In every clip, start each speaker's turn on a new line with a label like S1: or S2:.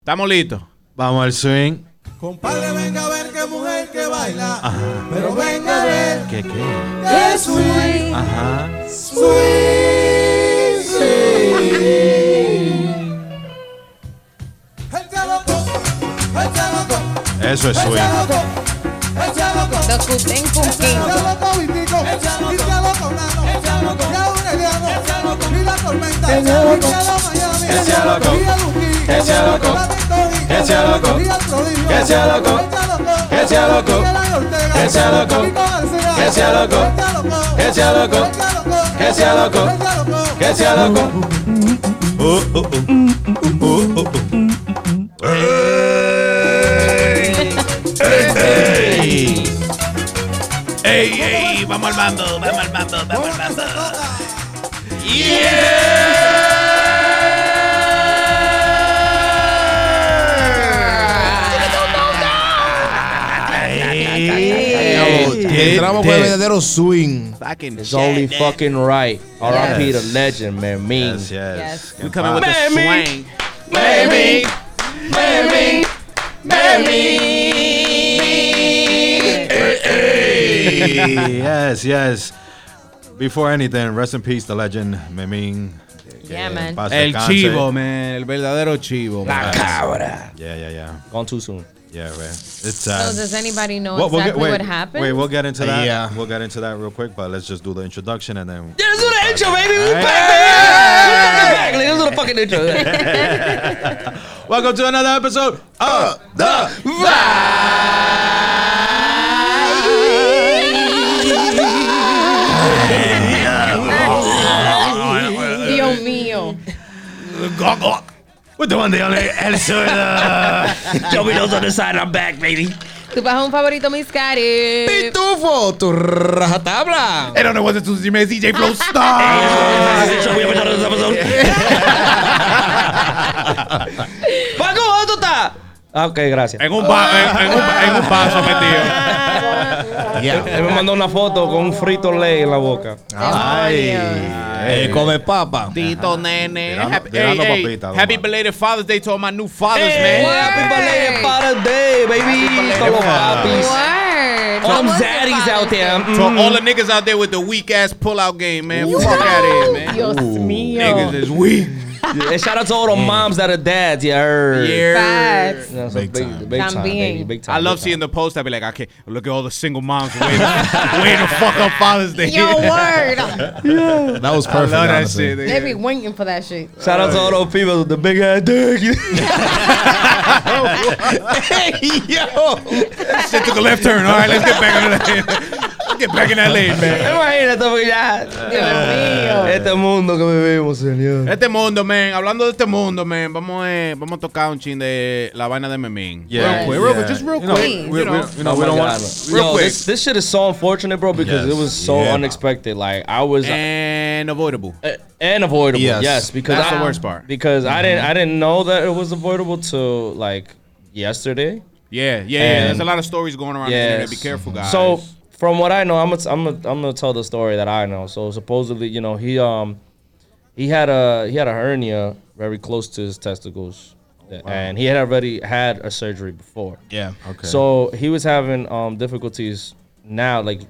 S1: Estamos listos.
S2: Vamos al swing.
S3: Compadre, venga a ver qué mujer que baila. Pero venga a ver
S2: ¿Qué qué?
S3: qué swing.
S2: Ajá.
S3: Swing, swing. Échalo todo, échalo todo,
S2: Eso es swing.
S3: échalo todo, échalo todo.
S4: Los Cuten Cunquín.
S2: Uh, uh, uh. Uh, uh, uh. ¡Ey! ¡Ey!
S1: ¡Ey, ey! Vamos al mambo, vamos al mambo, vamos al mambo.
S5: Yo,
S2: Ey,
S5: el drama fue
S2: ey.
S5: verdadero swing.
S1: Fucking
S6: It's only
S1: shit, man.
S6: fucking right. R.I.P. the legend, man. Mean.
S2: Yes, yes.
S4: Yes.
S1: You coming with a
S6: Mammy.
S1: swing.
S6: Baby, baby,
S2: Ey, yes, yes. Before anything, rest in peace, the legend, Memín.
S4: Yeah,
S2: Que
S4: man.
S2: paz
S1: El
S2: descanse.
S1: chivo, man. El verdadero chivo. man.
S6: cabra.
S2: Yeah, yeah, yeah.
S6: Gone too soon.
S2: Yeah, right. It's
S4: So
S2: uh,
S4: does anybody know
S2: Well, we'll
S4: exactly
S2: get-
S4: what
S2: wait,
S4: happened?
S2: Wait, we'll get into that.
S5: Yeah.
S2: We'll get into that real quick, but let's just do the introduction and then.
S6: There's a little intro, baby. We
S2: Hey. Ah.
S6: back, baby. We back, baby. There's a little fucking intro.
S2: Welcome to another episode of the.
S4: Dios mío.
S2: We're doing the only episode.
S6: Domino's on the side. I'm back, baby.
S4: Tu bajo un favorito, mis caris.
S5: Pitufo, tu rajatabla.
S1: I don't know what to do. Me DJ Flow Star.
S6: So we have another episode. Paco, ¿dónde está? Ah, Ok, gracias.
S1: En un, pa- en, en un, pa- en un paso metido.
S4: Ah,
S6: Él me mandó una foto con un frito ley en la boca.
S4: Ah,
S2: Ay.
S5: Eh, come papa.
S1: Tito nene.
S2: Tirando-
S1: happy
S2: tirando
S1: ey, ey,
S2: papita,
S1: happy
S2: Omar.
S1: belated Father's Day to all my new fathers,
S6: Hey,
S1: man.
S6: Happy belated Father's Day, baby.
S1: belated
S6: Con los
S2: Father's
S6: papis.
S4: Word.
S6: Some
S4: Almost
S6: zaddies
S4: your
S6: out there.
S4: father's
S1: To
S6: Mm.
S1: all the niggas out there with the weak ass pullout game, man.
S4: day.
S1: Fuck out of here, man.
S4: Dios
S1: Niggas
S4: mío.
S1: is weak.
S6: And shout out to all the moms that are dads. Yeah. er.
S1: Yeah.
S4: Facts.
S6: Yeah, so
S5: Big time.
S6: Big
S4: También.
S6: time, baby. Big time.
S1: I love seeing the post. I be like, okay, look at all the single moms waiting, waiting to fuck up Father's Day.
S4: Yo, word.
S5: That was
S1: I
S5: perfect.
S1: love that
S5: honestly.
S1: shit.
S4: They
S1: nigga.
S4: be winking for that shit.
S6: Shout out to all those people with the big ass dick.
S1: That shit took a left turn. All right, let's get back on that. Let's get back in that lane, man.
S6: Imagínate, porque ya.
S4: Dios mío.
S6: Este mundo que vivimos, señor.
S1: Este mundo, man. Hablando de este mundo, man. Vamos, eh, vamos a tocar un chin de la vaina de Memín.
S2: Yeah,
S1: Real quick, real
S2: yeah.
S1: quick, just real
S2: You know,
S1: quick.
S4: we-
S1: you know.
S2: You know, we don't want.
S1: real
S6: Yo,
S1: quick.
S6: this, this shit is so unfortunate, bro, because it
S2: Yes.
S6: was so
S2: Yeah.
S6: unexpected. Like, I was.
S1: and avoidable.
S6: Uh, and avoidable.
S5: Yes.
S6: Yes, because
S1: That's
S6: I-
S1: the worst part.
S6: Because I didn't
S2: Mm-hmm.
S6: I didn't know that it was avoidable till like yesterday.
S1: Yeah, yeah, yeah.
S6: And-
S1: There's a lot of stories going around the internet.
S6: Yes.
S1: Be careful, guys.
S6: So from what I know, I'm gonna I'm gonna, I'm gonna tell the story that I know. So supposedly, you know, he um he had a he had a hernia very close to his testicles, and he had already had a surgery before.
S5: Yeah.
S2: Okay.
S6: So he was having um difficulties now, like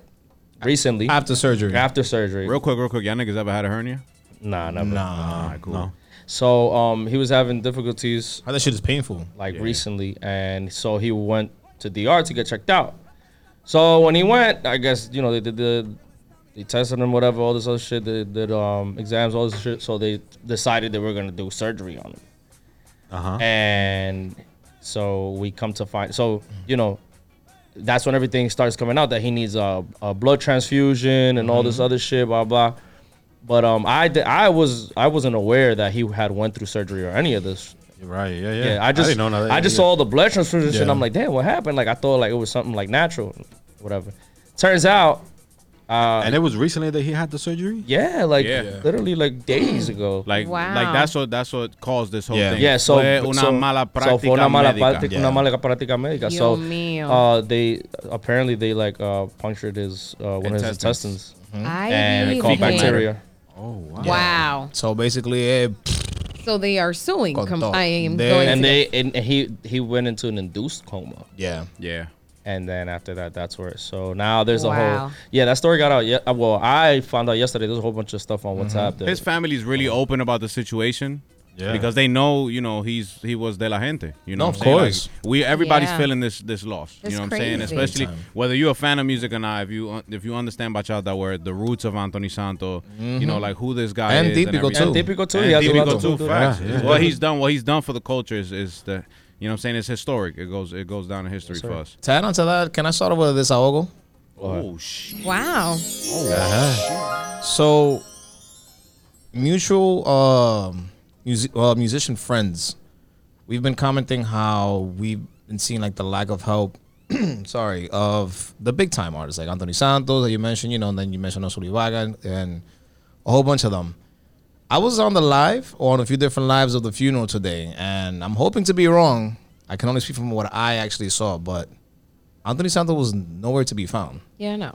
S6: recently
S5: After surgery.
S6: after surgery.
S1: real quick, real quick. Y'all niggas ever had a hernia?
S6: nah,
S5: Mm.
S6: never.
S5: Nah.
S2: No.
S6: So um he was having difficulties
S5: That shit is painful.
S6: like recently, and so he went to DR to get checked out. So when he went, I guess you know they did the they tested him, whatever, all this other shit. They did um, exams, all this shit. So they decided they were gonna do surgery on him,
S2: Uh huh.
S6: and so we come to find, so you know, that's when everything starts coming out that he needs a, a blood transfusion and all this other shit, blah blah. But um, I di- I was I wasn't aware that he had went through surgery or any of this
S2: Right. Yeah. Yeah.
S6: yeah, I just I,
S2: didn't know none of that
S6: just saw
S2: either.
S6: the blood transfusion shit.
S5: Yeah.
S6: I'm like, damn, what happened? Like I thought like it was something like natural, whatever. Turns out,
S2: And it was recently that he had the surgery.
S6: yeah, like
S1: Yeah. Yeah.
S6: literally like days ago.
S1: Like,
S4: Wow.
S1: like that's what that's what caused this whole
S5: Yeah.
S1: thing.
S6: yeah, so
S1: fue una
S6: so,
S1: mala práctica
S6: so fue una mala
S1: médica.
S6: práctica,
S5: Yeah.
S6: una mala práctica médica.
S4: Dios
S6: so
S4: mío.
S6: uh, they apparently they like uh, punctured his uh, one of his
S1: Intestines.
S6: intestines
S4: Ay,
S2: Hmm?
S6: and it
S4: virgen.
S6: caught bacteria.
S2: Oh wow.
S4: Wow.
S5: So basically, eh,
S4: So they are suing.
S5: Con
S4: Com-
S5: todo.
S4: I am
S5: They-
S4: going
S6: and
S4: to.
S6: they and he he went into an induced coma.
S5: Yeah.
S1: Yeah.
S6: and then after that, that's where. So now there's a
S4: Wow.
S6: whole. Yeah, that story got out. Yeah, uh, well, I found out yesterday. There's a whole bunch of stuff on WhatsApp. that-
S1: His family is really open about the situation.
S2: Yeah.
S1: Because they know, you know, he's he was de la gente. You know,
S5: No,
S1: what
S5: of
S1: I'm saying? Like,
S5: course.
S1: we everybody's
S4: Yeah.
S1: feeling this this loss.
S4: It's
S1: you know what I'm saying?
S4: crazy.
S1: Especially whether you're a fan of music or not. If you un- if you understand bachata, where the roots of Anthony Santo, you know, like who this guy
S5: And
S1: is,
S5: típico,
S1: everything.
S6: and
S5: too.
S6: typical too.
S1: And
S6: he has a lot
S1: Típico
S6: to-
S1: too,
S6: to-
S1: facts.
S2: Yeah, yeah.
S1: What he's done, what he's done for the culture is is the, you know, what I'm saying it's historic. It goes it goes down in history for us.
S5: Ted, on to that, can I start with a desahogo?
S1: Oh shit!
S4: wow.
S5: So, mutual um, music, uh, musician friends, we've been commenting how we've been seeing like the lack of help. sorry, of the big time artists like Anthony Santos that you mentioned, you know, and then you mentioned Osuribaga and, and a whole bunch of them. I was on the live or on a few different lives of the funeral today, and I'm hoping to be wrong. I can only speak from what I actually saw, but Anthony Santos was nowhere to be found.
S4: Yeah, no.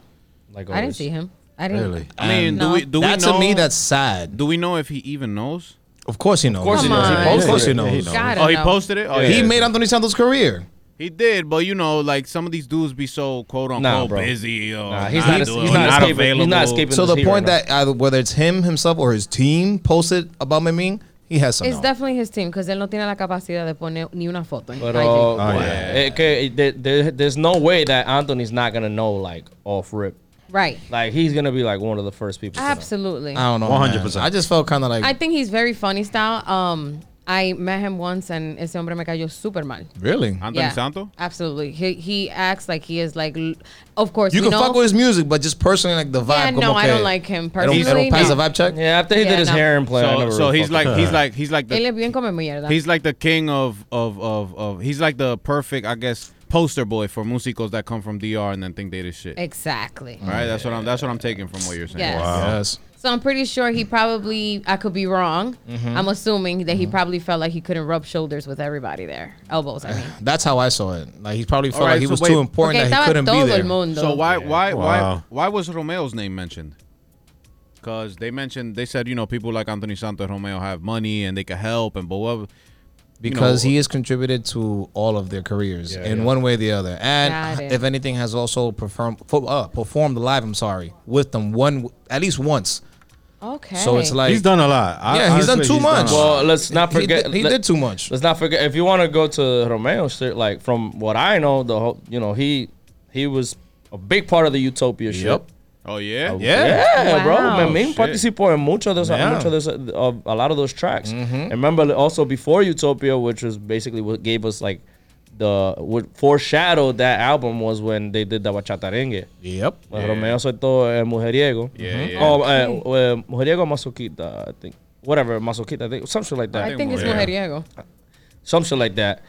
S6: Like
S4: I didn't see him. I didn't.
S2: Really?
S1: I mean, do
S4: No.
S1: we do
S5: that
S1: we know?
S5: to me, that's sad.
S1: do we know if he even knows?
S5: Of course he knows. Of
S6: course
S4: he Come knows. He on. posted
S5: Of course
S2: it.
S5: he
S2: Yeah, he
S5: knows.
S2: knows.
S4: Gotta
S1: Oh, he
S4: know.
S1: posted it. Oh,
S5: He
S1: yeah.
S5: made Anthony Santos' career.
S1: He did, but you know, like some of these dudes be so quote unquote
S6: Nah, bro.
S1: busy or
S6: Nah, Uh, he's
S1: not,
S6: not es-
S1: doing-
S6: he's
S1: or
S6: not escaping- he's
S1: available.
S6: not escaping.
S5: So
S6: Is
S5: the
S6: he
S5: point
S6: right
S5: that either whether it's him himself or his team posted about Meming, he has some.
S4: It's
S5: know.
S4: definitely his team because él no tiene la capacidad de poner ni una foto. en
S6: But
S4: IG.
S1: Oh,
S6: uh,
S5: ah.
S2: yeah.
S6: eh, okay, there, there- there's no way that Anthony's not gonna know like off rip.
S4: right.
S6: Like he's gonna be like one of the first people. to know.
S4: Absolutely.
S5: I don't know.
S2: 100%.
S5: 100%. I just felt kind of like
S4: I think he's very funny style. Um, I met him once and ese hombre me cayó super mal.
S5: really.
S1: Anthony Santo?
S4: Absolutely. He he acts like he is like, l- of course.
S5: You
S4: we
S5: can
S4: know,
S5: fuck with his music, but just personally like the
S4: Yeah,
S5: vibe.
S4: no,
S5: como
S4: I
S5: que
S4: don't like him
S5: it don't-
S4: personally.
S5: It don't pass the
S4: no.
S5: vibe check.
S6: Yeah, after he
S4: Yeah,
S6: did his
S4: no.
S6: hair and play, I
S1: So,
S6: never
S1: so
S6: really
S1: he's
S6: fucked
S1: like
S6: with
S1: he's like he's like
S4: Él
S1: the
S4: es bien come mierda.
S1: he's like the king of of of of he's like the perfect I guess poster boy for musicos that come from DR and then think they this shit.
S4: exactly.
S1: All right, that's what I'm that's what I'm taking from what you're saying.
S4: Yes.
S5: Yes.
S4: So I'm pretty sure he probably, I could be wrong.
S5: Mm-hmm.
S4: I'm assuming that he probably felt like he couldn't rub shoulders with everybody there. Elbows, I mean.
S5: That's how I saw it. Like he probably felt
S1: Alright,
S5: like he
S1: so
S5: was
S1: wait.
S5: too important
S4: Porque
S5: that he
S4: estaba
S5: couldn't
S4: todo
S5: be there.
S4: el mundo.
S1: So why why
S2: Wow.
S1: why why was Romeo's name mentioned? Because they mentioned they said you know people like Anthony Santo and Romeo have money and they can help and but what
S5: because
S1: you know,
S5: he has contributed to all of their careers in
S6: yeah.
S5: one way or the other, and
S4: Got it.
S5: if anything, has also performed uh, performed live. I'm sorry, with them one at least once.
S4: Okay.
S5: So it's like
S2: He's done a lot. I,
S5: Yeah, he's done
S2: honestly,
S5: too
S2: a
S5: much.
S2: lot.
S6: Well, let's not
S5: he
S6: forget.
S5: did- he
S6: let-
S5: did too much.
S6: Let's not forget. If you want to go to Romeo, shit, like from what I know, the whole, you know, he he was a big part of the Utopia shit.
S5: Yep.
S1: oh yeah
S5: Yeah.
S6: Yeah,
S4: Wow.
S6: bro. Meming
S1: Shit.
S6: participó en mucho de esos,
S5: Yeah.
S6: mucho de esos- of a lot of those tracks.
S1: Mm-hmm.
S6: And remember also before Utopia, which was basically what gave us like the what foreshadowed that album was when they did the bachata rengue.
S5: Yep.
S6: When Romeo soltó eh, Mujeriego.
S1: Yeah, yeah.
S6: Oh, eh, eh, Mujeriego Masoquita, I think. Whatever, Masoquita, I think. Some shit like that.
S4: I think it's
S1: Yeah.
S4: mujeriego.
S6: some shit like that.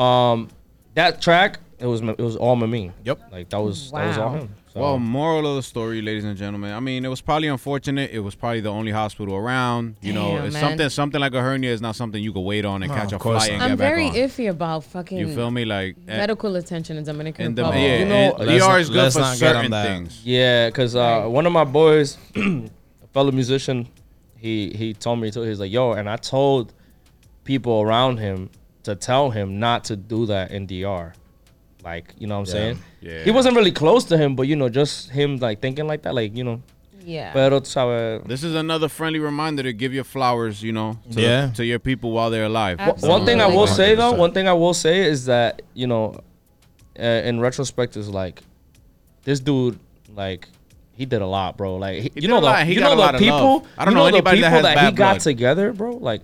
S6: Um, that track, it was it was all Mameen.
S5: Yep.
S6: Like that was that was
S4: Wow.
S6: all him. So,
S1: Well, moral of the story, ladies and gentlemen. I mean, it was probably unfortunate. It was probably the only hospital around. You know,
S4: Damn,
S1: it's
S4: man.
S1: something something like a hernia is not something you could wait on and catch a
S5: of course
S1: flight and
S5: not.
S4: I'm
S1: get
S4: very
S1: back on.
S4: iffy about fucking
S1: You feel me? Like eh,
S4: medical attention in Dominican
S1: in the
S4: Republic.
S1: yeah,
S6: You know,
S1: and
S5: let's
S1: ER
S5: not-
S1: is good
S5: let's
S1: for
S5: not get on
S1: certain
S5: that.
S1: things.
S6: yeah, because uh, one of my boys, a fellow musician, he he told me too. He's like, yo, and I told people around him to tell him not to do that in DR. Like, you know what I'm saying?
S1: Yeah.
S6: He wasn't really close to him, but you know, just him like thinking like that, like you know.
S4: Yeah.
S6: Pero tú sabes,
S1: This is another friendly reminder to give your flowers, you know, to,
S5: Yeah.
S1: to your people while they're alive.
S4: Absolutely.
S6: One thing I
S4: Absolutely.
S6: will say though,
S5: 100%.
S6: one thing I will say is that you know, uh, in retrospect, is like this dude, like he did a lot, bro. Like he, you
S1: did
S6: know
S1: a
S6: the
S1: lot. He
S6: you
S1: got
S6: know
S1: a lot
S6: the
S1: of
S6: people.
S1: love. I don't
S6: you
S1: know
S6: the
S1: anybody that
S6: people
S1: has
S6: that he
S1: bad
S6: got
S1: blood. Hmm?
S6: together, bro. Like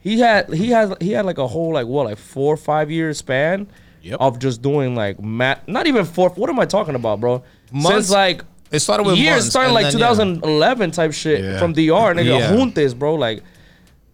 S6: he had he has he had like a whole like what like four or five year span
S5: Yep.
S6: of just doing like mat. Not even four. What am I talking about, bro?
S5: Months?
S6: Since like.
S5: It started with
S6: years
S5: months, and
S6: starting like
S5: then, yeah.
S6: 2011 type shit
S2: Yeah.
S6: from DR nigga
S5: Yeah.
S6: juntes bro like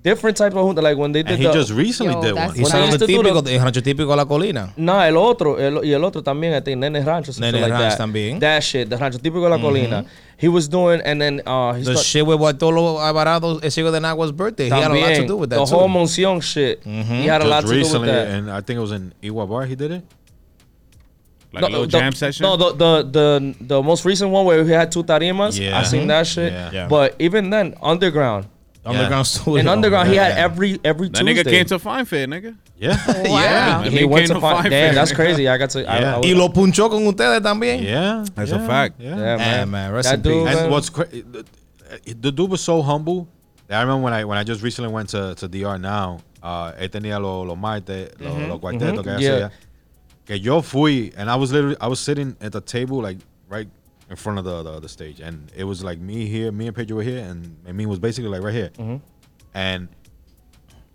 S6: different types of juntas like when they did
S2: and he
S6: the,
S2: just recently
S4: Yo,
S2: did
S4: that's
S2: one.
S5: Y
S6: When I
S5: salió
S6: used
S5: el
S6: to do the-
S5: típico, el rancho típico de la colina.
S6: No, el otro, el, y el otro también, I think, Nene Rancho, something
S5: Nene
S6: like
S5: Ranch
S6: that.
S5: también.
S6: That shit, the Rancho Típico de la Colina. He was doing, and then uh, he
S5: The
S6: start-
S5: shit with Bartolo Alvarado, el ciego de Nagua's birthday. He had a lot to
S6: también,
S5: do with that
S6: The
S5: too.
S6: whole Monción shit. He had a lot to
S2: Just
S6: do with
S2: recently,
S6: that.
S2: and I think it was in Iwa Bar he did it.
S1: Like a little
S6: the,
S1: jam session.
S6: No, the, the the the most recent one where he had two tarimas.
S5: Yeah.
S6: I seen that shit.
S5: Yeah. Yeah.
S6: But even then, underground,
S5: underground studio.
S6: In underground, he had
S5: Yeah.
S6: every every
S1: That
S6: Tuesday.
S1: nigga came to Fine Fit, nigga.
S2: Yeah.
S4: Wow.
S1: I
S6: He
S1: mean,
S6: went
S1: came
S6: to
S1: to
S6: find.
S1: find
S6: Damn,
S1: figure.
S6: that's crazy. I got to. I,
S2: Yeah.
S6: I, was-
S5: Y lo punchó con ustedes también.
S2: Yeah.
S1: That's a
S2: yeah,
S1: fact.
S2: Yeah.
S6: Yeah,
S5: Man,
S6: man.
S5: man, rest
S6: that
S5: in
S6: dude,
S5: peace.
S6: man,
S2: And what's crazy, the, the dude was so humble. that I remember when I when I just recently went to, to DR now, uh, él tenía los lo martes, los lo cuartetos que
S6: Mm-hmm. Yeah.
S2: hacía. Que yo fui, and I was literally, I was sitting at the table, like right in front of the, the, the stage. And it was like me here, me and Pedro were here, and, and me was basically like right here.
S6: Mm-hmm.
S2: And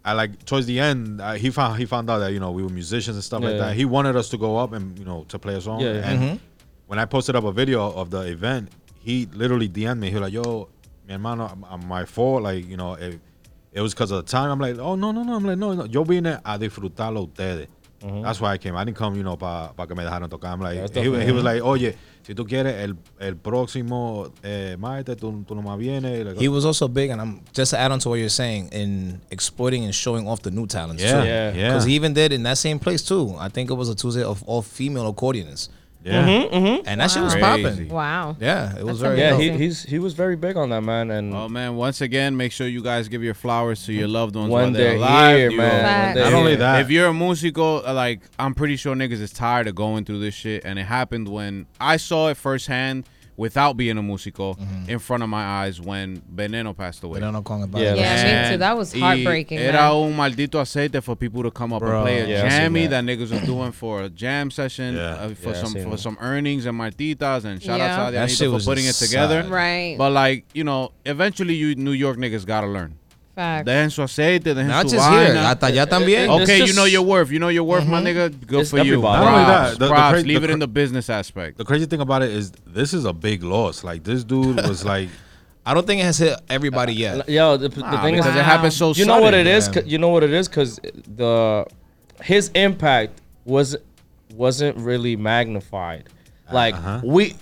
S2: I like towards the end, uh, he found he found out that you know we were musicians and stuff like
S6: Yeah.
S2: that. He wanted us to go up and you know to play a song.
S6: Yeah, yeah.
S2: And when I posted up a video of the event, he literally DM'd me. He was like, "Yo, mi hermano, I'm, I'm my fault. Like you know, it, it was because of the time." I'm like, "Oh no, no, no." I'm like, "No, no. Yo vine a disfrutarlo ustedes." That's why I came. I didn't come, you know, para pa que me dejaron tocar. I'm like,
S6: Mm-hmm. That's
S2: he, was- he
S6: definitely-
S2: was like, oye, si tú quieres el, el próximo eh, martes, tú, tú no más vienes. Like,
S5: He was also big, and I'm just to add on to what you're saying in exploiting and showing off the new talents.
S2: yeah,
S5: too.
S6: Yeah.
S2: yeah,
S5: Because he even did in that same place too. I think it was a Tuesday of all female accordionists,
S2: yeah.
S6: Mm-hmm.
S5: and that shit was
S1: Crazy.
S5: popping.
S4: Wow.
S5: Yeah, it was
S4: That's
S5: very.
S6: yeah,
S5: dope.
S6: he,
S4: dope.
S6: he's he was very big on that man, and
S1: Oh man! Once again, make sure you guys give your flowers to your loved ones
S6: when
S1: while they're
S6: they're
S1: alive.
S6: here,
S1: you know.
S6: man.
S4: Facts.
S6: when they're
S2: Not only
S6: here.
S2: that,
S1: If you're a musico, uh, like I'm pretty sure niggas is tired of going through this shit, and it happened when I saw it firsthand without being a musico in front of my eyes when Beneno passed away.
S5: But I don't know Kong about
S6: Yeah.
S5: it.
S4: Yeah. me too. That was
S1: y
S4: heartbreaking,
S1: Era
S4: man.
S1: un maldito aceite for people to come up
S5: Bro.
S1: and play a
S6: Yeah, I seen
S1: jammy
S6: that.
S1: that. niggas was doing for a jam session
S2: Yeah.
S1: uh, for
S6: Yeah, I
S1: some
S6: seen
S1: for
S6: that.
S1: some earnings and martitas and shout
S4: Yeah.
S1: out to
S5: That shit
S1: Adianito
S5: was
S1: for putting it
S5: inside.
S1: together.
S4: Right.
S1: But like you know, eventually you New York niggas gotta learn.
S4: Facts.
S1: Dejen su aceite, dejen
S5: Not
S1: su
S5: just here,
S1: vaina.
S5: hasta allá también.
S6: It's
S1: Okay, you
S6: just- Mm-hmm.
S1: know your worth. You know your worth, my nigga. Good
S6: It's
S1: for you.
S6: everybody.
S1: Props,
S6: Not only
S2: that, the- the
S1: props.
S2: cra- the
S1: Leave it
S2: cra-
S1: in the business aspect.
S2: The crazy thing about it is this is a big loss. Like this dude was like,
S5: I don't think it has hit everybody yet.
S6: yo, the, the
S1: Nah,
S6: thing is,
S1: because it happened so
S6: you know what
S1: sudden.
S6: it is.
S5: Yeah.
S6: 'Cause- You know what it is because the his impact was wasn't really magnified.
S1: Uh,
S6: Like
S1: uh-huh.
S6: we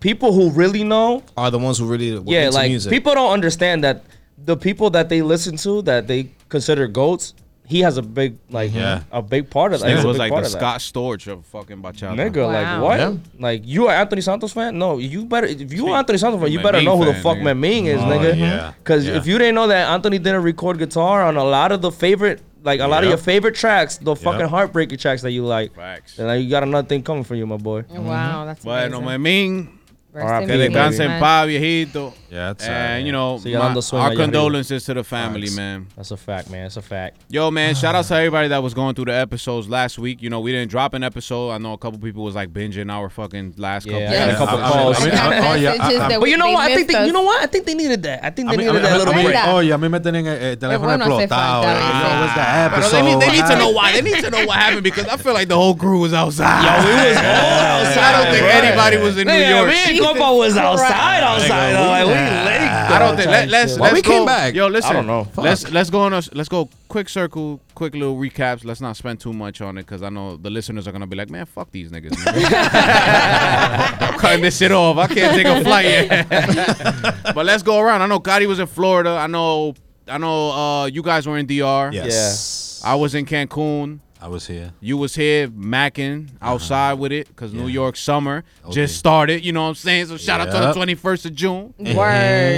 S6: people who really know,
S5: Are the ones who really were
S6: yeah,
S5: into
S6: like
S5: music.
S6: people don't understand that the people that they listen to that they consider goats, he has a big like
S2: Yeah.
S6: a big part of that. He's
S1: It
S6: a
S1: was
S6: big
S1: like
S6: part
S1: the
S6: of
S1: Scott
S6: that.
S1: Storch of fucking bachata.
S6: Nigga,
S4: Wow.
S6: like what?
S5: Yeah.
S6: Like you are Anthony Santos fan? No, you better if you are Anthony Santos fan, you
S1: Man
S6: better
S1: Ming
S6: know who the
S1: fan,
S6: fuck
S1: nigga.
S6: Meming is,
S2: Oh,
S6: nigga.
S2: yeah.
S6: Cause
S2: Yeah.
S6: if you didn't know that Anthony didn't record guitar on a lot of the favorite like a lot of
S2: Yep.
S6: your favorite tracks, the fucking
S2: Yep.
S6: heartbreaker tracks that you like.
S1: Facts.
S6: And now you got another thing coming for you, my boy.
S4: Wow. That's
S1: Mm-hmm. Bueno,
S4: amazing.
S1: Memín,
S4: Rest
S1: que
S4: in
S6: Baby,
S4: peace,
S1: descanse en
S4: man.
S1: paz, viejito.
S2: Yeah, that's uh, sad,
S1: And, you
S2: yeah.
S1: know,
S6: So y'all on
S1: my-
S6: the swing,
S1: our
S6: y'all here.
S1: condolences to the family,
S6: Facts.
S1: man.
S6: That's a fact, man. That's a fact.
S1: Yo, man, shout out to everybody that was going through the episodes last week. You know, we didn't drop an episode. I know a couple people was like binging our fucking last couple.
S6: Yeah, I had a
S4: Yes.
S6: couple
S4: I-
S2: I-
S6: calls.
S2: I mean,
S4: I got
S2: oh, yeah, I-
S1: ah,
S4: messages
S2: I-
S4: that
S6: but you know
S4: they
S6: what? I think
S4: missed
S6: they, you
S4: us.
S6: know what? I think they needed that. I think
S2: I
S6: they
S2: mean,
S6: needed
S2: I
S6: that
S2: mean,
S6: little
S2: I mean,
S6: break.
S4: break.
S2: oye, a mí me tienen eh, el teléfono
S4: bueno se
S2: explotado.
S4: falta,
S2: eh,
S4: dice.
S2: yo, what's
S1: But
S2: that
S1: they,
S2: episode?
S1: need, they need to know why. They need to know what happened because I feel like the whole crew was outside.
S6: Yo, we was all
S1: I
S6: outside.
S1: don't think
S6: bro.
S1: anybody was in New
S6: Nigga,
S1: York.
S6: Me and Coco was outside, outside. though. Like, we late.
S1: I don't think. Let, let's.
S5: Well,
S1: let's
S5: we
S1: go,
S5: came back.
S1: Yo, listen.
S6: I don't know.
S1: Let's let's go on. A, let's go quick circle, quick little recaps. Let's not spend too much on it because I know the listeners are gonna be like, man, fuck these niggas. man." I'm cutting this shit off. I can't take a flight yet. but let's go around. I know Gotti was in Florida. I know. I know. Uh, you guys were in DR.
S2: Yes.
S1: I was in Cancun.
S2: I was here.
S1: You was here macking outside with it because New York summer just started. You know what I'm saying? So shout out to the
S2: Yep.
S1: 21st of June.
S4: Word.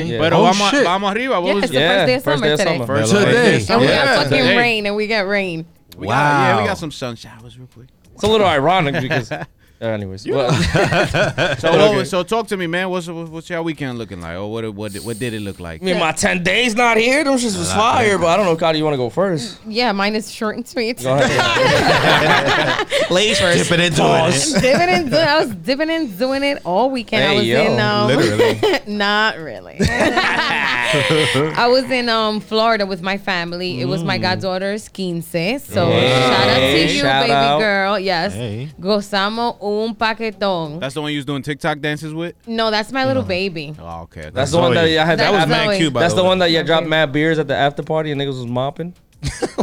S6: Yeah.
S1: Pero
S2: Oh,
S1: vamos,
S2: shit.
S1: vamos arriba. What
S4: Yeah,
S1: was
S4: it's the first day of summer today.
S1: First
S2: Today.
S1: day.
S4: And we
S1: Yeah.
S4: got fucking
S1: Today.
S4: rain, and we got rain.
S1: We got- yeah, we
S2: Wow.
S1: got some sun showers real quick.
S6: It's a little ironic because, uh, anyways. Well,
S1: So,
S6: Okay.
S1: oh, so talk to me, man. What's what's your weekend looking like? Or what what what did it look like?
S6: I mean, my ten days not here. Them shits was fire, but I don't know, Kyle. You want to go first?
S4: Yeah, mine is short and sweet.
S6: Go ahead.
S5: Ladies first.
S2: Dipping into
S6: Pause.
S4: dipping and do- I was dipping and doing it all weekend.
S6: Hey,
S4: I was
S6: yo,
S4: in um,
S5: literally.
S4: not really. I was in um Florida with my family. It was my goddaughter's quince. So shout out to
S6: Hey,
S4: you,
S6: shout
S4: baby
S6: out.
S4: girl. Yes,
S2: Hey.
S4: gozamos un paquetón.
S1: That's the one you was doing TikTok dances with.
S4: no, that's my little baby.
S1: Oh, okay.
S6: That's the one that you had.
S4: That
S6: That
S4: was
S6: was
S4: mad Zoe.
S5: cute, by
S6: That's the
S5: way.
S6: one that you dropped mad beers at the after party and niggas was mopping.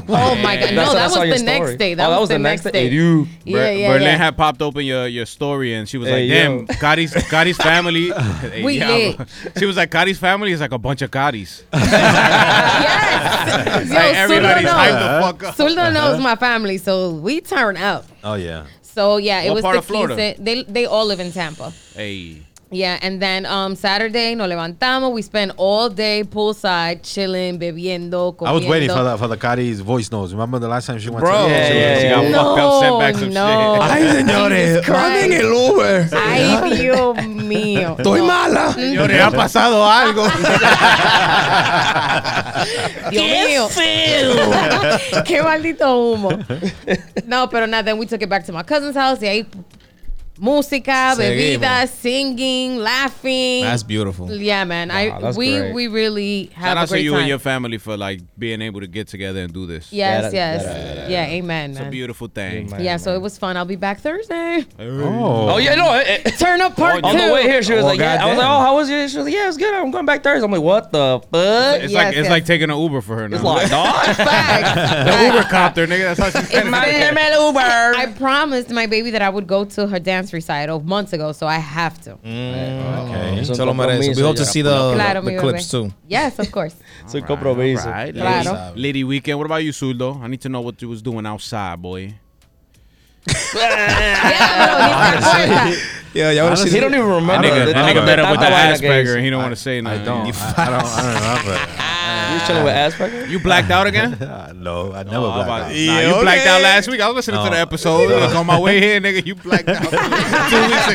S4: Oh my god!
S6: That's
S4: No,
S6: what I
S4: that
S6: saw your
S4: was the next
S6: story.
S4: day. That,
S6: Oh, that
S4: was the next day.
S6: You.
S1: Ber-
S4: Yeah, yeah,
S1: Berlin
S4: yeah.
S1: had popped open your, your story and she was
S6: Hey,
S1: like, "Damn,
S6: yo.
S1: Gotti's Gotti's family." Hey,
S4: We lit.
S1: She was like, "Gotti's family is like a bunch of Gotti's.
S4: yes. Yo,
S1: Like, everybody's
S4: Zuldo knows.
S1: hyped the fuck up."
S4: Zuldo knows my family, so we turn up.
S2: Oh yeah.
S4: So yeah, it
S1: What
S4: was
S1: part
S4: the
S1: of Florida?
S4: quince. They they all live in Tampa.
S1: Hey,
S4: Yeah, and then um, Saturday nos levantamos. We spent all day poolside, chilling, bebiendo, comiendo.
S2: I was waiting for the for the Cari's voice notes. Remember the last time she went
S1: Bro.
S2: to
S1: Yeah,
S2: she
S6: yeah,
S2: was-
S6: yeah.
S1: got fucked up, sent back some
S4: no.
S1: shit.
S5: Ay, señores,
S4: Jesus
S5: manden
S4: Christ.
S5: el Uber.
S4: Ay, Dios mío.
S5: Estoy
S4: No.
S5: mala.
S2: Mm-hmm.
S1: Yo, le ha pasado algo.
S4: Dios mío. Qué maldito humo. No, pero nada, then we took it back to my cousin's house. Y ahí música,
S5: Seguimos.
S4: bebidas, singing, laughing.
S5: That's beautiful.
S4: yeah, man.
S6: Wow,
S4: I
S6: that's
S4: we
S6: great.
S4: we really have
S1: Shout
S4: a
S1: out to
S4: great
S1: you
S4: time.
S1: and your family for like being able to get together and do this.
S4: yes,
S6: that-
S4: yes.
S6: that-
S4: yeah, amen,
S1: It's a
S4: man.
S1: beautiful thing.
S6: Amen.
S4: Yeah, so it was fun. I'll be back Thursday.
S2: Oh,
S6: Oh yeah, no. eh, eh,
S4: Turn up part two.
S6: on the way here, she was
S5: Oh,
S6: like, "Yeah." I was like,
S5: goddamn.
S6: "Oh, how was your?" She was like, "Yeah, it's good. I'm going back Thursday." I'm like, "What the fuck?"
S1: It's
S4: Yes,
S1: like it's
S4: yes.
S1: like taking an Uber for her now.
S6: It's like, dog.
S4: Facts.
S1: the Uber copter, nigga. That's how she said it.
S4: I promised my baby that I would go to her dance recital months ago, so I have to.
S1: Mm.
S2: okay.
S5: Tell them about it. We hope to see the,
S4: Claro,
S5: the
S4: mi
S5: clips
S4: bebé.
S5: too.
S4: Yes, of course.
S6: Soy compromiso.
S1: Alright,
S4: Claro.
S1: lady- Lady weekend. What about you, Suldo? I need to know what you was doing outside, boy.
S5: Yeah, y'all
S6: He don't even remember.
S1: Nigga,
S6: the-
S1: that nigga
S6: the-
S1: met up
S6: that
S1: with the
S6: Tawana games.
S1: Asperger and he don't want to say nothing.
S2: I don't. I, I don't. I don't remember.
S6: You was chilling with Asperger?
S1: You blacked out again?
S2: Uh, no, I never
S1: Oh,
S2: blacked
S1: about- Nah,
S2: out.
S1: you blacked out last week. I was listening to the episode. Like, on my way here, nigga, you blacked out two weeks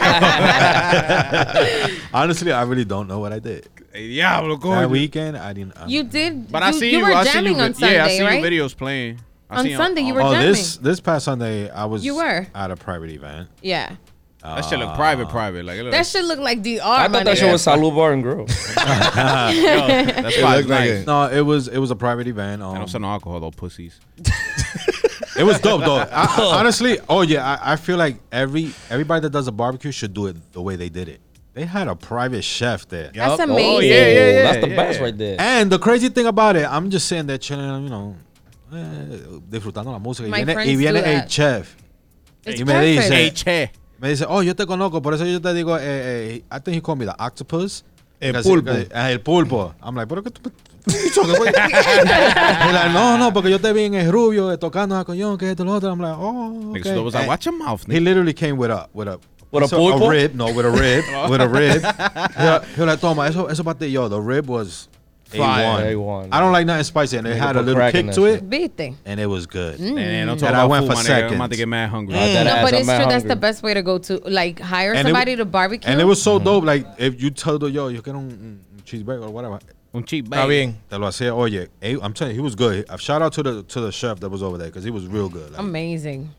S1: ago.
S2: Honestly, I really don't know what I did.
S1: yeah, I'm going.
S2: That weekend, I didn't. I-
S4: You did.
S1: But
S4: you,
S1: I see you.
S4: were
S1: I see you.
S4: jamming
S1: vi-
S4: on Sunday,
S1: yeah, I see
S4: right?
S1: your videos playing. I
S4: On
S1: see
S4: Sunday, you were
S2: oh,
S4: jamming.
S2: this this past Sunday, I was.
S4: You were.
S2: at a private event.
S4: yeah.
S1: That shit look private, private. Like it look,
S4: That should look like DR.
S6: I thought that shit was Salud Bar and Grill.
S1: that's probably
S5: looked like
S1: nice.
S5: it.
S2: No, it was it was a private event.
S1: I
S2: Um,
S1: don't sell no alcohol though, pussies.
S2: it was dope though. I, I- honestly, oh yeah, I, I feel like every everybody that does a barbecue should do it the way they did it. They had a private chef there.
S4: That's
S1: Oh, yeah,
S6: Oh,
S4: amazing.
S1: yeah, yeah,
S6: That's the
S1: yeah.
S6: best right there.
S2: And the crazy thing about it, I'm just sitting there chilling, you know, eh, disfrutando la música. Y
S4: My
S2: viene,
S4: friends
S2: y viene
S4: do
S2: el
S4: that.
S2: chef.
S4: It's
S2: You made it
S4: perfect.
S2: easy.
S1: Hey,
S2: Hey,
S1: che.
S2: Me dice, oh, yo te conozco, por eso yo te digo, eh, eh, I think he called me the octopus.
S5: El
S2: Because-
S5: pulpo.
S2: because- ah, el pulpo. I'm like, pero qué tú... He's like, no, no, porque yo te vi en el rubio eh, tocando a coñón, que esto, lo otro. I'm like, oh, okay.
S1: Nigga Suldo was like,
S2: And
S1: watch your mouth, nigga.
S2: He literally came with a, with a,
S6: With a
S2: so-
S6: pulpo?
S2: A rib, no, with a rib, with a rib. He, he was like, toma, eso, eso para ti, yo, the rib was
S1: Fire.
S2: A1.
S6: A1.
S2: I don't like nothing spicy, and it
S6: Nigga
S2: had a
S6: put
S2: little
S6: crack in
S2: kick
S6: that
S2: to
S6: shit.
S2: it,
S4: Viste.
S2: and it was good.
S1: Man, Mm. don't talk
S2: And I
S1: about
S2: went
S1: food,
S2: for
S1: my nigga. I'm about to
S2: seconds.
S1: get mad hungry.
S6: that
S4: No, but
S6: ass, I'm
S4: it's true.
S6: mad
S4: That's
S6: hungry.
S4: the best way to go to like hire
S2: And it
S4: somebody
S2: w-
S4: to barbecue.
S2: And it was so dope. Like, if you tell the yo, mm, yo quiero un, un cheeseburger or whatever,
S1: Un cheap bag.
S5: Está bien.
S2: te lo hacía. Oye, eh, I'm telling you, he was good. Uh, Shout out to the to the chef that was over there because he was real good.
S4: Um,
S2: Like,
S4: amazing.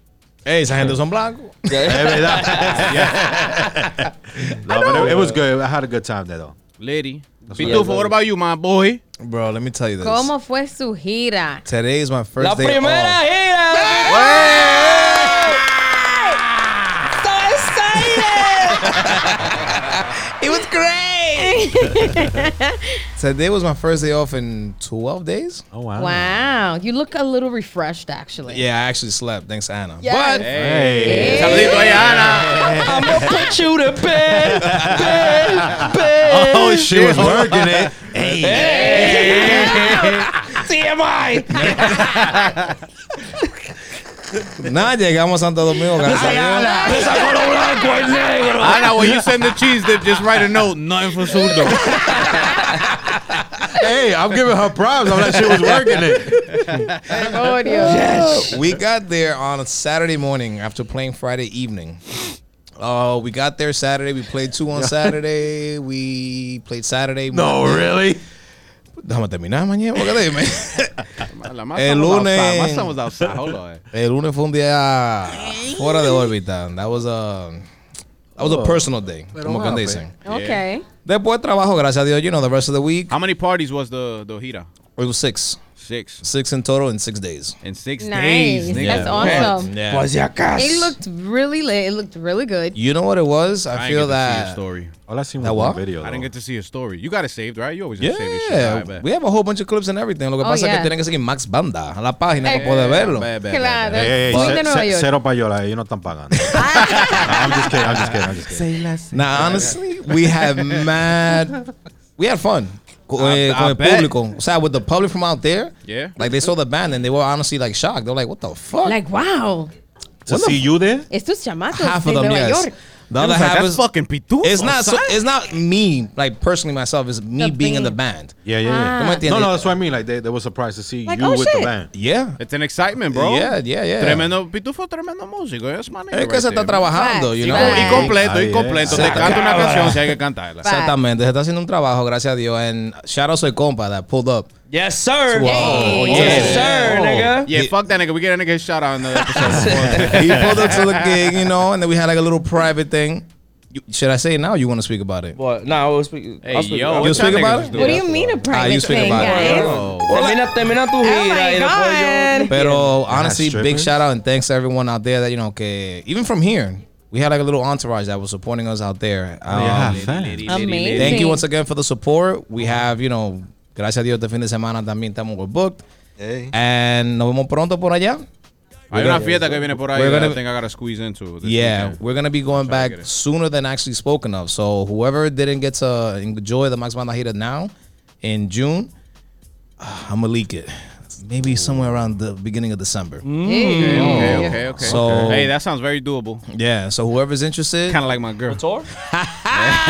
S5: Hey, esa gente son blancos.
S2: es verdad. Yeah. No, but it, it was good. I had a good time there though.
S1: Liddy.
S6: what-
S1: Pitufo, what about you, my boy?
S5: Bro, let me tell you this.
S4: ¿Cómo fue su gira?
S5: Today is my first
S6: La
S5: day
S6: primera
S5: off.
S6: gira.
S4: It was great.
S5: Today was my first day off in 12 days.
S2: Oh wow.
S4: wow, you look a little refreshed, actually.
S5: Yeah, I actually slept. Thanks, Anna.
S4: Yes.
S5: But
S2: Hey.
S1: Saludito ahí, Ana.
S6: I'm gonna put you to bed, bed, bed.
S2: Oh, she was working it.
S6: TMI.
S5: nada, llegamos a Santo Domingo. gracias a Dios.
S6: Le sacó lo blanco al negro.
S1: Ana, when you send the cheese dip, just write a note. Nothing for Suldo.
S2: Hey, I'm giving her props. I'm like she was working it.
S4: Oh, Dios.
S5: we got there on a Saturday morning after playing Friday evening. Oh, we got there Saturday. We played two on Saturday. We played Saturday.
S2: No, really.
S5: Déjame terminar mañana. porque dime.
S1: My, my
S5: El
S1: son was outside. My
S5: lunes.
S1: son was outside. Hold on.
S5: El lunes fue un día fuera de órbita. That was a, that was a personal day. Como que dicen.
S4: Okay.
S5: Después trabajo, gracias a Dios, you know, the rest of the week.
S1: How many parties was the, the Hira?
S5: It was six.
S1: Six.
S5: Six in total in six days.
S1: In six
S4: Nice.
S1: days, nigga.
S4: That's awesome.
S5: Yeah.
S4: It looked really lit. It looked really good.
S5: You know what it was? I,
S1: I,
S5: feel
S1: didn't get to see your
S5: that.
S1: story.
S2: All I seen was
S5: That
S2: one
S5: what?
S2: video. Though.
S1: I didn't get to see your story. You got it saved, right? You always gonna save your shit.
S5: Yeah,
S1: Alright, bet.
S5: we have a whole bunch of clips and everything. Lo que
S4: Oh,
S5: pasa es
S4: yeah.
S5: que tienen que seguir Max Banda a la página
S4: Eh,
S5: para poder verlo.
S1: Bet, bet, bet,
S4: Claro.
S1: bet.
S2: Hey, hey,
S4: Fui
S2: hey,
S4: de
S2: ce-
S4: Nueva
S2: ce-
S4: York. Ah,
S2: cero payola. Ellos no están pagando. I'm just kidding. I'm just kidding. I'm just kidding.
S5: Now, honestly, we had mad. We had fun. Con,
S1: I-
S5: eh, con
S1: I
S5: el
S1: bet.
S5: público. O sea, with the public from out there.
S1: Yeah.
S5: Like, they saw the band and they were honestly like shocked. They're like, what the fuck?
S4: Like, wow.
S2: to see you there.
S4: Estos chamacos
S5: half
S4: de
S5: of them,
S4: Nueva
S5: yes.
S4: York.
S5: The
S1: I
S5: other
S1: was like,
S5: half
S1: that's
S5: is
S1: fucking pitufo.
S5: It's not. So,
S1: son.
S5: it's not me. Like personally, myself. It's me
S4: The
S5: being in the
S4: band.
S5: band.
S2: Yeah, yeah, yeah.
S4: Ah.
S5: Como entiende?
S2: No, no, that's what I mean. Like they, they were surprised to see
S4: Like,
S2: you
S4: oh,
S2: with
S4: shit.
S2: the band.
S5: Yeah.
S1: It's an excitement, bro.
S5: Yeah, yeah, yeah.
S1: Tremendo pitufo, tremendo músico. That's my nigga
S5: Es que
S1: right
S5: se está
S1: there.
S5: trabajando, you
S1: Y,
S5: know.
S1: co- y
S4: Right.
S1: completo, y
S2: Ahí,
S1: completo.
S2: eh.
S1: Te
S5: Saca,
S1: canta una
S5: cabrón.
S1: canción si hay que cantarla.
S4: Fact.
S5: Exactamente, se está haciendo un trabajo, gracias a Dios. And shout out Soy Compa that pulled up.
S6: Yes, sir.
S5: Wow.
S4: Hey.
S5: Yeah.
S6: Yes, sir,
S5: Oh.
S6: nigga.
S1: Yeah, fuck that nigga. We get a nigga shout out in the episode.
S5: he pulled up to the gig, you know, and then we had like a little private thing. You, should I say it now? Or you want to speak about it?
S6: But no, nah, I was speaking. I
S1: Hey,
S6: was speaking
S1: yo,
S5: You
S1: what
S5: speak
S1: y'all
S5: about
S1: niggas
S5: it?
S1: do?
S4: What do you mean a private
S5: Ah, you speak
S4: thing,
S5: about it.
S4: guys?
S1: Oh.
S6: Termina, termina tu
S4: my
S6: gira y después yo.
S4: God.
S5: Pero honestly,
S2: strippers?
S5: big shout out and thanks to everyone out there that you know, que, even from here, we had like a little entourage that was supporting us out there. Um,
S2: Yeah, fan.
S4: Amazing.
S5: Thank you once again for the support. We have, you know, gracias a Dios, de fin de semana también estamos we're booked. And nos vemos pronto por allá.
S1: Hay una fiesta que viene por ahí
S5: We're
S1: that I
S5: gonna-
S1: think I gotta squeeze into. this
S5: Yeah,
S1: weekend.
S5: we're gonna be going
S1: trying to
S5: back
S1: get it.
S5: sooner than actually spoken of. So whoever didn't get to enjoy the Max Bandajita now in June, uh, I'm gonna leak it. Maybe somewhere around the beginning of December.
S1: Mm-hmm. Okay,
S4: Mm.
S1: okay, okay, okay.
S5: So-
S1: hey, that sounds very doable.
S5: Yeah. So whoever's interested,
S1: Kind of like my girl.
S6: Tour?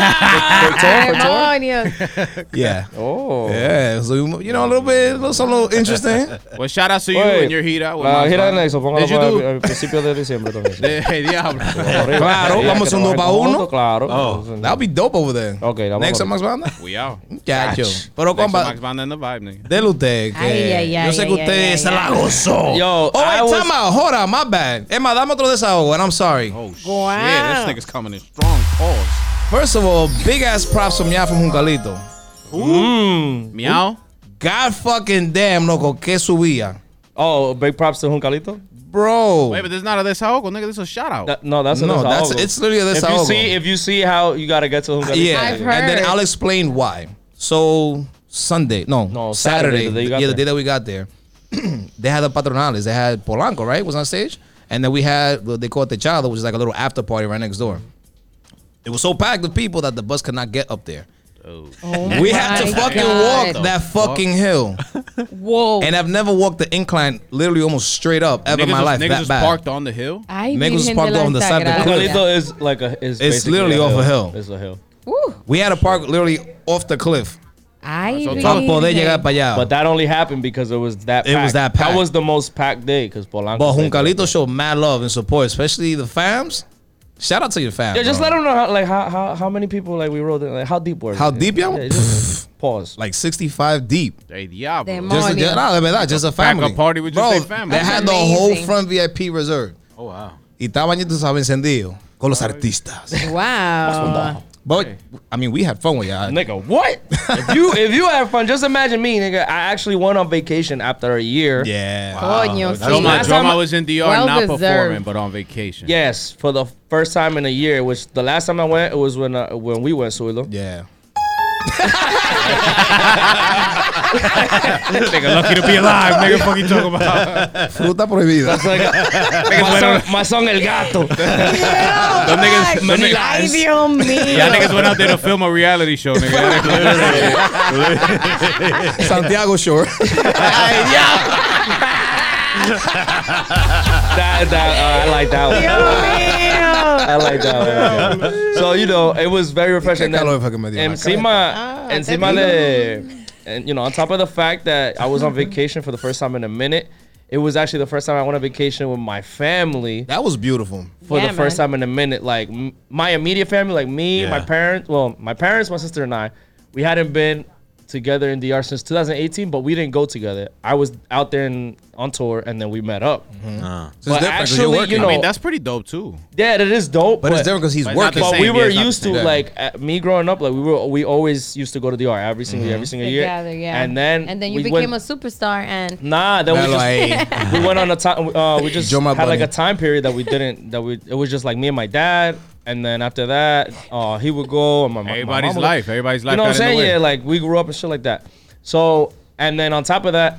S4: Demonios.
S5: yeah,
S6: Oh.
S5: yeah. So you you know a little bit, a little, something a little interesting.
S1: Well, shout out to you
S6: Wait,
S1: and your heat out. with
S6: La
S1: Max
S6: gira de
S1: Bond.
S6: Nexo, póngala
S1: Did you
S6: para
S1: do-
S6: el- al principio de diciembre también.
S1: Eh, Hey, diablo.
S5: Claro,
S6: Sí,
S5: vamos
S6: que
S5: un dos pa'
S6: trabajen
S5: uno.
S6: juntos, Claro.
S2: Oh.
S5: That'll be dope over there.
S6: Okay, that
S5: Next
S6: one-
S5: to Max Banda.
S1: We out.
S5: Chacho. Pero
S1: Next to
S5: compa,
S1: Max Bond and the vibe, nigga.
S5: Dele usted, que
S4: Ay, ay, ay,
S5: yo sé
S4: ay,
S5: que
S4: ay,
S5: usted
S4: ay,
S5: se
S4: ay.
S5: la gozó.
S6: Yo,
S5: oh, wait,
S6: I was-
S5: time out. Hold on, my bad. Emma, dame otro desahogo, and I'm sorry.
S1: Oh, shit.
S4: Wow.
S1: This nigga's coming in strong. Pause.
S5: First of all, big ass props from y'all from Juncalito.
S6: mm.
S1: Meow.
S5: God fucking damn, loco, que subía.
S6: Oh, big props to Juncalito?
S5: Bro.
S1: Wait, but this is not a desahogo, nigga. This is a shout out.
S6: That- no, that's a
S5: no, that's
S6: desahogo.
S5: it's literally a
S6: If
S5: desahogo. Uh,
S6: you see, if you see how you gotta get to Juncalito.
S5: yeah,
S4: I've
S5: and then
S4: heard.
S5: I'll explain why. So, Sunday, no,
S6: No,
S5: Saturday,
S6: Saturday, the day you got
S5: yeah, the day
S6: there.
S5: that we got there, they had the Patronales. They had Polanco, right, was on stage. And then we had what they call it Techado, which is like a little after party right next door. It was so packed with people that the bus could not get up there.
S4: Oh
S5: we had to
S4: my
S5: fucking
S4: God.
S5: walk that fucking hill.
S4: Whoa.
S5: And I've never walked the incline literally almost straight up ever
S1: niggas
S5: in my
S1: was-
S5: life
S1: niggas
S5: that
S1: was
S5: bad.
S1: parked on the hill.
S4: Ay,
S5: Niggas was
S4: Virgen
S5: parked
S4: de
S5: on the
S4: la
S5: side of the
S4: Sagrada.
S6: Juncalito is like a. Is
S5: It's
S6: basically
S5: literally off a hill.
S6: It's a hill.
S4: Woo.
S5: We had to park literally off the cliff.
S4: Ay,
S1: So,
S5: Para poder
S4: Virgen.
S5: llegar para allá.
S6: But that only happened because it was that.
S5: It was that packed.
S6: That was the most packed day because Polanco.
S5: But
S6: stayed there.
S5: Juncalito showed mad love and support, especially the fams. Shout out to your fam.
S6: Yeah, just
S5: bro.
S6: let them know how like how, how, how many people like we rode in, like how deep were
S5: How
S6: they?
S5: deep y'all?
S6: Yeah, just pause.
S5: like 65 deep.
S1: Hey, diablo.
S4: Them
S5: Just,
S4: Oh, yeah.
S5: just, nah, I mean, nah, just a
S1: pack
S5: family.
S1: a party with
S5: Bro,
S1: just a family.
S5: They
S1: That's
S5: had the
S4: amazing.
S5: whole front VIP reserved.
S2: Oh wow.
S5: Y estaban, ya tú sabes, encendido con los
S1: Ah,
S5: artistas.
S4: Wow.
S5: But, I mean, we had fun with y'all.
S6: Nigga, what? if you if you have fun, just imagine me, nigga. I actually went on vacation after a year.
S5: Yeah.
S6: Ah,
S4: Coño,
S2: That's
S4: sí.
S1: Joma,
S6: Last time
S1: Joma
S6: I-
S1: was in DR
S4: Well
S1: not
S4: deserved.
S1: performing, but on vacation.
S6: Yes, for the first time in a year. Which the last time I went, it was when uh, when we went Suelo.
S5: Yeah.
S1: nigga, lucky to be alive. Nigga, fuck you talking about?
S5: Fruta prohibida.
S6: my, son, my son El Gato.
S1: Them niggas, them
S6: Many
S1: niggas,
S4: Ay,
S6: lives.
S4: Dios mío.
S1: y'all niggas went out there to film a reality show, nigga.
S5: Santiago Shore.
S6: That, that, uh, I like that one.
S4: Dios mío.
S6: I like that one. yeah. So you know, it was very refreshing.
S5: Qué calor
S6: And
S5: fue que me dio en la
S6: Encima,
S4: Ah,
S6: encima
S4: te
S6: de, and you know, on top of the fact that I was on vacation for the first time in a minute, it was actually the first time I went on vacation with my family
S5: That was beautiful.
S6: for
S4: Yeah,
S6: the first
S4: man.
S6: time in a minute. Like m- my immediate family, like me, my
S2: Yeah.
S6: parents. Well, my parents, my sister, and I. We hadn't been together in DR since 2018, but we didn't go together. I was out there in, on tour, and then we met up.
S4: Uh-huh.
S2: Uh,
S5: So it's
S6: But
S5: different 'cause you're
S6: actually,
S5: working.
S6: you
S1: I
S6: know-
S1: mean, that's pretty dope too.
S6: Yeah, that is dope.
S5: but, it's different because he's
S1: but it's not the
S5: working.
S1: same. yeah,
S6: But we were
S1: it's not the
S6: used to
S5: same.
S6: like uh, me growing up, like we were we always used to go to DR every single year, every single year.
S4: Mm-hmm. Together, yeah.
S6: And then
S4: and then you
S6: we
S4: became
S6: went,
S4: a superstar and
S6: nah. Then we
S5: Mellow,
S6: just
S5: eh?
S6: we went on a time. Uh, we just
S5: Joe,
S6: had
S5: my
S6: like
S5: bunny.
S6: a time period that we didn't that we it was just like me and my dad. And then after that, uh, he would go and my my- my
S1: Everybody's
S6: mom would go.
S1: life, everybody's life.
S6: You know what I'm
S1: got in the way.
S6: saying? Yeah, like we grew up and shit like that. So and then on top of that,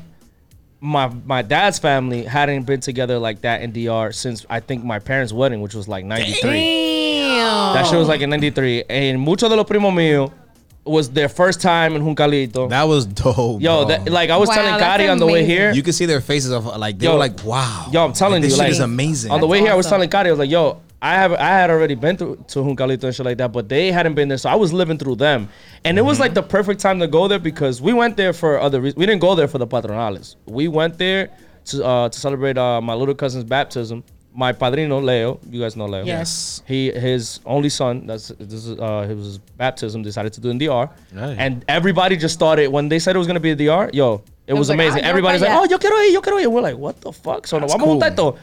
S6: my my dad's family hadn't been together like that in DR since I think my parents' wedding, which was like '93.
S4: damn.
S6: That shit was like in 93. And muchos de los primos míos was their first time in Juncalito.
S5: That was dope. bro.
S6: yo, that, like I was
S4: Wow,
S6: telling
S4: that's
S6: Gotti on the way
S4: amazing.
S6: here.
S5: you could see their faces of like they
S6: Yo,
S5: were like, wow.
S6: yo, I'm telling
S5: like, this
S6: you,
S5: shit
S6: like
S5: is amazing.
S6: On the way here, I was
S4: awesome.
S6: telling Gotti, I was like, yo, I have I had already been through to Juncalito and shit like that, but they hadn't been there, so I was living through them, and it was
S5: Mm-hmm.
S6: like the perfect time to go there because we went there for other reasons. We didn't go there for the patronales. We went there to uh, to celebrate uh, my little cousin's baptism. My padrino Leo, you guys know Leo.
S5: Yes.
S6: He his only son. That's this is uh, his baptism. Decided to do in DR,
S2: Nice.
S6: and everybody just started when they said it was gonna be a DR. Yo, it,
S4: was
S6: was,
S4: like, "Ah,
S6: amazing.
S4: yo,
S6: Everybody's like,
S4: yeah.
S6: oh, yo quiero ir, yo quiero ir. We're like, what the fuck? So no, vamos a juntar esto.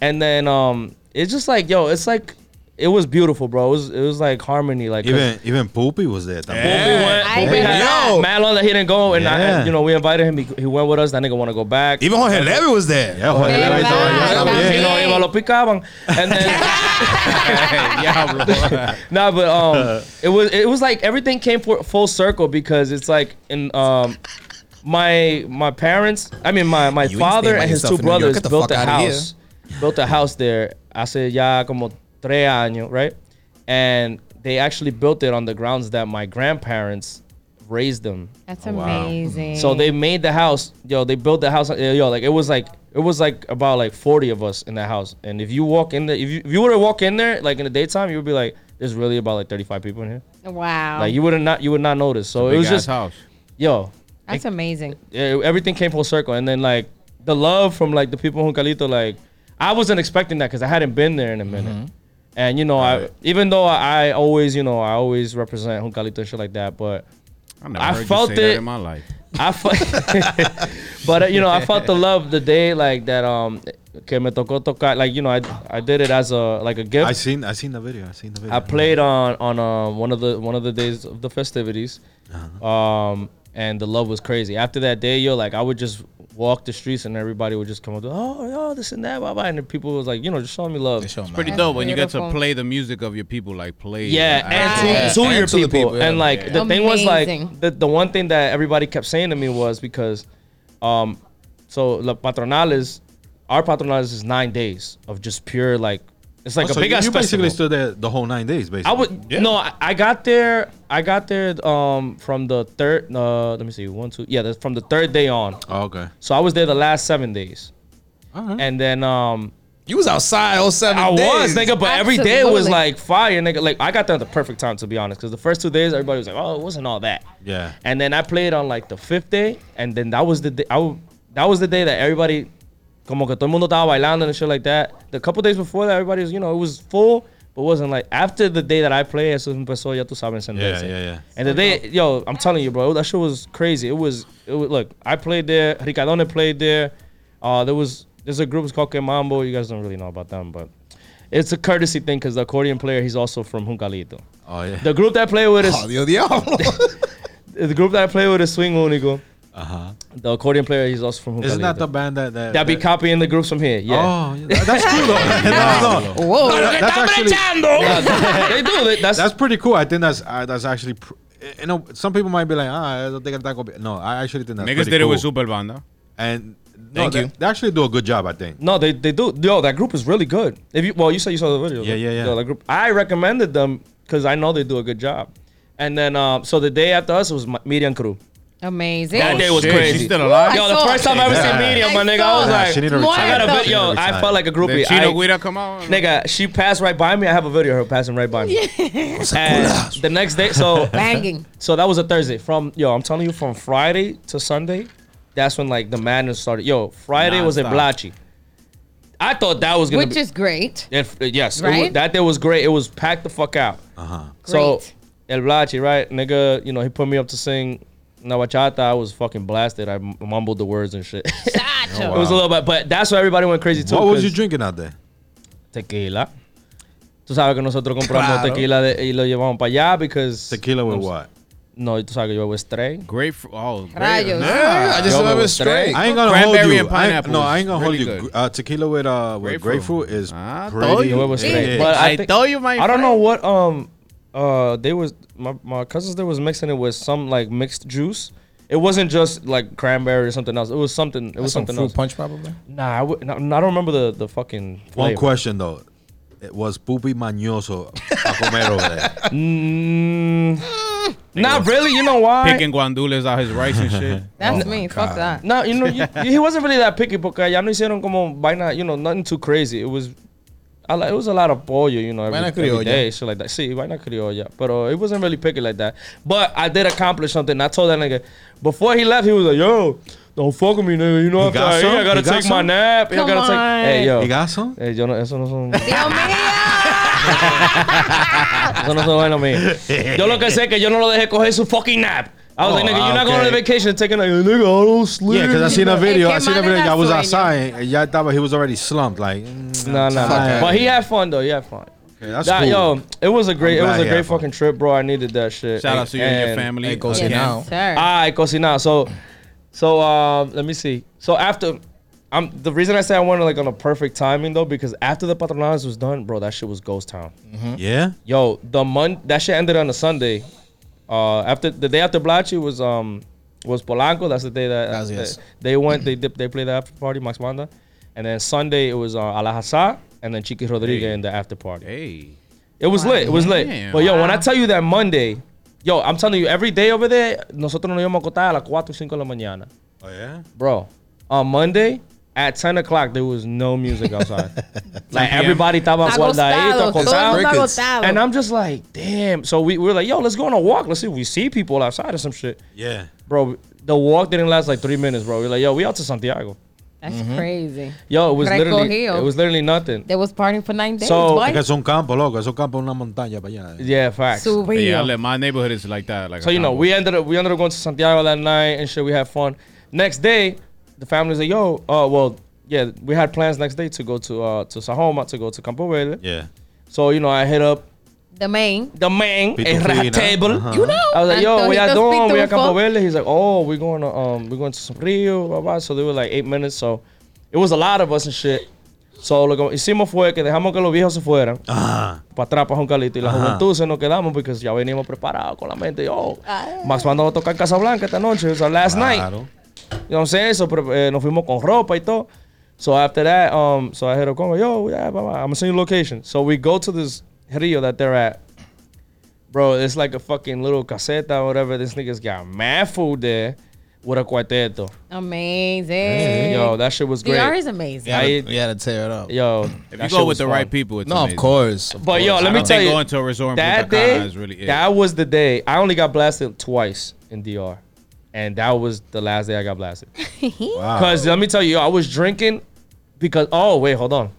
S6: And then um, it's just like, yo, it's like, it was beautiful, bro. It was, it was like harmony, like 'cause
S2: Even even Poopy was there.
S6: Poopy
S2: también.
S6: went,
S4: I
S6: Poopy
S4: did
S6: had-
S5: that.
S6: Mad Londa, he didn't go, and I-
S2: Yeah.
S6: you know we invited him. He, he went with us. That nigga want to go back.
S5: Even Jorge Levy was there.
S2: Yeah, Jorge
S4: Verdad,
S2: Levy estaba allá
S4: también.
S2: también.
S6: You know, iba lo picaban, and then.
S1: yeah,
S6: nah, but um, it was it was like everything came for, full circle because it's like in um, my my parents, I mean my my
S5: You ain't
S6: father
S5: staying by
S6: and his
S5: yourself in
S6: two
S5: New York.
S6: brothers
S5: Get the
S6: built a
S5: fuck outta
S6: house, built a house there. Hace ya como tres años, right? And they actually built it on the grounds that my grandparents raised them.
S4: That's amazing.
S6: So they made the house, yo. They built the house, uh, yo. Like it was like it was like about like forty of us in that house. And if you walk in there, if you if you were to walk in there like in the daytime, you would be like, there's really about like thirty five people in here.
S4: wow.
S6: Like you would not you would not notice. So it was just
S1: house.
S6: yo.
S4: That's amazing.
S6: yeah, everything came full circle, and then like the love from like the people in Juncalito, like I wasn't expecting that because I hadn't been there in a minute. And you know, I even though I, I always you know I always represent Juncalito and shit like that, but
S1: I, never
S6: I
S1: heard you
S6: felt
S1: say
S6: it.
S1: that in my life.
S6: I felt, but uh, you know, I felt the love the day like that. Um, que me tocó tocar, like you know, I I did it as a like a
S2: I
S6: gift.
S2: seen I seen the video. I seen the video.
S6: I played on on uh, one of the one of the days of the festivities, um, and the love was crazy. After that day, yo, like I would just walk the streets and everybody would just come up, to, oh, yo, this and that, blah blah, and the people was like, you know, just showing me love.
S5: They show 'em
S1: It's pretty
S5: out.
S1: dope when you get to
S4: beautiful.
S1: play the music of your people, like play.
S6: Yeah, and to,
S4: Yeah.
S6: to
S5: And
S6: your
S5: to the
S6: people.
S5: people, yeah.
S6: And like
S5: Yeah.
S6: the thing was like
S4: Amazing.
S6: the, the one thing that everybody kept saying to me was because um so La Patronales, our Patronales is nine days of just pure like it's like
S2: Oh,
S6: a
S2: so
S6: big
S2: you,
S6: ass
S2: you basically
S6: festival.
S2: stood there the whole nine days, basically.
S6: I would no, I, I got there I got there um from the third uh let me see one, two yeah, that's from the third day on.
S2: Oh, okay.
S6: So I was there the last seven days. And then um
S5: You was outside all seven
S6: I
S5: days.
S6: was, nigga, but every day was
S4: Absolutely.
S6: like fire, nigga. Like I got there at the perfect time to be honest, because the first two days everybody was like, oh, it wasn't all that.
S2: Yeah.
S6: And then I played on like the fifth day, and then that was the day. I w- that was the day that everybody, como que todo el mundo estaba bailando and shit like that. The couple days before that, everybody was, you know, it was full, but wasn't like after the day that I played, eso empezó ya tú sabes encenderse.
S2: yeah, yeah.
S6: And the day, yo, I'm telling you, bro, that shit was crazy. It was, it was look, I played there, Ricardone played there. Uh, there was, there's a group it's called Que Mambo. You guys don't really know about them, but it's a courtesy thing because the accordion player, he's also from Juncalito.
S2: Oh yeah.
S6: The group that I play with is
S5: Oh, yo, diablo.
S6: the group that I play with is Swing Unico.
S2: uh huh.
S6: The accordion player, he's also from Juncalito.
S2: Isn't that the band that that,
S6: that be copying the groups from here? Yeah.
S2: Oh, yeah, that's cool though. no, no.
S4: Whoa.
S2: That's actually
S6: they do. They, that's,
S2: that's pretty cool. I think that's uh, that's actually. Pr- you know, some people might be like, ah, I don't think that could be. No, I actually think that's
S1: Niggas
S2: pretty
S1: did it
S2: cool.
S1: with Super Banda.
S2: and no,
S5: Thank
S2: they,
S5: you.
S2: they actually do a good job, I think.
S6: no, they, they do. Yo, that group is really good. If you well, you said you saw the video.
S2: Yeah, yeah, yeah.
S6: Yo, that group. I recommended them because I know they do a good job. And then um, so the day after us was my, Median Crew.
S4: Amazing.
S6: That day was
S1: Oh, shit,
S6: crazy.
S1: she's still alive?
S6: Yo, the
S4: I saw
S6: first time I ever
S4: it.
S6: seen Median, my
S4: I
S6: nigga,
S4: saw
S6: I was
S4: it.
S6: like,
S2: she need to
S4: More
S2: retire.
S6: I got a
S4: thought-
S6: vid- yo,
S2: She
S6: I
S2: retired.
S6: felt like a groupie.
S1: Did Chino
S6: I-
S1: Guida come out?
S6: Nigga, she passed right by me. I have a video of her passing right by me. And the next day, so
S4: Banging.
S6: So that was a Thursday. From yo, I'm telling you, from Friday to Sunday, that's when like the madness started. Yo, Friday was in Blachi. I thought that was gonna
S4: Which
S6: be
S4: is great.
S6: if- yes, it wa-
S4: Right?
S6: that day was great. It was packed the fuck out.
S2: Uh-huh.
S6: So
S4: Great.
S6: El Blachi, right, nigga, you know he put me up to sing. Now bachata, I was fucking blasted. I m- mumbled the words and shit. it
S4: Gotcha.
S2: Oh,
S6: was a little bit, but that's why everybody went crazy too.
S2: What was
S6: 'cause-
S2: you drinking out there?
S6: tequila. Tú sabes que nosotros compramos
S5: Claro.
S6: tequila de- y lo llevamos para allá because
S2: Tequila with what?
S6: No, tú sabes que yo bebo Stray.
S1: Grapefruit. Oh, grape-
S4: Rayos.
S5: I just
S6: Yo,
S5: remember
S6: was
S5: straight.
S2: I ain't gonna hold
S1: Cranberry
S2: you.
S1: and
S2: I ain't-
S1: pineapple
S2: no,
S1: is
S2: I ain't gonna hold
S1: really
S2: you.
S1: good.
S2: Gr- Uh, tequila with uh with
S1: Grapefruit.
S2: grapefruit is
S1: I told
S2: pretty.
S1: you.
S6: Yo bebo Stray.
S2: Yeah.
S6: But I,
S1: I
S6: think-
S1: told you, my
S6: I don't
S1: friend.
S6: know what um uh they was my, my cousins they was mixing it with some like mixed juice. It wasn't just like cranberry or something else. It was something. It was
S5: Some
S6: something
S5: fruit
S6: else.
S5: punch probably.
S6: Nah, I, w- no, no, I don't remember the the fucking.
S2: One
S6: flavor.
S2: question though, it was Pupi Mañoso a comer over there.
S6: Mm, Not really. You know why?
S1: Picking guandules out his rice and shit.
S4: That's me.
S2: Oh,
S4: Fuck that.
S6: No, you know, you, he wasn't really that picky porque ya no hicieron como vaina, you know, nothing too crazy. It was, I, li- it was a lot of pollo, you know, every,
S5: Vaina
S6: every
S5: criolla.
S6: day, shit like that. Sí, vaina criolla. But uh, it wasn't really picky like that. But I did accomplish something. I told that nigga, before he left, he was like, yo, don't fuck with me, nigga. You know, after
S2: He got
S6: I,
S2: some?
S6: I gotta
S2: He got
S6: take my
S2: some?
S6: nap. I
S4: Come
S6: gotta
S4: on.
S6: take, hey, yo.
S2: You got some?
S6: Hey, yo, no, eso no son...
S4: Dios mío.
S6: Eso no se bueno a mí. Yo lo que sé es que yo no lo dejé coger su fucking nap. I was
S2: Oh,
S6: like, nigga,
S2: ah,
S6: you're not going
S2: okay.
S6: on vacation and taking like, nigga, I don't sleep.
S2: Yeah, because I seen a video. I
S4: Hey,
S2: seen a
S4: Kemana
S2: video. I was
S4: Gasueño.
S2: outside. And y'all thought he was already slumped. Like, mm,
S6: No, no, no.
S2: Fuck
S6: But
S2: that.
S6: he had fun though. He had fun.
S2: okay, that's
S6: Nah,
S2: cool.
S6: Yo, it was a great, it
S2: I'm
S6: was
S2: glad
S6: a
S2: he
S6: great
S2: had fun.
S6: fucking trip, bro. I needed that shit.
S1: Shout out to you and your family.
S5: Hey, go
S1: again.
S5: sit down.
S4: Sir.
S6: I cocina. So, so um, let me see. So after, I'm the reason I say I went like on a perfect timing though because after the patronadas was done, bro, that shit was ghost town.
S2: Yeah?
S6: Yo, the month that shit ended on a Sunday. Uh, after the day after Blachi was um was Polanco. That's the day that
S5: That's yes.
S6: they, they went. They dip, they played the after party, Max Manda, and then Sunday it was uh, Alhassa and then Chiqui Rodriguez in the after party.
S1: Hey.
S6: It was lit. It was lit.
S1: Damn.
S6: But yo, when I tell you that Monday, yo, I'm telling you, every day over there, nosotros nos íbamos a acostar a las 4 o 5 de la mañana.
S2: Oh, yeah?
S6: Bro, on Monday, at 10 o'clock, there was no music outside. like, everybody estaba guardadito,
S4: Agostado. Todo el
S6: acostado.
S4: mundo
S5: Crickets.
S4: agostado.
S6: And I'm just like, damn. So we, we were like, yo, let's go on a walk. Let's see if we see people outside or some shit.
S2: Yeah.
S6: Bro, the walk didn't last like three minutes, bro. We're like, yo, we out to Santiago.
S4: That's crazy.
S6: Yo, it was literally,
S4: Recogido.
S6: it was literally nothing.
S4: Mm-hmm. They was partying for nine days.
S6: So-
S4: boy.
S2: Porque es un campo, loco. Es un campo, una montaña para allá.
S6: Yeah, facts.
S1: Yeah, I
S4: Subido.
S1: let- my neighborhood is like that. Like
S6: So
S1: a
S6: you know,
S1: combo.
S6: we ended up we ended up going to Santiago that night and shit. We had fun. Next day, the family's like, "Yo, uh, well, yeah, we had plans next day to go to uh to Sahoma to go to Campo Verde."
S2: Yeah.
S6: So you know, I hit up
S4: The main.
S6: the man, a
S2: Pitufina.
S6: rat table.
S2: Uh-huh.
S4: You know.
S6: I was like, "Yo, what y'all
S4: Antojitos
S6: doing? We at
S4: Pitufo.
S6: Campo Verde." He's like, "Oh, we're going to um, we're going to some Rio, blah blah." So they were like eight minutes. So it was a lot of us and shit. So lo que hicimos fue que dejamos que los viejos se fueran.
S2: Ah.
S6: para atrás, para Juncalito. Y la
S2: Ajá.
S6: juventud se nos quedamos porque ya venimos preparados con la mente. oh, Yo, Max Manda va a tocar Casablanca esta noche. O sea, last night.
S2: Claro.
S6: You know what I'm saying? So, pre- eh, nos fuimos con ropa y todo. So, after that, um, so I hit up Congo. Yo, yeah, bye bye. I'm going to send you location. So, we go to this Rio that they're at. Bro, it's like a fucking little caseta or whatever. This nigga's got mad food there with a cuarteto.
S4: Amazing. Mm-hmm.
S6: Yo, that shit was
S4: DR is
S6: great.
S4: amazing.
S5: Yeah,
S6: I-
S5: we had to tear it up.
S6: Yo,
S1: if you
S6: that
S1: go
S6: shit
S1: with
S6: was
S1: the
S6: fun.
S1: right people, it's
S5: No, of
S1: amazing.
S5: course. of
S6: But yo,
S5: course.
S6: let
S1: I
S6: me
S1: don't
S6: tell
S1: think
S6: you,
S1: going to a resort in
S6: that
S1: Punta
S6: day,
S1: Cana is really it.
S6: that was the day. I only got blasted twice in DR, and that was the last day I got blasted.
S2: Wow.
S6: Cause let me tell you, I was drinking because oh wait, hold on,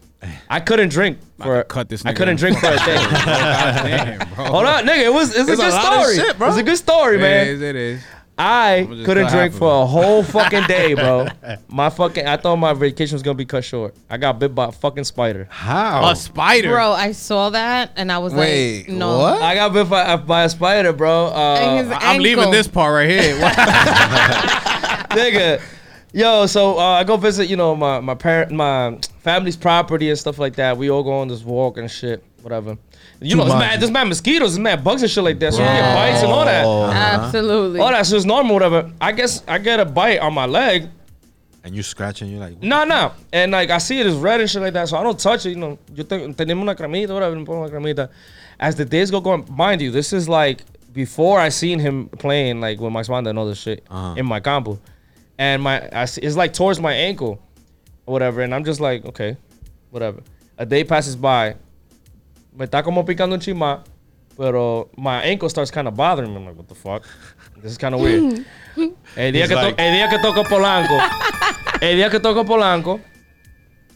S6: I couldn't drink for
S1: could cut this
S6: I
S1: nigga
S6: couldn't
S1: off.
S6: drink for a day.
S1: Damn, bro.
S6: hold on, nigga, it was it's, a
S5: It's a
S6: good
S5: lot of
S6: story.
S5: shit, bro.
S6: It's a good story,
S1: It
S6: man.
S1: is, it is.
S6: I
S1: just
S6: couldn't
S1: glad
S6: drink
S1: I
S6: for a whole fucking day, bro. My fucking I thought my vacation was gonna be cut short. I got bit by a fucking spider.
S2: How?
S1: A spider.
S4: Bro, I saw that and I was
S5: Wait,
S4: like, no.
S5: what?
S6: I got bit by, by a spider, bro. Uh,
S4: And his
S1: I'm leaving
S4: ankle.
S1: this part right here. What?
S6: nigga. Yo, so uh, I go visit, you know, my my parent, my family's property and stuff like that. We all go on this walk and shit, whatever. You know, it's
S5: Jumanji.
S6: mad, there's mad mosquitoes, there's mad bugs and shit like that. So you get
S4: Bro.
S6: bites and all that. All
S5: Uh-huh.
S4: Absolutely.
S6: that shit's normal, whatever. I guess I get a bite on my leg.
S2: And you scratching, you're like,
S6: No, no. And like I see it is red and shit like that, so I don't touch it. You know, you think tenemos una cremita, whatever, me pongo una cremita. As the days go on, mind you, this is like before I seen him playing like with Max Manda and all this shit
S2: Uh-huh.
S6: in my campo, and my I see, it's like towards my ankle, or whatever. And I'm just like, okay, whatever. A day passes by, me está como picando un chima, pero my ankle starts kind of bothering me. I'm like, what the fuck? This is kind of weird. el, día que
S2: He's
S6: to-
S2: like-
S6: el día que toco Polanco, el día que toco Polanco,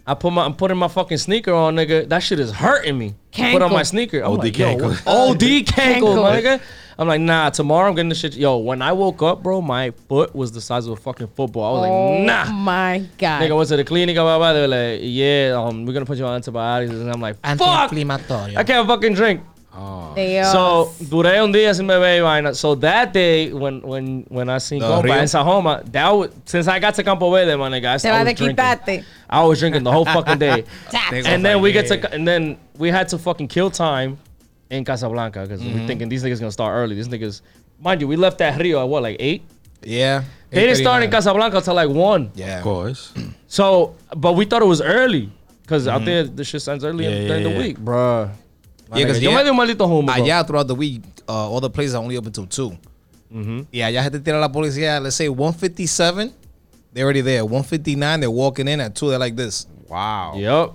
S6: I put my I'm putting my fucking sneaker on, nigga. That shit is hurting me. I Put on
S4: Cankle.
S6: my sneaker. I'm
S2: OD
S6: like, yo,
S2: cankle.
S6: what- OD cankle, my
S4: Cankle.
S6: nigga. I'm like, nah. Tomorrow I'm getting the shit. Yo, when I woke up, bro, my foot was the size of a fucking football. I was
S4: oh
S6: like, nah.
S4: my God.
S6: Nigga went to the clinic, blah, blah, blah. they were like, yeah, um, we're gonna put you on antibiotics. And I'm like, fuck, I can't fucking drink.
S4: Dios.
S6: So duré un día sin beber y vaina. So that day when when when I seen
S5: The
S6: Compa
S5: Rio?
S6: in Sahoma, that was, since I got to Campo Verde, my nigga, I,
S4: Te
S6: I
S4: vas
S6: was
S4: a
S6: drinking.
S4: quitarte.
S6: I was drinking the whole fucking day.
S4: Tax.
S6: and then we get to and then we had to fucking kill time in Casablanca because we're thinking these niggas gonna start early. These niggas, mind you, we left that Rio at what like eight.
S5: yeah.
S6: They didn't start in
S5: 839.
S6: Casablanca till like one.
S5: Yeah.
S2: of course.
S6: So, but we thought it was early because out there the shit starts early
S2: Mm-hmm. Yeah,
S6: during
S2: yeah,
S6: the
S2: yeah.
S6: week, bruh.
S5: Yeah, 'cause
S6: Yo
S5: yeah, Ah,
S6: me di un maldito humo, bro.
S5: allá throughout the week, uh, all the places are only open till 2
S6: Mm-hmm.
S5: Yeah, y'all had to tell la policía. Let's say one fifty seven, they're already there. One fifty nine, they're walking in at two. They're like this
S1: Wow.
S6: Yep.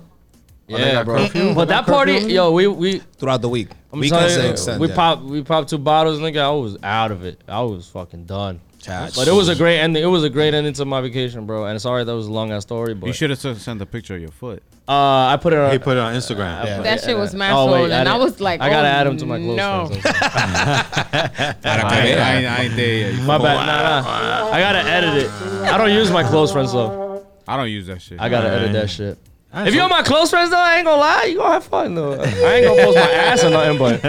S6: Yeah,
S2: got curfew?
S6: But that party, yo, we we
S5: throughout the week.
S6: I'm
S5: Weekends
S6: telling
S5: to
S6: you, uh,
S5: extend
S6: we
S5: that.
S6: pop we popped two bottles, nigga. I was out of it. I was fucking done.
S5: Chach.
S6: But it was a great ending. It was a great ending to my vacation, bro. And sorry that was a long ass story,
S1: You
S6: but
S1: should have sent a picture of your foot.
S6: uh, I put it on.
S2: He put it on Instagram.
S5: Yeah.
S4: That shit was my
S6: Oh, wait,
S4: fault, and I
S6: didn't-
S4: was like,
S6: I gotta
S4: oh,
S6: add him to my close
S4: No,
S6: friends. I'm sorry.
S1: I, ain't- I ain't- I ain't there yet.
S6: My bad. Nah, nah. I gotta edit it. I don't use my close friends though.
S1: I don't use that shit.
S6: I gotta edit
S2: Alright.
S6: that shit.
S2: Alright,
S6: If
S2: so-
S6: you're my close friends though, I ain't gonna lie, you gonna have fun though. I ain't gonna post my ass or nothing, but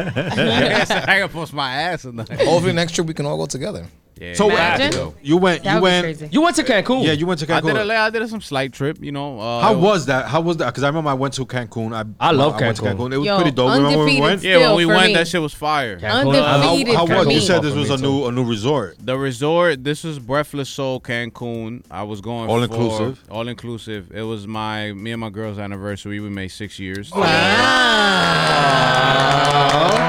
S1: I gotta post my ass in the.
S5: Hopefully next trip we can all go together.
S1: Yeah,
S2: So
S1: yeah.
S2: what-
S4: Imagine.
S1: Yo.
S2: You went.
S4: that
S2: you
S4: was
S2: went.
S4: crazy.
S6: you went to Cancun.
S2: Yeah, you went to
S1: I did a
S2: Cancun.
S1: li- I did some slight trip, you know. Uh,
S2: How
S1: it
S2: was that? How was that? Because I remember I went to Cancun. I,
S6: I love
S2: went to
S6: Cancun.
S2: It was
S4: Yo,
S2: pretty dope. Remember when we
S4: undefeated
S2: went?
S1: Yeah, when
S4: Still,
S1: we
S4: for
S1: went,
S4: me.
S1: that shit was fire.
S2: How,
S4: Undefeated
S2: how
S4: for
S2: was?
S4: me.
S2: You said this
S6: For me
S2: was a
S6: too.
S2: new a new resort.
S1: The resort, this is Breathless Soul Cancun. I was going
S2: All
S1: for-
S2: inclusive?
S1: All inclusive. It was my me and my girl's anniversary. We made six years.
S2: Oh,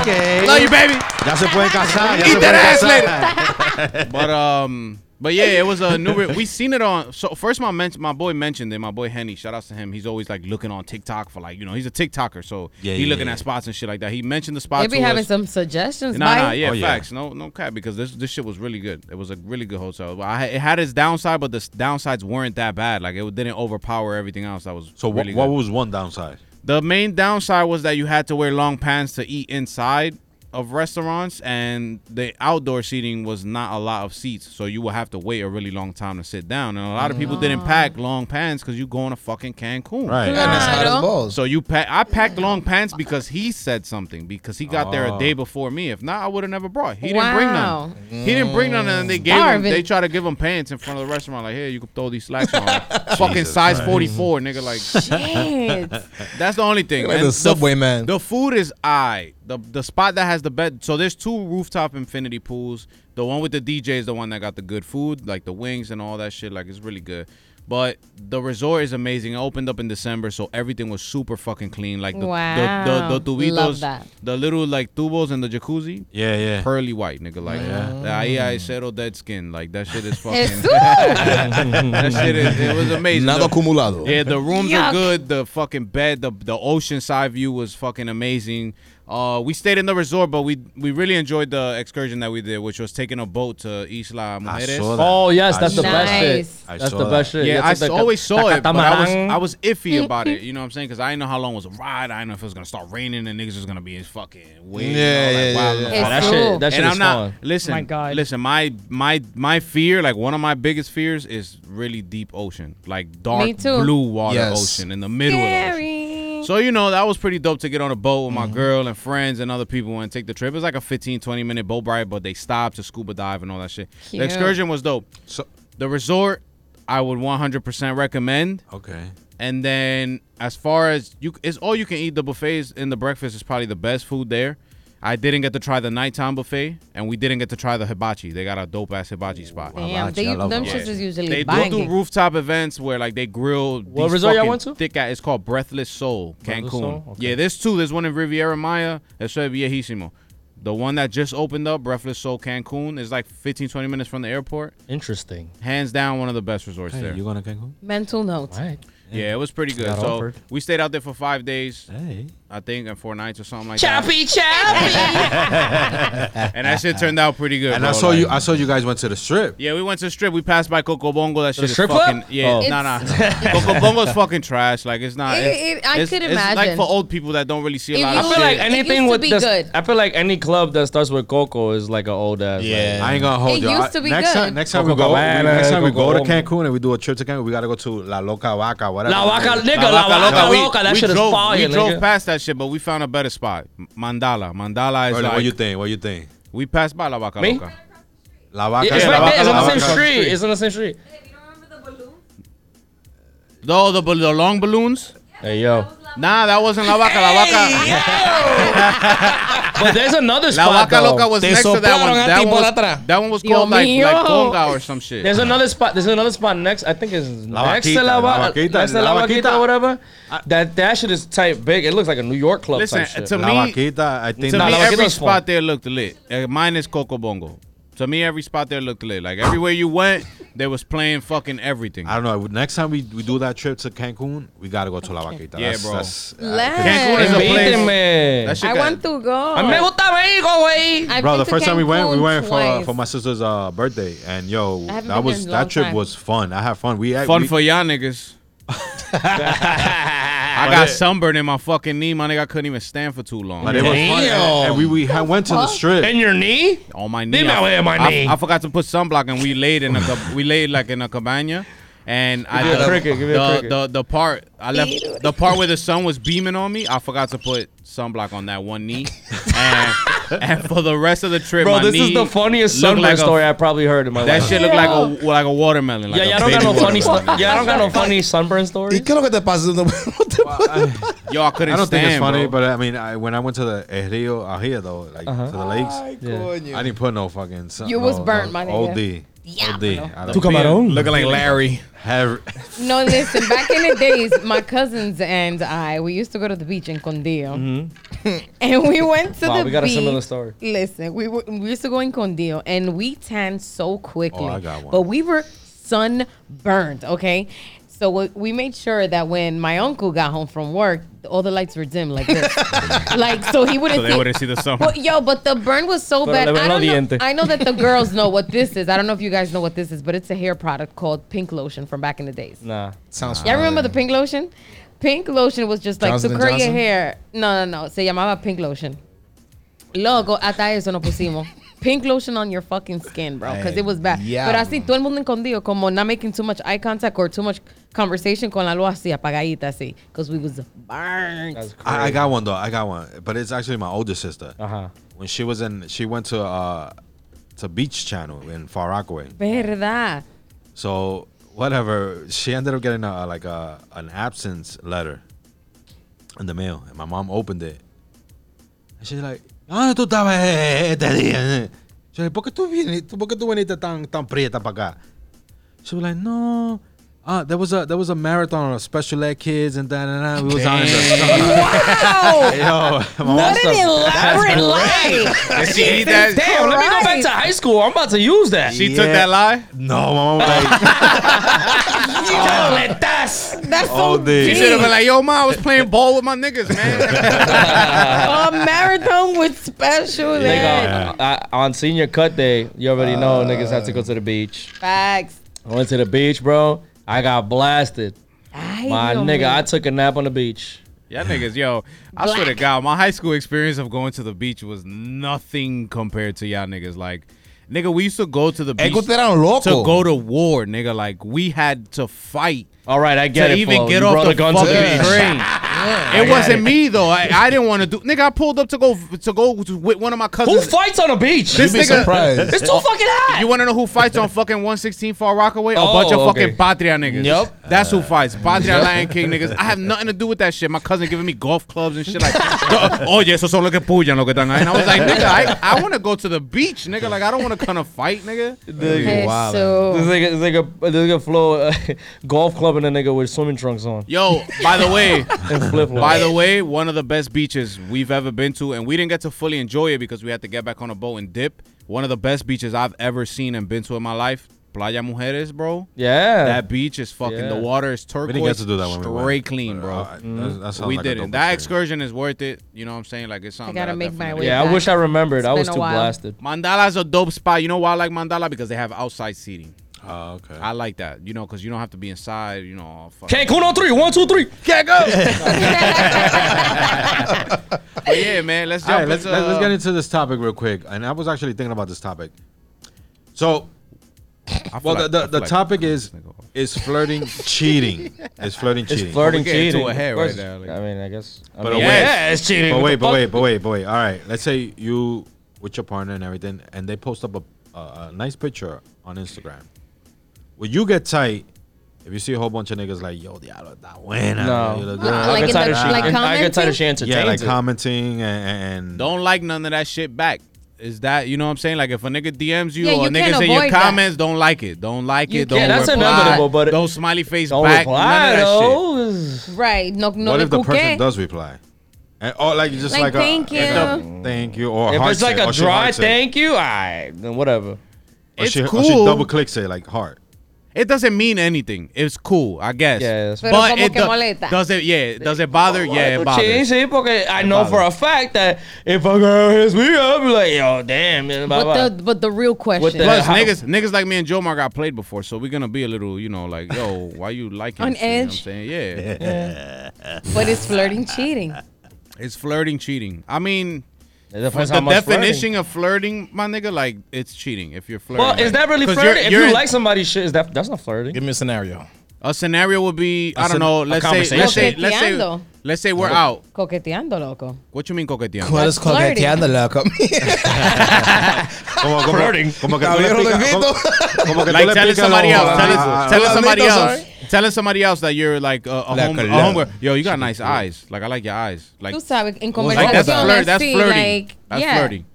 S5: Okay.
S1: Love you, baby.
S2: Ya se pueden casar.
S1: Eat
S2: ya se
S1: that
S2: pueden
S1: ass
S2: casar.
S1: later. but um, but yeah, it was a new. Re- we seen it on. So first, my men- my boy mentioned it. My boy Henny, shout outs to him. He's always like looking on TikTok for like you know he's a TikToker, so
S2: Yeah,
S1: he
S2: yeah,
S1: looking
S2: yeah.
S1: at spots and shit like that. He mentioned the spot.
S4: They be
S1: to
S4: having
S1: us.
S4: some suggestions,
S1: Nah, nah,
S4: bye.
S1: yeah,
S2: Oh, yeah.
S1: facts. No, no cap because this this shit was really good. It was a really good hotel. But I, it had its downside, but the s- downsides weren't that bad. Like it didn't overpower everything else. That was
S2: So what,
S1: really
S2: what
S1: good.
S2: was one downside?
S1: The main downside was that you had to wear long pants to eat inside of restaurants, and the outdoor seating was not a lot of seats, so you would have to wait a really long time to sit down. And a lot of people
S4: Mm.
S1: didn't pack long pants because you going to fucking Cancun.
S2: Right.
S5: And it's hot as
S4: Claro.
S5: balls.
S1: So you pack? I packed long pants because he said something because he got there a
S5: Oh.
S1: day before me. If not, I would have never brought. He didn't bring
S4: Wow.
S1: none. He didn't bring none, and they gave him.
S4: Starving.
S1: They try to give him pants in front of the restaurant. Like, here, you can throw these slacks on. Fucking size forty four, nigga. Like,
S4: Shit.
S1: that's the only thing.
S5: Like
S1: And
S5: the subway man.
S1: The food is I. The the spot that has the bed. So there's two rooftop infinity pools. The one with the DJ is the one that got the good food, like the wings and all that shit. Like it's really good. But the resort is amazing. It opened up in December, so everything was super fucking clean. Like the
S4: Wow.
S1: the, the, the tubitos,
S4: Love that.
S1: the little like tubos and the jacuzzi,
S2: Yeah, yeah.
S1: pearly white, nigga. Like the ahí ahí cero dead skin. Like that shit is fucking.
S4: Jesús.
S1: that shit is. It was amazing.
S5: Nada
S1: The-
S5: acumulado.
S1: yeah, the rooms are
S4: Yuck.
S1: good. The fucking bed, the the ocean side view was fucking amazing. Uh, we stayed in the resort, but we we really enjoyed the excursion that we did, which was taking a boat to Isla Mujeres.
S2: saw that.
S6: Oh yes, that's the
S4: Nice.
S6: best shit.
S2: I
S6: That's
S2: saw
S6: the
S2: that.
S6: best shit.
S1: Yeah, I
S6: It's like the-
S1: always saw
S6: the
S1: it, but I was
S6: catamaran.
S1: I was iffy about it. You know what I'm saying? Because I didn't know how long was a ride. I didn't know if it was gonna start raining and niggas was gonna be in fucking way.
S5: Yeah, yeah, yeah,
S6: Nah, that
S4: It's cool.
S6: shit. That shit
S1: and
S6: is
S1: I'm not
S6: fun.
S1: listen.
S7: My God.
S1: listen. My my my fear, like one of my biggest fears, is really deep ocean, like dark
S4: Me too.
S1: blue water
S5: Yes.
S1: ocean in the middle of the ocean.
S4: Scary.
S1: So, you know, that was pretty dope to get on a boat with my girl and friends and other people and take the trip. It was like a 15, 20 minute boat ride, but they stopped to scuba dive and all that shit.
S4: Cute.
S1: The excursion was dope.
S2: So-
S1: the resort, I would 100% recommend.
S2: Okay.
S1: And then as far as you, it's all you can eat. The buffets and the breakfast is probably the best food there. I didn't get to try the nighttime buffet, and we didn't get to try the hibachi. They got a dope ass hibachi spot.
S4: Damn,
S2: Hibachi,
S4: they,
S2: I love
S4: them
S2: hibachi.
S4: shits is usually
S1: They do, do
S4: banging.
S1: rooftop events where like they grill.
S6: What
S1: these
S6: resort y'all
S1: fucking
S6: went to?
S1: Thick ass. It's called Breathless Soul,
S6: Breathless
S1: Cancun.
S6: Soul? Okay.
S1: Yeah, there's two. There's one in Riviera Maya. That's Viejísimo. The one that just opened up, Breathless Soul Cancun, is like 15, 20 minutes from the airport.
S6: Interesting.
S1: Hands down, one of the best resorts there.
S2: going to Cancun?
S4: Mental note.
S6: All right.
S1: Yeah, it was pretty good.
S6: Got
S1: so
S6: offered.
S1: we stayed out there for five days,
S2: Hey.
S1: I think, and four nights or something like
S4: Choppy, choppy.
S1: that. And that shit turned out pretty good.
S2: And I
S1: bro,
S2: saw you.
S1: like-
S2: I saw you guys went to the strip.
S1: yeah, we went to the strip. We passed by Coco Bongo. That shit is
S6: strip club?
S1: fucking. Yeah,
S6: Oh.
S1: nah, nah. Coco Bongo's fucking trash. Like it's not.
S4: It-
S1: it's-
S4: it- I
S1: it's-
S4: could
S1: It's like
S4: imagine.
S1: for old people that don't really see a
S4: If
S1: lot
S4: you-
S1: of
S6: I
S1: shit.
S6: feel like
S4: It used
S6: anything
S4: to
S6: with
S4: be
S6: this.
S4: good.
S6: I feel like any club that starts with Coco is like an old ass.
S5: Yeah.
S2: I ain't gonna hold
S4: It
S2: you.
S4: used
S2: I-
S4: to be
S2: next
S4: good.
S2: Time, next time we
S6: Coco
S2: go, we-
S6: Cabana,
S2: next time we go to
S6: Coco
S2: Cancun and we do a trip to Cancun, we gotta go to La Loca Vaca, whatever.
S6: La Vaca, nigga,
S1: Nah,
S6: La
S1: Vaca
S6: Vaca
S1: Loca, we-
S6: Loca, that
S1: we
S6: shit is
S1: drove-
S6: fire,
S1: We drove
S6: nigga.
S1: past that shit, but we found a better spot. M- Mandala. Mandala is
S2: Or
S1: like
S2: what you think? What you think?
S1: we passed by La Vaca
S6: Me?
S1: Loca.
S2: La Vaca.
S6: Yeah, It's
S2: La
S6: right
S2: Vaca,
S6: there. It's
S2: La
S6: on the
S2: Vaca.
S6: same street. It's on the same street.
S1: No, the, bal- the long balloons.
S6: Hey yo.
S1: Nah, that wasn't La Vaca. La Vaca.
S6: But there's another
S1: La
S6: spot.
S1: Vaca
S6: though.
S1: Loca was
S5: Te
S1: next to that one.
S5: soplaron a
S1: That
S5: ti
S1: one
S5: por
S1: was,
S5: atrás.
S1: that one was
S4: Dios
S1: called like, like
S4: mío.
S1: Conga or some shit.
S6: There's another spot. There's another spot next. I think it's
S2: La
S6: next to
S2: Vaquita,
S6: La
S2: La
S6: Vaca.
S2: Vaquita,
S6: Next to
S2: La
S6: La Vaquita,
S2: Vaquita.
S6: or whatever. That that shit is tight, big. It looks like a New York club
S1: Listen,
S6: type shit.
S1: to
S2: La
S1: me,
S2: Vaquita, I think
S1: to
S6: Nah,
S1: me
S6: La
S1: every
S6: Vaquita's fun.
S1: spot there looked lit. Uh, mine is Coco Bongo. To me, every spot there looked lit. Like everywhere you went, they was playing fucking everything.
S2: I don't know. Next time we, we do that trip to Cancun, we gotta go to La Vaquita.
S1: Yeah,
S2: that's,
S1: bro.
S2: That's,
S1: Cancun is a
S4: Let's.
S1: place-
S6: Invíteme.
S1: That shit
S4: I
S1: got-
S4: want to go.
S6: A mí me gusta México, güey.
S4: I've
S2: bro,
S4: been
S2: the
S4: to
S2: first time we went, we
S4: Cancun
S2: went for
S4: twice.
S2: for my sister's uh, birthday, and
S4: I haven't
S2: yo,
S4: been
S2: that
S4: there
S2: was
S4: in a long
S2: that trip
S4: time.
S2: was fun. I had fun. We had-
S1: Fun
S2: we,
S1: for y'all niggas. I got sunburned in my fucking knee. My nigga, I couldn't even stand for too long.
S2: but it was fun. And, and we we had went to the strip.
S6: In your knee?
S1: on my knee.
S6: Leave me
S1: I-
S6: out here, my
S1: I,
S6: knee.
S1: I forgot to put sunblock, and we laid in a cab- we laid like in a cabana, and I
S6: me a
S1: the,
S6: cricket, give me a
S1: the-
S6: cricket.
S1: the the part I left the part where the sun was beaming on me. I forgot to put sunblock on that one knee, and, and for the rest of the trip,
S6: Bro,
S1: my
S6: this is
S1: knee
S6: the funniest
S1: looked
S6: sunburn
S1: like a-
S6: story I probably heard in my
S1: That
S6: life.
S1: shit looked like a like a watermelon. Like
S6: yeah,
S1: a
S6: y'all don't
S1: baby
S6: got no funny.
S1: watermelon.
S6: Yeah, I don't got no funny sunburn
S5: ¿Y
S6: stories.
S5: qué es lo que te pasa? What the fuck?
S1: Yo, I couldn't
S2: I don't
S1: stand.
S2: think it's funny,
S1: bro.
S2: but I mean, I, when I went to the El Rio out here though, like to the lakes, I didn't put no fucking. Sun,
S4: You was
S2: no,
S4: burnt,
S2: no,
S4: my nigga.
S2: OD.
S4: Yeah,
S2: OD. I don't
S5: Looking like Larry.
S2: have
S4: No, listen. Back in the days, my cousins and I, we used to go to the beach in Condillo,
S2: Mm-hmm.
S4: and we went to
S6: Wow,
S4: the
S6: we got a
S4: beach.
S6: similar story.
S4: Listen, we were, we used to go in Condillo, and we tanned so quickly.
S2: Oh, I got one.
S4: But we were sunburned. Okay. So we- we made sure that when my uncle got home from work, all the lights were dim like this, like so he wouldn't
S1: So they
S4: see.
S1: wouldn't see the sun.
S4: But yo, but the burn was so
S6: Pero
S4: bad.
S6: le ven
S4: I,
S6: los
S4: don't know,
S6: dientes.
S4: I know that the girls know what this is. I don't know if you guys know what this is, but it's a hair product called pink lotion from back in the days.
S6: Nah.
S5: Sounds
S4: Y'all remember the pink lotion? Pink lotion was just like
S5: Johnson
S4: to
S5: and
S4: curl your
S5: Johnson?
S4: hair. No, no, no. Se llamaba pink lotion. Luego, hasta eso nos pusimos. Pink lotion on your fucking skin, bro, because it was bad.
S5: Yeah,
S4: Pero así, todo el mundo escondido, como not making too much eye contact or too much conversation con la luz así, apagadita así, because we was burnt.
S6: That's crazy.
S2: I, I got one though. I got one, but it's actually my older sister.
S6: Uh-huh.
S2: When she was in, she went to uh to Beach Channel in Far Rockaway.
S4: Verdad.
S2: So whatever, she ended up getting a, like a an absence letter in the mail, and my mom opened it, and she's like, "¿Dónde tú estabas eh, este día?" She's like, "¿Por qué tú viniste? ¿Por qué tú viniste tan tan prieta para acá?" She was like, "No." Uh, there was a there was a marathon of special ed kids and da da da. We was out in the
S4: Wow!
S2: yo, my
S4: What
S2: mom,
S4: an elaborate lie!
S1: Did she eat that?
S6: Damn, let me go back
S4: Christ.
S6: to high school. I'm about to use that.
S1: She took that lie.
S2: no, my mom was like,
S6: Chocolatas.
S4: That's
S2: All
S4: so
S2: day.
S1: She
S4: deep.
S1: should have been like, "Yo, ma, I was playing ball with my niggas, man."
S4: a marathon with special ed.
S6: Nigga, I- I- on senior cut day, you already know niggas had to go to the beach.
S4: Facts.
S6: I went to the beach, bro. I got blasted.
S4: Ay,
S6: My
S4: Dios
S6: nigga,
S4: mío.
S6: I took a nap on the beach.
S1: Y'all niggas, yo, I swear to God, my high school experience of going to the beach was nothing compared to y'all niggas. Like, nigga, we used to go to the
S5: Es
S1: beach
S5: que usted era un loco.
S1: to go to war, nigga. Like, we had to fight
S6: All right, I get
S1: to
S6: it.
S1: even
S6: Flo.
S1: get
S6: You
S1: off
S6: brought
S1: the
S6: a gun to
S1: fucking
S6: the beach.
S1: train.
S5: Yeah.
S1: It wasn't me though. I, I didn't want to do. Nigga, I pulled up to go to go to, with one of my
S6: Who
S1: cousins.
S6: fights on a beach?
S1: This
S5: You'd be
S1: nigga-
S5: surprised.
S6: It's too fucking hot.
S1: you want to know who fights on fucking 116 Far Rockaway? a
S6: Oh,
S1: bunch of
S6: okay.
S1: fucking Patria niggas.
S6: Yup.
S1: That's who fights. Patria Lion King niggas. I have nothing to do with that shit. My cousin giving me golf clubs and shit like, oye, Oh, esos son los que puyan, lo que están ahí. And I was like, nigga, I, I want to go to the beach, nigga. Like, I don't want to come to fight, nigga.
S6: Nigga. This
S4: So,
S6: nigga, this nigga, this nigga Flo, uh, golf club and a nigga with swimming trunks on
S1: Yo, by the way,
S6: and flip flops.
S1: by the way, one of the best beaches we've ever been to, and we didn't get to fully enjoy it because we had to get back on a boat and dip. One of the best beaches I've ever seen and been to in my life, Playa Mujeres, bro.
S6: yeah,
S1: That beach is fucking.
S6: Yeah.
S1: The water is turquoise.
S2: we didn't get to do that when we
S1: straight
S2: went.
S1: clean,
S2: But,
S1: bro.
S2: uh, that's- that sounds
S1: we
S2: like a
S1: did it.
S2: dope
S1: That
S2: experience.
S1: excursion is worth it. You know what I'm saying? Like it's something.
S4: I gotta
S1: that
S4: make my
S1: definitely
S4: way.
S1: do.
S6: yeah. I wish I remembered. I
S4: It's
S6: was
S4: been a
S6: too
S4: while.
S6: blasted.
S1: Mandala's a dope spot. You know why I like Mandala because they have outside seating.
S2: Oh, okay.
S1: I like that. You know, because you don't have to be inside. You know, all fucking-
S6: Cancun on three. One, two, three. Can't go.
S1: But yeah, man. Let's
S2: All
S1: jump.
S2: right, let's,
S1: into,
S2: let's, let's
S1: uh,
S2: get into this topic real quick. And I was actually thinking about this topic. So,
S1: I feel
S2: well,
S1: like- I
S2: the,
S1: feel
S2: the, the
S1: like-
S2: topic is
S1: nigga off.
S2: is flirting cheating? Is flirting cheating?
S6: It's flirting,
S1: We getting to
S6: cheating.
S1: a hair
S6: Of course
S1: right now, like-
S6: I mean, I guess. I
S2: But
S6: mean,
S2: wait.
S6: yeah, it's cheating.
S2: But
S6: What
S2: wait,
S6: the
S2: but
S6: fuck?
S2: wait, but wait, but wait. All right, let's say you with your partner and everything, and they post up a, a, a nice picture on Instagram. Would you get tight If you see a whole bunch of niggas like, yo, diablo, that buena.
S6: No.
S2: yo,
S6: I
S2: yeah,
S4: Like
S6: get
S4: in
S6: tired
S4: the-
S6: of she-
S4: like
S6: I get tired of she entertains
S2: yeah, like
S6: it.
S2: commenting and, and
S1: Don't like none of that shit back. Is that you know what I'm saying? Like if a nigga DMs you
S4: Yeah,
S1: or
S4: you
S1: a
S4: can't
S1: niggas in your
S4: avoid that.
S1: comments, don't like it. Don't like
S4: You
S1: it. Don't
S4: can't.
S6: Yeah, that's
S1: reply.
S6: inevitable, but-
S1: don't smiley face
S6: Don't
S1: back.
S6: reply
S1: none of that shit.
S6: though.
S4: Right. No, no
S2: what
S4: le
S2: if the person
S4: cuqué.
S2: does reply? And, or like just
S4: Like,
S2: like,
S4: thank
S2: a, like
S4: you.
S2: a thank you or a
S6: If
S2: heart
S6: it's like
S2: shit,
S6: a
S2: or she
S6: dry
S2: heart shit.
S6: thank you, alright, then whatever.
S2: Or
S1: It's
S2: she, Or she
S1: cool.
S2: double clicks it like heart.
S1: It doesn't mean anything. It's cool, I guess.
S6: Yeah, it's-
S4: Pero
S1: but
S4: como
S1: it
S4: que
S1: do-
S4: molesta.
S1: does it. Yeah, does it bother? Yeah, it
S6: Sí,
S1: bothers.
S6: sí, porque I know for a fact that if a girl hits me up, be like, yo, damn, man, blah, blah.
S4: But the but the real question
S6: the-
S1: Plus,
S6: How-
S1: niggas, niggas like me and Jomar got played before, so we're gonna be a little, you know, like, yo, why you liking
S4: On
S1: this shit? You know what
S4: edge?
S1: I'm saying, yeah.
S4: but is flirting cheating?
S1: It's flirting, cheating. I mean,
S6: It depends
S1: the
S6: how much
S1: definition
S6: flirting.
S1: of flirting, my nigga, like it's cheating if you're flirting.
S6: Well, is
S1: like-
S6: that really
S1: 'cause
S6: flirting?
S1: you're-
S6: if
S1: you're
S6: you
S1: in-
S6: like somebody's shit, is that that's not flirting?
S5: Give me a scenario.
S1: a scenario would be I
S5: scen-
S1: don't know.
S5: a
S1: Let's say let's say let's say
S4: Coqueteando.
S1: let's say we're out.
S4: Coqueteando, loco.
S1: What you mean coqueteando?
S5: ¿Cuál es
S4: flirting.
S5: coqueteándola conmigo?
S2: Como, como,
S6: Flirting.
S2: Como que tú le
S5: Caballero, lo
S2: explicas-
S5: invito.
S2: como- como que tú
S1: Like
S2: le
S1: telling
S2: explicas
S1: somebody
S2: lo-
S1: else,
S2: Ah,
S1: telling, telling
S5: ah,
S1: somebody
S5: ah,
S1: else,
S5: sorry.
S1: telling somebody else that you're like a, a,
S5: Like
S1: home, a
S5: a love.
S1: homegirl. Yo, you got nice eyes. Like I like your eyes. Like
S4: Tú sabes, en
S1: like that's
S4: conversación
S1: flirt. That's
S4: así,
S1: flirting.
S4: like
S1: That's
S4: yeah.
S1: flirting.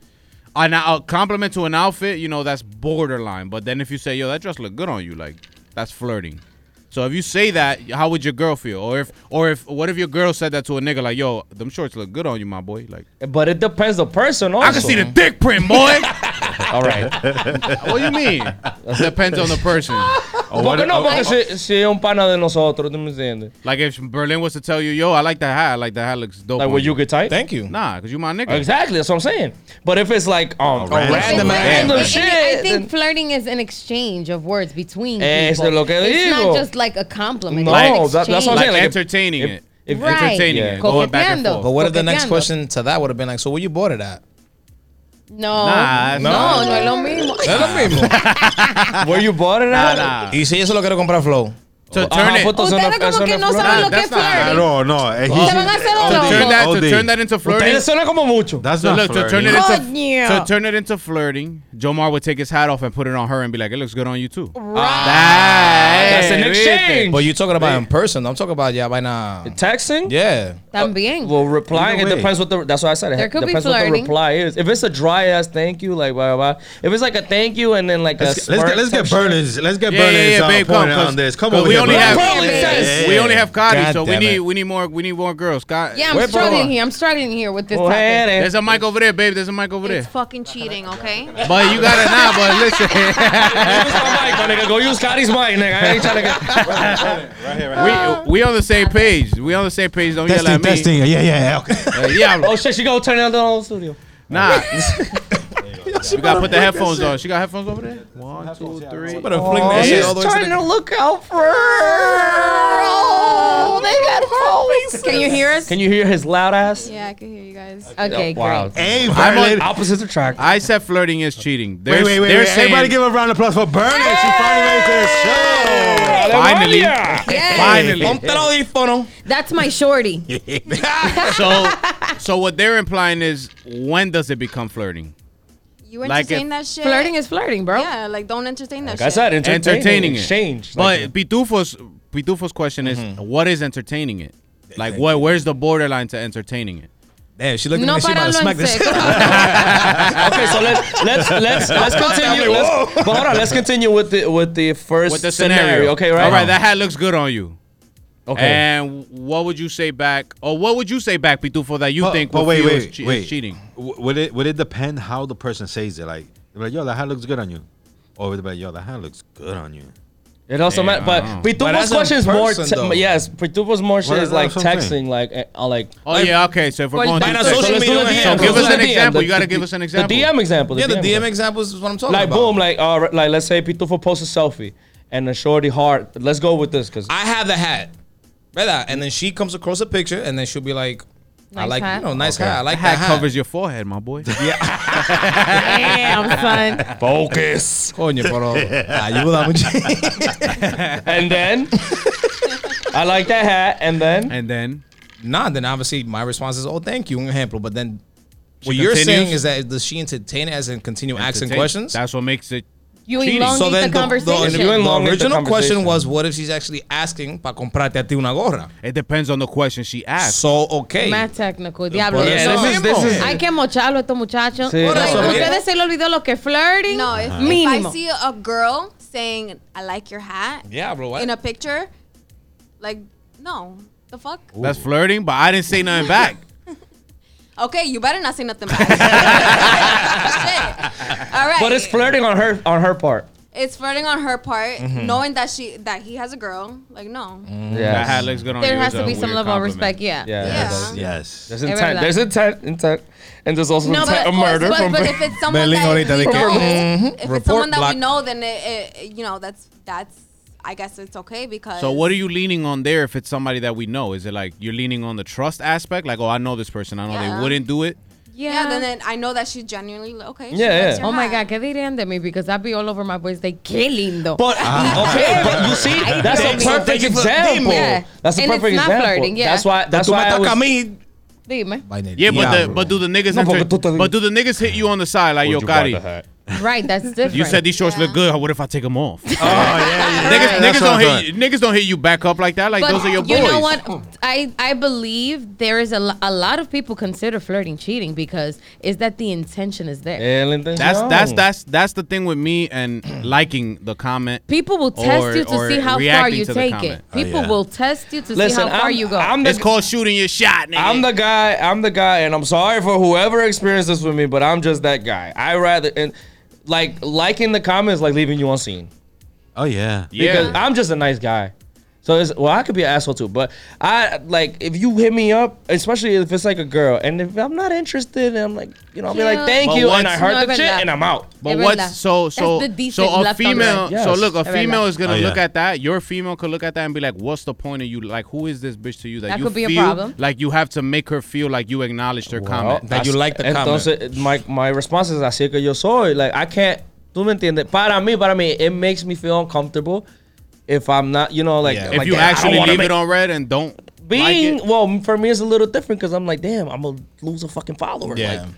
S1: And a compliment to an outfit, you know, that's borderline. But then if you say, "Yo, that dress look good on you," like that's flirting. So if you say that, how would your girl feel? Or if, or if, what if your girl said that to a nigga like, "Yo, them shorts look good on you, my boy." Like,
S6: But it depends the person also.
S1: I can see the dick print, boy.
S6: All right.
S1: what do you mean? Depends on the person.
S2: or ah, what-
S6: Porque no,
S2: or-
S6: porque si, si es un pana de nosotros, ¿tú me entiendes?
S1: Like if Berlin was to tell you, "Yo, I like that hat. I like that hat. Looks dope."
S6: Like,
S1: on
S6: will you get tight?
S5: Thank you.
S1: Nah, cause you my nigga.
S6: Exactly, that's what I'm saying. But if it's like um,
S2: random
S6: random,
S2: ass.
S6: random
S4: I
S6: shit,
S4: think, I think
S6: then-
S4: flirting is an exchange of words between
S6: Eso
S4: people.
S6: es lo que
S4: it's
S6: digo.
S4: not just like a compliment.
S6: No,
S4: it's an
S6: that- that's what I'm
S1: Like
S6: saying. Like, if-
S1: entertaining
S6: if-
S1: it.
S6: if-
S4: Right.
S1: Entertaining
S6: Yeah.
S1: it. Going back and
S4: Coqueteando.
S1: forth.
S5: But what if the next
S4: Coqueteando.
S5: question to that would have been like, so where you bought it at?
S4: No,
S1: Nah,
S4: no,
S1: nah.
S4: no es lo mismo.
S5: Es lo mismo.
S6: Where you bought it
S1: Nah,
S6: at?
S1: nah.
S5: Y si yo solo quiero comprar flow.
S1: To
S6: Ajá,
S1: turn it.
S6: puto, eso
S4: Ustedes
S6: eso
S4: como que no
S6: flirting.
S4: saben lo que
S1: That's
S4: es
S1: not-
S2: At
S4: flirting.
S2: all, oh, no. eh,
S4: Se van a
S2: he-
S4: hacer
S1: to
S4: los
S1: turn
S4: locos.
S1: that to
S2: OD.
S1: turn that into flirting.
S6: Ustedes suena como mucho.
S2: That's
S1: So
S2: not
S1: look, to
S2: flirting.
S1: turn it into
S4: Coño.
S1: to turn it into flirting, Jomar would take his hat off and put it on her and be like, "It looks good on you too."
S6: That's an
S1: ¿viste?
S6: exchange.
S5: But you talking about in person. I'm talking about yeah, by now.
S6: texting?
S5: Yeah.
S4: También.
S6: Well, replying it
S2: Either way.
S6: depends what the that's what I said. It
S4: There could be
S6: depends what the
S4: flirting.
S6: reply is. If it's a dry ass thank you, like blah blah. blah. If it's like a thank you and then like a
S2: Let's, let's
S6: smirk
S2: get let's
S6: type
S2: get
S6: shit.
S2: Berlin's let's get
S1: Yeah, yeah,
S2: Berlin's
S1: yeah,
S2: uh,
S1: babe,
S2: point
S1: come, 'cause-
S2: on this. Come
S1: 'cause
S2: over
S1: we
S2: here,
S1: only
S2: Berlin.
S1: have
S6: Come over here.
S1: we only have Cotty,
S5: God
S1: so we
S5: damn
S1: need
S5: it.
S1: we need more we need more girls. Scott,
S4: yeah, I'm
S6: Wait,
S4: struggling
S6: bro.
S4: here. I'm struggling here with this
S6: Go ahead
S4: topic.
S6: eh. and-
S1: there's a mic over there, babe. There's a mic over there.
S7: It's fucking cheating, okay?
S1: But you got it now. But listen,
S6: Use my mic, my nigga. Go use Scotty's mic, nigga. I ain't trying to get. Uh,
S1: we we on the same page. We on the same page. Don't yell at
S2: Testing,
S1: me.
S2: testing. Yeah, yeah, okay.
S1: Uh, yeah,
S6: Oh shit, she go turn down the whole studio.
S1: nah. You gotta put the headphones on. She got headphones over there. One, two, three.
S5: But I'm flinging
S1: Oh,
S5: that shit all the way to the-
S6: look out for
S7: Oh,
S6: her.
S4: Can you hear us?
S6: Can you hear his loud ass?
S7: Yeah, I can hear you guys.
S4: okay,
S6: Wow.
S2: Hey,
S1: I'm on-
S2: Berlin.
S6: Opposites attract.
S1: I said flirting is cheating. They're,
S2: Wait, wait, wait.
S1: they're
S2: wait.
S1: saying
S2: Everybody give a round of applause for Berlin. She finally made it to the show.
S1: finally,
S4: great. Yes.
S1: finally.
S5: Ponte el audífono.
S4: That's my shorty.
S1: so, so what they're implying is when does it become flirting?
S7: You
S1: Like
S7: entertain
S1: if-
S7: that shit.
S4: Flirting is flirting, bro.
S7: Yeah, like don't entertain that
S6: Like I
S7: shit.
S6: said, entertaining,
S1: Entertaining it.
S6: exchange.
S1: But
S6: Like,
S1: Pitufo's Pitufo's question is
S2: Mm-hmm.
S1: what is entertaining it? Like what? Where's the borderline to entertaining it?
S5: Damn, she looked at me.
S4: No
S5: She about
S4: para
S5: to smack
S4: en
S5: this.
S4: seco.
S6: okay, so let's let's let's let's continue. Let's, but hold on, let's continue with the with the first
S1: With the scenario,
S6: Okay, right.
S1: All right, that hat looks good on you.
S6: okay.
S1: And what would you say back? Or what would you say back, Pitufo, that you
S2: But-
S1: think
S2: but
S1: would
S2: Oh, wait,
S1: feel
S2: wait,
S1: is che- is
S2: wait.
S1: cheating? Oh,
S2: W- would it would it depend how the person says it? Like, they're like yo, that hat looks good on you, or would it be like, yo, that hat looks good on you.
S6: It also
S1: Yeah,
S6: matters,
S1: I
S6: but
S1: don't know.
S5: But that's
S6: Pitupo's
S5: in
S6: question is more.
S5: person,
S6: te-
S5: though.
S6: yes, Pitupo's more shit
S2: Well,
S6: is like
S2: that's what I'm saying.
S6: texting, like eh, uh, like.
S1: Oh yeah, okay. So if we're going
S5: Why
S1: to
S5: not
S6: So
S5: social
S6: let's do
S5: media
S6: the
S5: DMs.
S6: DM.
S5: So give
S6: Let's
S5: us
S6: do
S1: an
S6: the DM.
S1: example.
S6: The-
S1: You gotta
S6: the-
S1: give us an example.
S6: The DM example.
S5: Yeah, the DM
S6: example.
S5: examples is what I'm talking
S6: Like
S5: about.
S6: boom, like uh, like let's say Pitufo posts a selfie and a shorty heart. Let's go with this because
S5: I have the hat. Right And then she comes across a picture and then she'll be like, I
S4: Nice
S5: like,
S4: hat.
S5: you know, nice hat. I like
S1: hat
S5: that hat.
S1: covers your forehead, my boy.
S4: Damn, son.
S6: focus.
S5: Coño, pero. Ayúdame.
S6: and then I like that hat. And then
S1: and then
S5: nah, then obviously my response is, oh, thank you, un ejemplo. But then what
S1: She
S5: you're
S1: continues?
S5: saying is that does she entertain it as in continue asking
S1: Entertain.
S5: questions?
S1: That's what makes it
S4: You
S1: Cheating.
S4: elongate
S1: So
S4: the conversation.
S6: if you in long with the
S5: original question
S6: conversation.
S5: was, what if she's actually asking para comprarte a ti una gorra?
S1: It depends on the question she asks.
S5: So, okay.
S4: Más técnico, diablo.
S5: Por
S1: eso
S4: No.
S1: mismo. This is-
S4: Hay que mocharlo a estos muchachos.
S6: Sí,
S4: Like,
S5: eso,
S4: Ustedes se le olvidó lo que flirting.
S7: No, if, if
S4: Uh-huh. mínimo.
S7: I see a girl saying I like your hat
S5: Yeah, bro.
S7: in a picture, like no, the fuck.
S1: That's flirting, but I didn't say nothing back.
S7: Okay, you better not say nothing back. Shit. All right.
S6: But it's flirting on her on her part.
S7: It's flirting on her part, knowing that she that he has a girl. Like no.
S1: That hat
S6: Yeah.
S1: looks good on
S4: There
S1: Oh, you.
S4: has
S1: It's
S4: to
S1: a
S4: be some
S1: weird
S4: level of
S1: compliment.
S4: respect, yeah.
S6: Mm. Yeah.
S7: Yeah.
S6: there's-
S2: Yes.
S6: There's
S4: Es verdad.
S6: intent. There's intent, intent, and there's also
S4: No,
S6: intent
S4: but-
S6: of murder
S7: But,
S6: from.
S7: but if it's someone
S2: Berlin
S7: that we
S2: ahorita de
S7: know,
S2: que-
S7: if
S5: Report
S7: it's someone that
S5: block.
S7: we know, then it, it, you know that's that's I guess it's okay because.
S1: So what are you leaning on there if it's somebody that we know? Is it like you're leaning on the trust aspect? Like, oh, I know this person. I know
S7: Yeah.
S1: they wouldn't do it.
S7: Yeah. then, then I know that she's genuinely li- okay. she
S6: Yeah,
S7: likes
S6: yeah.
S7: your
S4: Oh my God,
S7: hat.
S4: ¿qué dirían de mí? Because I'd be all over my birthday. Qué lindo.
S6: but okay, but you see, that's a
S5: Thank you.
S6: perfect
S5: Thank you for-
S6: example.
S4: Yeah.
S6: That's a
S4: And it's
S6: perfect
S4: not
S6: example.
S4: flirting, yeah.
S6: That's why. That's
S5: Tú me
S6: why I
S5: atacas a
S6: was.
S5: mí.
S4: Dime.
S1: Yeah, but the, but do the niggas
S6: No,
S1: enter-
S6: porque tú te-
S1: but do the niggas hit you on the side like yo, Gotti?
S4: Right, that's different.
S1: You said these shorts
S7: Yeah.
S1: look good. What if I take them off?
S2: Oh yeah.
S1: Niggas,
S2: yeah.
S1: niggas
S2: That's what
S1: don't
S2: I'm
S1: hit
S2: doing.
S1: you, niggas don't hit you back up like that. Like
S4: But
S1: those are your boys.
S4: you know what? I, I believe there is a, lo- a lot of people consider flirting cheating because is that the intention is
S1: Eh,
S4: there.
S1: That's that's that's that's the thing with me and liking the comment.
S4: People will test
S1: Or-
S4: you to
S1: or
S4: see how far
S1: reacting
S4: you
S1: to the
S4: take it.
S1: comment.
S2: Oh,
S4: People
S2: yeah.
S4: will test you to
S6: Listen,
S4: see how far
S6: I'm,
S4: you go.
S6: I'm the
S1: It's called shooting your shot, nigga.
S6: I'm the guy. I'm the guy, and I'm sorry for whoever experienced this with me, but I'm just that guy. I rather and like liking the comments, like leaving you on scene.
S2: Oh yeah.
S6: Because
S1: yeah.
S6: I'm just a nice guy. So it's well, I could be an asshole too, but I like if you hit me up, especially if it's like a girl, and if I'm not interested, and I'm like, you know, I'll be like,
S4: Cute.
S6: thank
S1: But
S6: you, and
S1: what's-
S6: I heard
S4: No,
S6: the
S4: es
S6: shit,
S4: verdad.
S6: and I'm out.
S1: But
S4: Es verdad.
S1: what's so so
S4: That's the
S1: so
S4: decent
S1: a
S4: left on
S1: female?
S4: right.
S1: So
S6: Yes.
S1: look, a
S4: Es
S1: female
S4: verdad.
S1: is gonna
S2: Oh, yeah.
S1: look at that. Your female could look at that and be like, "What's the point of you? Like, who is this bitch to you that,
S4: That
S1: you
S4: could be a
S1: feel
S4: problem.
S1: like you have to make her feel like you acknowledged her
S6: Well,
S1: comment?"
S5: That you
S6: that's-
S5: like the
S6: entonces, my, my response is así que yo soy. Like, I can't, tú me entiendes. Para mí, para mí, it makes me feel uncomfortable if I'm not, you know, like.
S5: Yeah.
S1: If
S6: like
S1: you
S6: that, I don't
S1: actually
S6: wanna
S1: leave
S6: make-
S1: it on red and don't
S6: Being,
S1: like it,
S6: well, for me, it's a little different because I'm like, damn, I'm going to lose a fucking follower.
S5: Yeah.
S6: Like,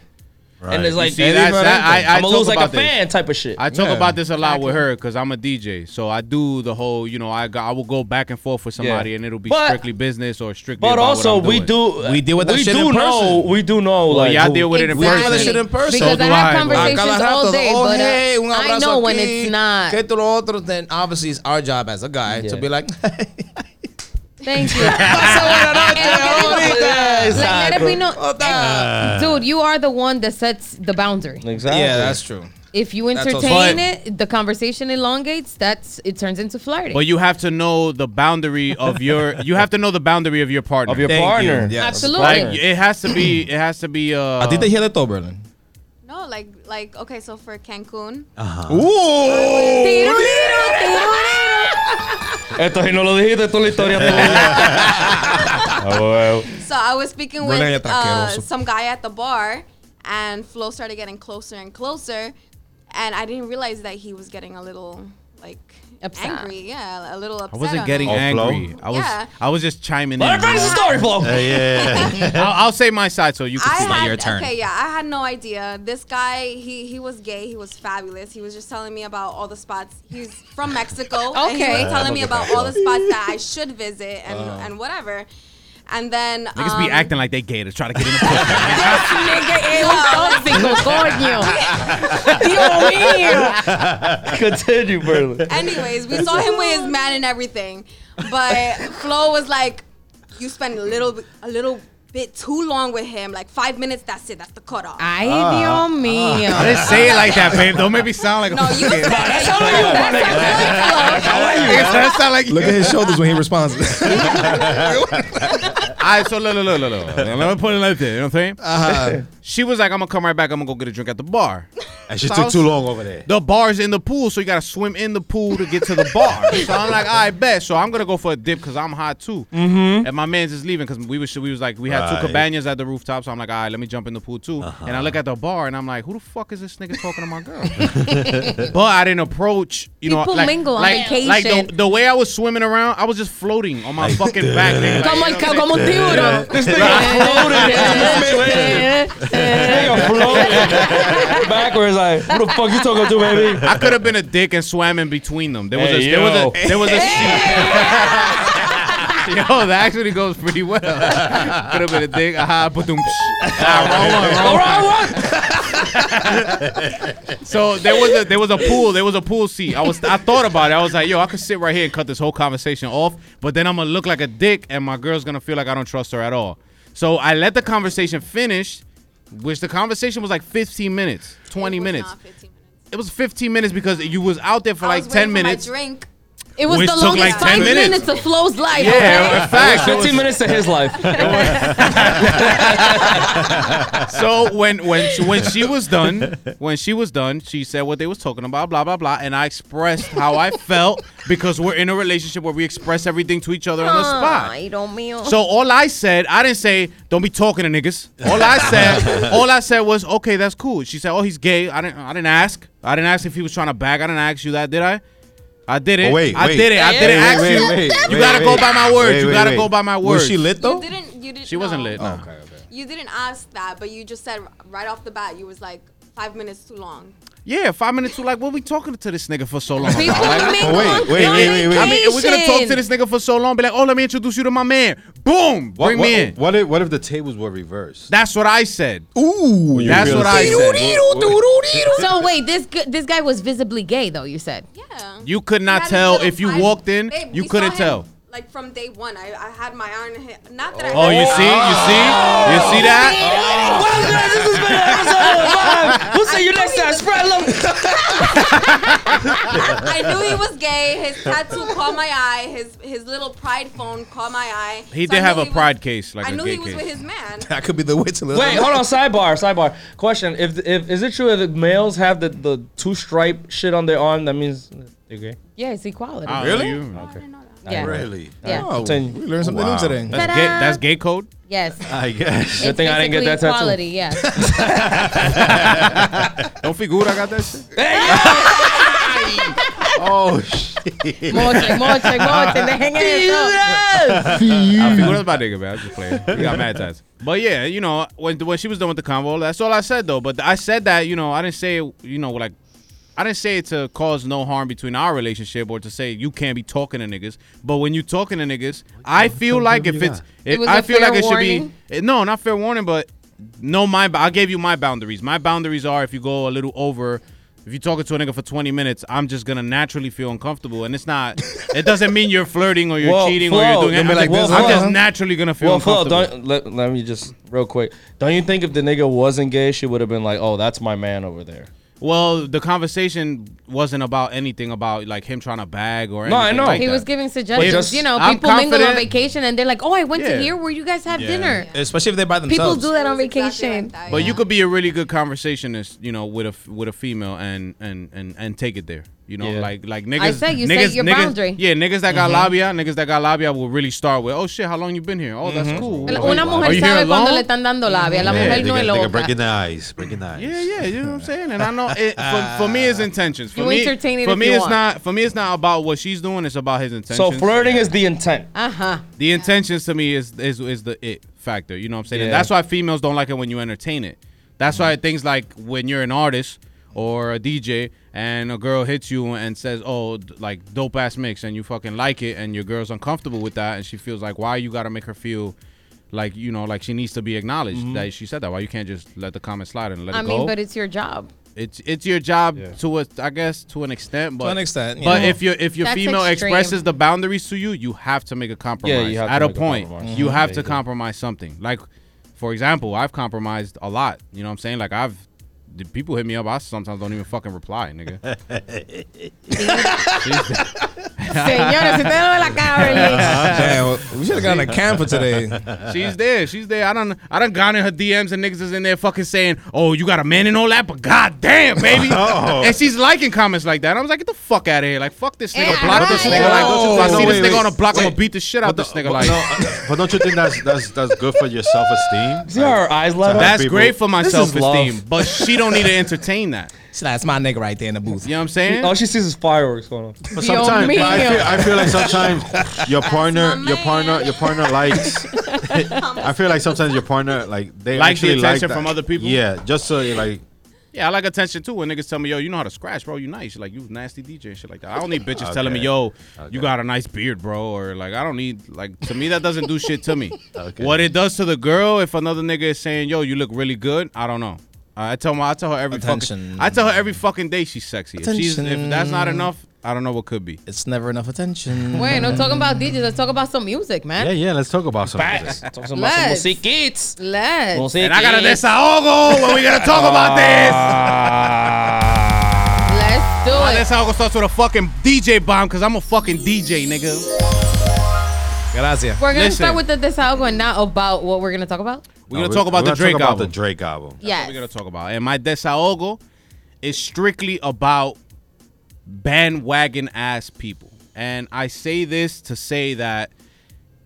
S6: And it's like,
S1: see, that's- that- I- I
S6: am going
S1: talk
S6: to lose like a
S1: about this.
S6: fan type of shit.
S1: I talk
S5: Yeah.
S1: about this a lot with her because I'm a DJ, so I do the whole. You know, I go, I will go back and forth with somebody,
S6: Yeah.
S1: and it'll be
S6: But-
S1: strictly business or strictly.
S6: but
S1: about what
S6: also,
S1: I'm
S6: we
S1: doing.
S6: do.
S5: We deal with that
S6: we
S5: shit
S6: do
S5: in
S6: know,
S5: person.
S6: We do know.
S1: Well,
S6: like,
S1: y'all
S6: who-
S1: deal with it in
S5: Exactly.
S1: person.
S5: That shit in person.
S1: So
S4: Because I
S1: do
S4: have
S1: I, bro.
S4: conversations all day,
S5: oh,
S4: but uh,
S5: hey, un
S4: I
S5: abrazo
S4: know when
S5: aquí,
S4: it's not.
S5: que esto, lo otro, then obviously it's our job as a guy to
S6: Yeah.
S5: be like,
S4: Thank you.
S6: Yeah,
S4: Like, let it
S6: exactly.
S4: be known-
S5: "Oh,
S4: dude, you are the one that sets the boundary.
S6: Exactly.
S5: Uh, yeah, that's true.
S4: If you
S5: That's also-
S4: entertain
S5: But-
S4: it, the conversation elongates. That's it turns into flirting.
S1: But you have to know the boundary of your. You have to know the boundary of your partner.
S6: Of your
S5: Thank
S6: partner.
S5: you. Yes.
S4: Absolutely.
S1: Like it has to be. It has to be. Uh,
S5: A ti te hiele todo, Berlin.
S7: No, like like okay, so for Cancun,
S6: Ah.
S4: Tiro,
S5: Ooh.
S4: tiro, tiro.
S6: Esto si no lo dijiste, esto es la historia tuya.
S7: so I was speaking
S5: Brilliant
S7: with uh,
S5: taqueros.
S7: some guy at the bar, and Flo started getting closer and closer, and I didn't realize that he was getting a little like
S4: Upset.
S7: angry. Yeah, a little
S1: I
S7: upset.
S1: wasn't
S7: on
S1: getting
S7: me.
S2: Oh, flow?
S1: angry. I was.
S7: Yeah.
S1: I was just chiming in.
S6: Let it finish the
S1: you know?
S6: story, Flo.
S2: Yeah, yeah, yeah.
S1: I'll, I'll say my side so you can
S7: I
S1: see.
S7: had,
S5: your turn.
S7: Okay, yeah, I had no idea. This guy, he he was gay. He was fabulous. He was just telling me about all the spots. He's from Mexico. okay, and he
S4: Okay.
S7: was telling me about all the spots that I should visit and and whatever. And then
S1: Niggas be
S7: um,
S1: acting like they gay to try to get in the pussy.
S4: Es un tóxico, coño. Dios mío.
S6: Continue, Berlin.
S7: Anyways, we saw him with his man and everything, but Flo was like, "You spend a little, bit- a little bit too long with him. Like five minutes. That's it. That's the cutoff."
S4: Ay,
S1: Ah.
S4: Dios mío.
S1: I didn't say it like that, babe. Don't make me sound like.
S7: no,
S1: a
S7: you.
S1: fucking-
S7: That's all you
S1: Niggas, that sound like.
S5: Look at his shoulders when he responds.
S1: I so look, look, look, look, look. Let me put it like this. You know what I'm saying?
S5: Uh-huh.
S1: She was like, "I'm gonna come right back. I'm gonna go get a drink at the bar."
S2: And she took too long over there.
S1: the bar's in the pool, so you gotta swim in the pool to get to the bar. so I'm like, all right, bet. So I'm gonna go for a dip because I'm hot too. Mm-hmm. And my man's is leaving because we was we was like we had
S2: Right.
S1: two cabanas at the rooftop. So I'm like, all right, let me jump in the pool too. And I look at the bar and I'm like, who the fuck is this nigga talking to my girl? but I didn't approach. You know,
S4: People
S1: like,
S4: mingle on
S1: like, like the-
S4: vacation.
S1: the, way I was swimming around, I was just floating on my fucking back. nigga. Like,
S4: Como el
S1: you know
S4: ca-
S1: what I'm eh,
S4: como un tiburón. Eh,
S1: eh,
S6: This nigga floated in the moment. This nigga floated. backwards. Like, who the fuck you talking to, baby?
S1: I could have been a dick and swam in between them. There was
S6: Hey,
S1: a, there
S6: yo.
S1: was a there was a yo that actually goes pretty well. could have been a dick. Aha, ba-doom, psh. Ah, wrong one, wrong
S6: All
S1: one.
S6: right, what?
S1: So there was a there was a pool there was a pool seat. I was I thought about it. I was like, yo, I could sit right here and cut this whole conversation off, but then I'm gonna look like a dick, and my girl's gonna feel like I don't trust her at all. So I let the conversation finish, which the conversation was like 15 minutes, 20
S7: It was
S1: minutes.
S7: not 15 minutes.
S1: It was 15 minutes because you was out there for
S7: I
S1: like
S7: was
S1: 10
S7: waiting for my
S1: minutes.
S7: drink.
S4: It was
S1: Which
S4: the
S1: took
S4: longest
S1: like 10
S4: five
S1: minutes.
S4: minutes. of Flo's life.
S1: Yeah, in
S4: okay?
S1: fact, it was-
S6: 15 minutes to his life.
S1: so when when she, when she was done, when she was done, she said what they was talking about, blah blah blah, and I expressed how I felt because we're in a relationship where we express everything to each other on the spot.
S4: Ah, Ay, Dios mío.
S1: So all I said, I didn't say don't be talking to niggas. All I said, all I said was okay, that's cool. She said, oh, he's gay. I didn't, I didn't ask. I didn't ask if he was trying to bag. I didn't ask you that, did I? I did it.
S2: But Oh, wait,
S1: I
S2: wait.
S1: did it. I
S2: Wait,
S1: didn't
S2: wait,
S1: ask
S2: wait,
S1: you. you
S2: wait, wait,
S1: gotta go
S2: wait.
S1: by my words.
S2: Wait,
S1: you
S2: wait,
S1: gotta
S2: wait.
S1: go by my words.
S5: Was she lit
S7: You
S5: though?
S7: didn't. You didn't.
S1: She wasn't
S7: no.
S1: lit. no.
S2: Okay, okay.
S7: You didn't ask that, but you just said right off the bat you was like five minutes too long.
S1: Yeah, five minutes to like, what we talking to this nigga for so long?
S4: People
S1: about? Like,
S4: remain
S2: wait,
S4: on
S2: wait, wait, wait, wait.
S1: I mean, if we're gonna talk to
S4: vacation.
S1: this nigga for so long, be like, oh, let me introduce you to my man. Boom,
S2: What,
S1: bring
S2: what,
S1: me in.
S2: what if what if the tables were reversed?
S1: That's what I said.
S5: Ooh.
S2: You
S1: That's
S2: feel
S1: what
S2: the
S1: I
S2: same
S1: said.
S2: way?
S4: So wait, this gu- this guy was visibly gay though. You said.
S7: Yeah.
S1: You could not
S7: He had
S1: tell
S7: his little
S1: if you
S7: five-
S1: walked in.
S7: Babe,
S1: you
S7: we saw
S1: couldn't
S7: him,
S1: tell.
S7: Like from day one, I, I had my iron. in hand. Not that
S1: Oh,
S7: I.
S1: you see, you see, you see that?
S6: Well, guys, this has been episode five. We'll see you next time. Spread love.
S7: I knew he was gay. His tattoo caught my eye. His his little pride phone caught my eye.
S1: He
S7: So
S1: did
S7: I
S1: have
S7: knew
S1: a
S7: he
S1: pride
S7: was,
S1: case, like
S7: I
S1: a
S7: knew
S1: gay
S7: he was
S1: case.
S7: with his man.
S5: That could be the witch.
S6: Wait, hold on. Sidebar, sidebar. Question: If if is it true that males have the the two stripe shit on their arm? That means they're gay.
S4: Yeah, it's equality.
S1: Oh,
S5: Really?
S1: you-
S7: I didn't know that.
S4: yeah.
S2: Really?
S4: Yeah.
S5: Oh, we
S6: Continue.
S5: learned something
S2: Wow.
S5: new today.
S1: That's
S4: Ta-da.
S1: gay. That's gay code.
S4: Yes. Good
S2: I guess.
S6: thing I didn't get that tattoo.
S4: Equality. Yeah.
S1: Don't figura got that shit.
S2: oh shit.
S4: Moche, moche, moche. They hanging it up.
S1: Ah, Figura's my nigga, man. I'm just playing. We got mad tats. But yeah, you know, when when she was done with the convo, that's all I said though. But I said that, you know, I didn't say, you know, like, I didn't say it to cause no harm between our relationship or to say you can't be talking to niggas. But when you talking to niggas, I feel
S2: fuck
S1: like
S2: do
S1: if
S2: you
S1: it's,
S2: got?
S1: if,
S4: It was
S1: I
S4: a
S1: feel like
S4: fair
S1: it should be
S4: warning?
S1: Eh, No, not fair warning, but no. My I gave you my boundaries. My boundaries are if you go a little over, if you're talking to a nigga for 20 minutes, I'm just gonna naturally feel uncomfortable, and it's not. it doesn't mean you're flirting or you're
S6: Well,
S1: cheating or
S6: Flo,
S1: you're doing
S6: don't
S1: anything.
S6: be like
S1: I'm,
S6: this,
S1: just, I'm
S6: huh?
S1: just naturally gonna feel
S6: Well, Flo,
S1: uncomfortable.
S6: don't let, let me just real quick. Don't you think if the nigga wasn't gay, she would have been like, "Oh, that's my man over there."
S1: well, the conversation wasn't about anything about like him trying to bag or
S6: No, I
S1: anything
S6: know.
S1: like
S4: He
S1: that.
S4: was giving suggestions.
S1: just-
S4: you know,
S1: I'm
S4: people mingle on
S1: confident.
S4: vacation and they're like, "Oh, I went
S1: Yeah.
S4: to here where you guys have
S5: Yeah.
S4: dinner."
S5: Especially if they're by
S4: People
S5: themselves.
S4: do that on
S7: It was exactly
S4: vacation.
S7: like that,
S1: But
S7: yeah.
S1: you could be a really good conversationist, you know, with a f- with a female and and and and take it there. You know,
S6: Yeah. Mm-hmm.
S1: like like niggas.
S4: I say you
S1: niggas,
S4: set your
S1: niggas,
S4: boundary.
S1: Yeah, niggas that got labia, niggas that got labia will really start with, oh shit, how long you been here? Oh,
S6: Mm-hmm.
S1: that's cool.
S4: Pero
S1: Are
S4: Una mujer
S1: you here
S4: sabe cuando
S1: alone?
S4: le están dando labia. La mujer no es
S2: breaking
S4: loca.
S2: the eyes. Breaking the eyes.
S1: Yeah, yeah, you know what I'm saying, and I know it, for, for me
S6: Ah.
S1: it's intentions. For
S4: You
S1: me,
S4: entertain it
S1: for
S4: if
S1: me
S4: you
S1: it's
S4: want.
S1: not for me it's not about what she's doing. It's about his intentions.
S6: So flirting is the intent.
S4: Uh huh.
S1: The intentions to me is is is the it factor. You know what I'm saying? And
S6: Yeah.
S1: that's why females don't like it when you entertain it. That's why things like when you're an artist or a DJ and a girl hits you and says, "Oh, d- like dope ass mix," and you fucking like it, and your girl's uncomfortable with that, and she feels like, "Why you gotta make her feel?" Like you know, like she needs to be acknowledged that she said that. Why you can't just let the comment slide and let
S4: I
S1: it
S4: mean,
S1: go?
S4: but it's your job.
S1: it's it's your job
S6: Yeah.
S1: to a, I guess to an extent, but
S5: an extent, you
S1: But
S5: know.
S1: if your if your
S4: That's
S1: female
S4: extreme.
S1: expresses the boundaries to you, you have to make a compromise.
S6: Yeah, you have to
S1: At a
S6: make a
S1: point,
S6: compromise.
S1: you
S6: Mhm.
S1: have
S6: Yeah,
S1: to
S6: you do.
S1: compromise something. Like, for example, I've compromised a lot. You know what I'm saying? Like I've the people hit me up. I sometimes don't even fucking reply, nigga.
S4: Señores, si te duele la cara,
S5: Man, Uh-huh. well, we should have gotten a camper today.
S1: She's there. She's there. I don't. I done gone in her DMs and niggas is in there fucking saying, "Oh, you got a man and all that," but goddamn, baby.
S2: Oh.
S1: And she's liking comments like that. I was like, "Get the fuck out of here! Like, fuck this nigga.
S4: Eh,
S1: block this
S4: alright.
S1: nigga. Like, if I
S5: Whoa,
S1: see
S5: wait,
S1: this
S5: wait,
S1: nigga on the block, I'm
S5: wait.
S1: gonna beat the shit out this nigga." Like,
S2: no, but don't you think that's that's that's good for your self esteem?
S6: See how her eyes light up?
S1: That's
S2: people.
S1: great for my
S6: This is
S1: self esteem,
S6: love.
S1: but she don't need to entertain that.
S5: So that's my nigga right there in the booth.
S1: You know what I'm saying?
S6: All she sees is fireworks going on.
S2: But
S4: Dios
S2: sometimes but I,
S4: mío.
S2: feel, I feel like sometimes your partner,
S7: my
S2: your partner,
S7: man.
S2: your partner likes. I feel like sometimes your partner like they
S1: Like the
S2: actually
S1: attention
S2: like that.
S1: from other people?
S2: Yeah, just so like
S1: Yeah, I like attention too. When niggas tell me, yo, you know how to scratch, bro. You nice. Like you nasty DJ and shit like that. I don't need bitches telling me,
S2: Okay.
S1: yo,
S2: Okay.
S1: you got a nice beard, bro. Or like I don't need like to me that doesn't do shit to me.
S2: Okay.
S1: What it does to the girl if another nigga is saying, yo, you look really good. I don't know. I tell my, I tell her every
S5: Attention.
S1: fucking, I tell her every fucking day she's sexy. If, she's, if
S5: Attention.
S1: that's not enough, I don't know what could be.
S5: It's never enough attention.
S4: Wait, no talking about DJs. Let's talk about some music, man.
S2: Yeah, yeah. Let's talk about some. of
S6: Facts.
S2: this.
S6: Talk about some
S4: Let's.
S6: musiquitas.
S4: Let's.
S6: Musiquitas.
S1: And I got a desahogo when we gonna talk about this.
S4: Let's do
S1: My
S4: it.
S1: desahogo starts with a fucking DJ bomb because I'm a fucking DJ, nigga.
S5: Gracias.
S4: We're gonna
S1: Listen.
S4: start with the desahogo and not about what we're gonna talk about.
S1: We're
S2: No,
S1: gonna talk about
S2: we're
S1: the
S2: gonna
S1: Drake
S2: about
S1: album.
S2: The Drake album.
S1: That's what
S4: Yes.
S1: we're gonna talk about. And my desahogo is strictly about bandwagon ass people. And I say this to say that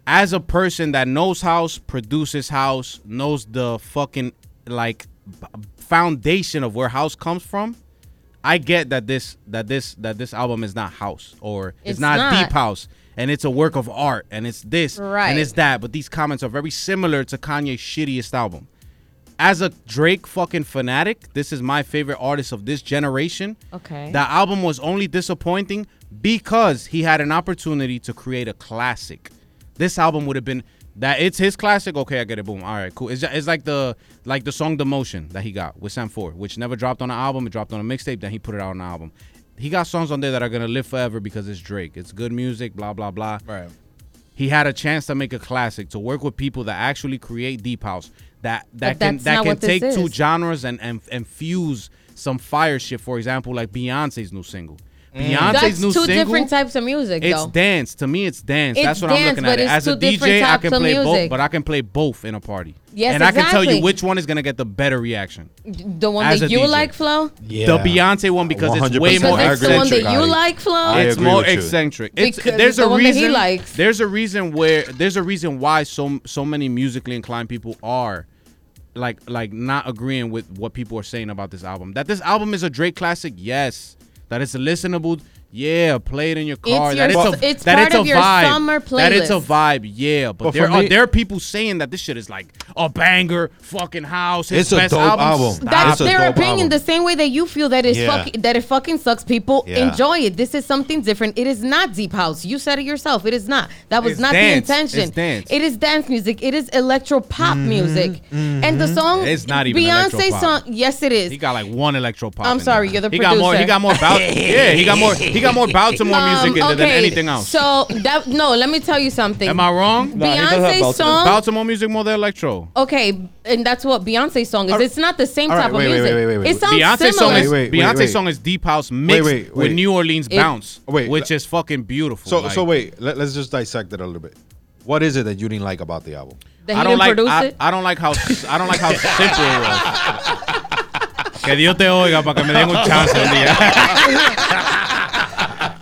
S1: as a person that knows house, produces house, knows the fucking like b- foundation of where house comes from, I get that this that this that this album is not house or it's,
S4: It's
S1: not,
S4: not.
S1: deep house and it's a work of art and it's this
S4: Right.
S1: and it's that. But these comments are very similar to Kanye's shittiest album as a Drake fucking fanatic, this is my favorite artist of this generation.
S4: Okay.
S1: The album was only disappointing because he had an opportunity to create a classic. This album would have been that it's his classic. Okay, I get it. Boom. All right, cool. It's, it's like the like the song "The Motion" that he got with Sam Ford, which never dropped on an album. It dropped on a mixtape. Then he put it out on an album. He got songs on there that are gonna live forever because it's Drake. It's good music. Blah blah blah
S5: Right.
S1: he had a chance to make a classic to work with people that actually create deep house that that can
S4: that's
S1: that
S4: not
S1: can
S4: what this
S1: take two
S4: is.
S1: genres and, and and fuse some fire shit for example like beyonce's new single
S2: Mm.
S1: beyonce's
S4: That's
S1: new
S4: two
S1: single
S4: different types of music,
S1: it's
S4: though.
S1: dance to me it's dance
S4: It's
S1: that's what i'm
S4: dance,
S1: looking
S4: but
S1: at it.
S4: it's
S1: as a
S4: two different
S1: dj i
S4: types
S1: can
S4: of
S1: play both
S4: music.
S1: but i can play both in a party
S4: Yes,
S1: and i can tell you
S4: exactly.
S1: which one is going to get the better reaction
S4: the one
S1: as
S4: that
S1: a
S4: you
S1: DJ.
S4: like, Flo.
S5: Yeah.
S1: the beyonce one because it's way
S2: 100%.
S1: more
S4: Because
S2: I
S4: it's the one
S2: agree
S1: eccentric
S4: that
S2: with you,
S4: you
S2: Gotti.
S4: like, Flo.
S2: I
S1: it's
S2: agree
S1: more
S2: with you.
S1: eccentric. It's,
S4: Because
S1: there's
S4: it's the
S1: a
S4: one that he
S1: reason.
S4: likes.
S1: There's a reason where there's a reason why so so many musically inclined people are like like not agreeing with what people are saying about this album. That this album is a Drake classic, yes. That it's listenable, yeah. Play it in your car.
S4: It's
S1: that
S4: your-
S1: it's a
S4: it's
S1: that
S4: part
S1: it's a
S4: of your
S1: vibe.
S4: summer
S1: That it's a
S4: playlist.
S1: vibe, yeah. But,
S2: But
S1: there
S2: for
S1: are
S2: me-
S1: there are people saying that this shit is like a banger, fucking house. His
S2: It's a
S1: best
S2: dope album.
S1: Stop
S4: That's
S2: That's a
S1: it.
S4: their
S2: dope
S4: opinion.
S2: album.
S4: The same way that you feel that it's
S2: Yeah.
S4: fucking that it fucking sucks. People
S2: Yeah.
S4: enjoy it. This is something different. It is not deep house. You said it yourself. It is not. That was
S1: It's
S4: not
S1: dance.
S4: the intention.
S1: It's dance. Mm-hmm.
S4: It is dance music. It is electro pop music. And the song
S1: It's not even
S4: Beyonce
S1: electropop.
S4: song. Yes, it is.
S1: He got like one electro pop.
S4: I'm
S1: in
S4: sorry,
S1: there.
S4: you're the
S1: he Got more, he
S4: producer.
S1: got more bout. yeah, he got more. He got more Baltimore
S4: Um,
S1: music in there than anything else.
S4: So that no, let me tell you something.
S1: Am I wrong?
S6: Nah, he does have Baltimore.
S4: Beyonce's song.
S1: Baltimore music more than electro.
S4: Okay, and that's what Beyonce's song is. It's not the same
S2: all right,
S4: type of
S2: wait, wait,
S4: music.
S2: wait, wait, wait,
S4: It
S2: wait.
S4: sounds
S1: Beyonce's song
S4: similar.
S1: is
S2: Wait, wait,
S1: Beyonce's
S2: wait.
S1: song is deep house mixed
S2: wait, wait.
S1: with New Orleans bounce,
S2: Wait,
S1: which
S2: le-
S1: is fucking beautiful.
S2: So
S1: like,
S2: so wait. Let, us just dissect it a little bit. What is it that you didn't like about the album?
S4: That he
S1: I don't
S4: didn't
S1: like.
S4: produce
S1: I,
S4: it.
S1: I don't like how. s- I don't like how simple it was. Que Dios te oiga para que me den un chance un día.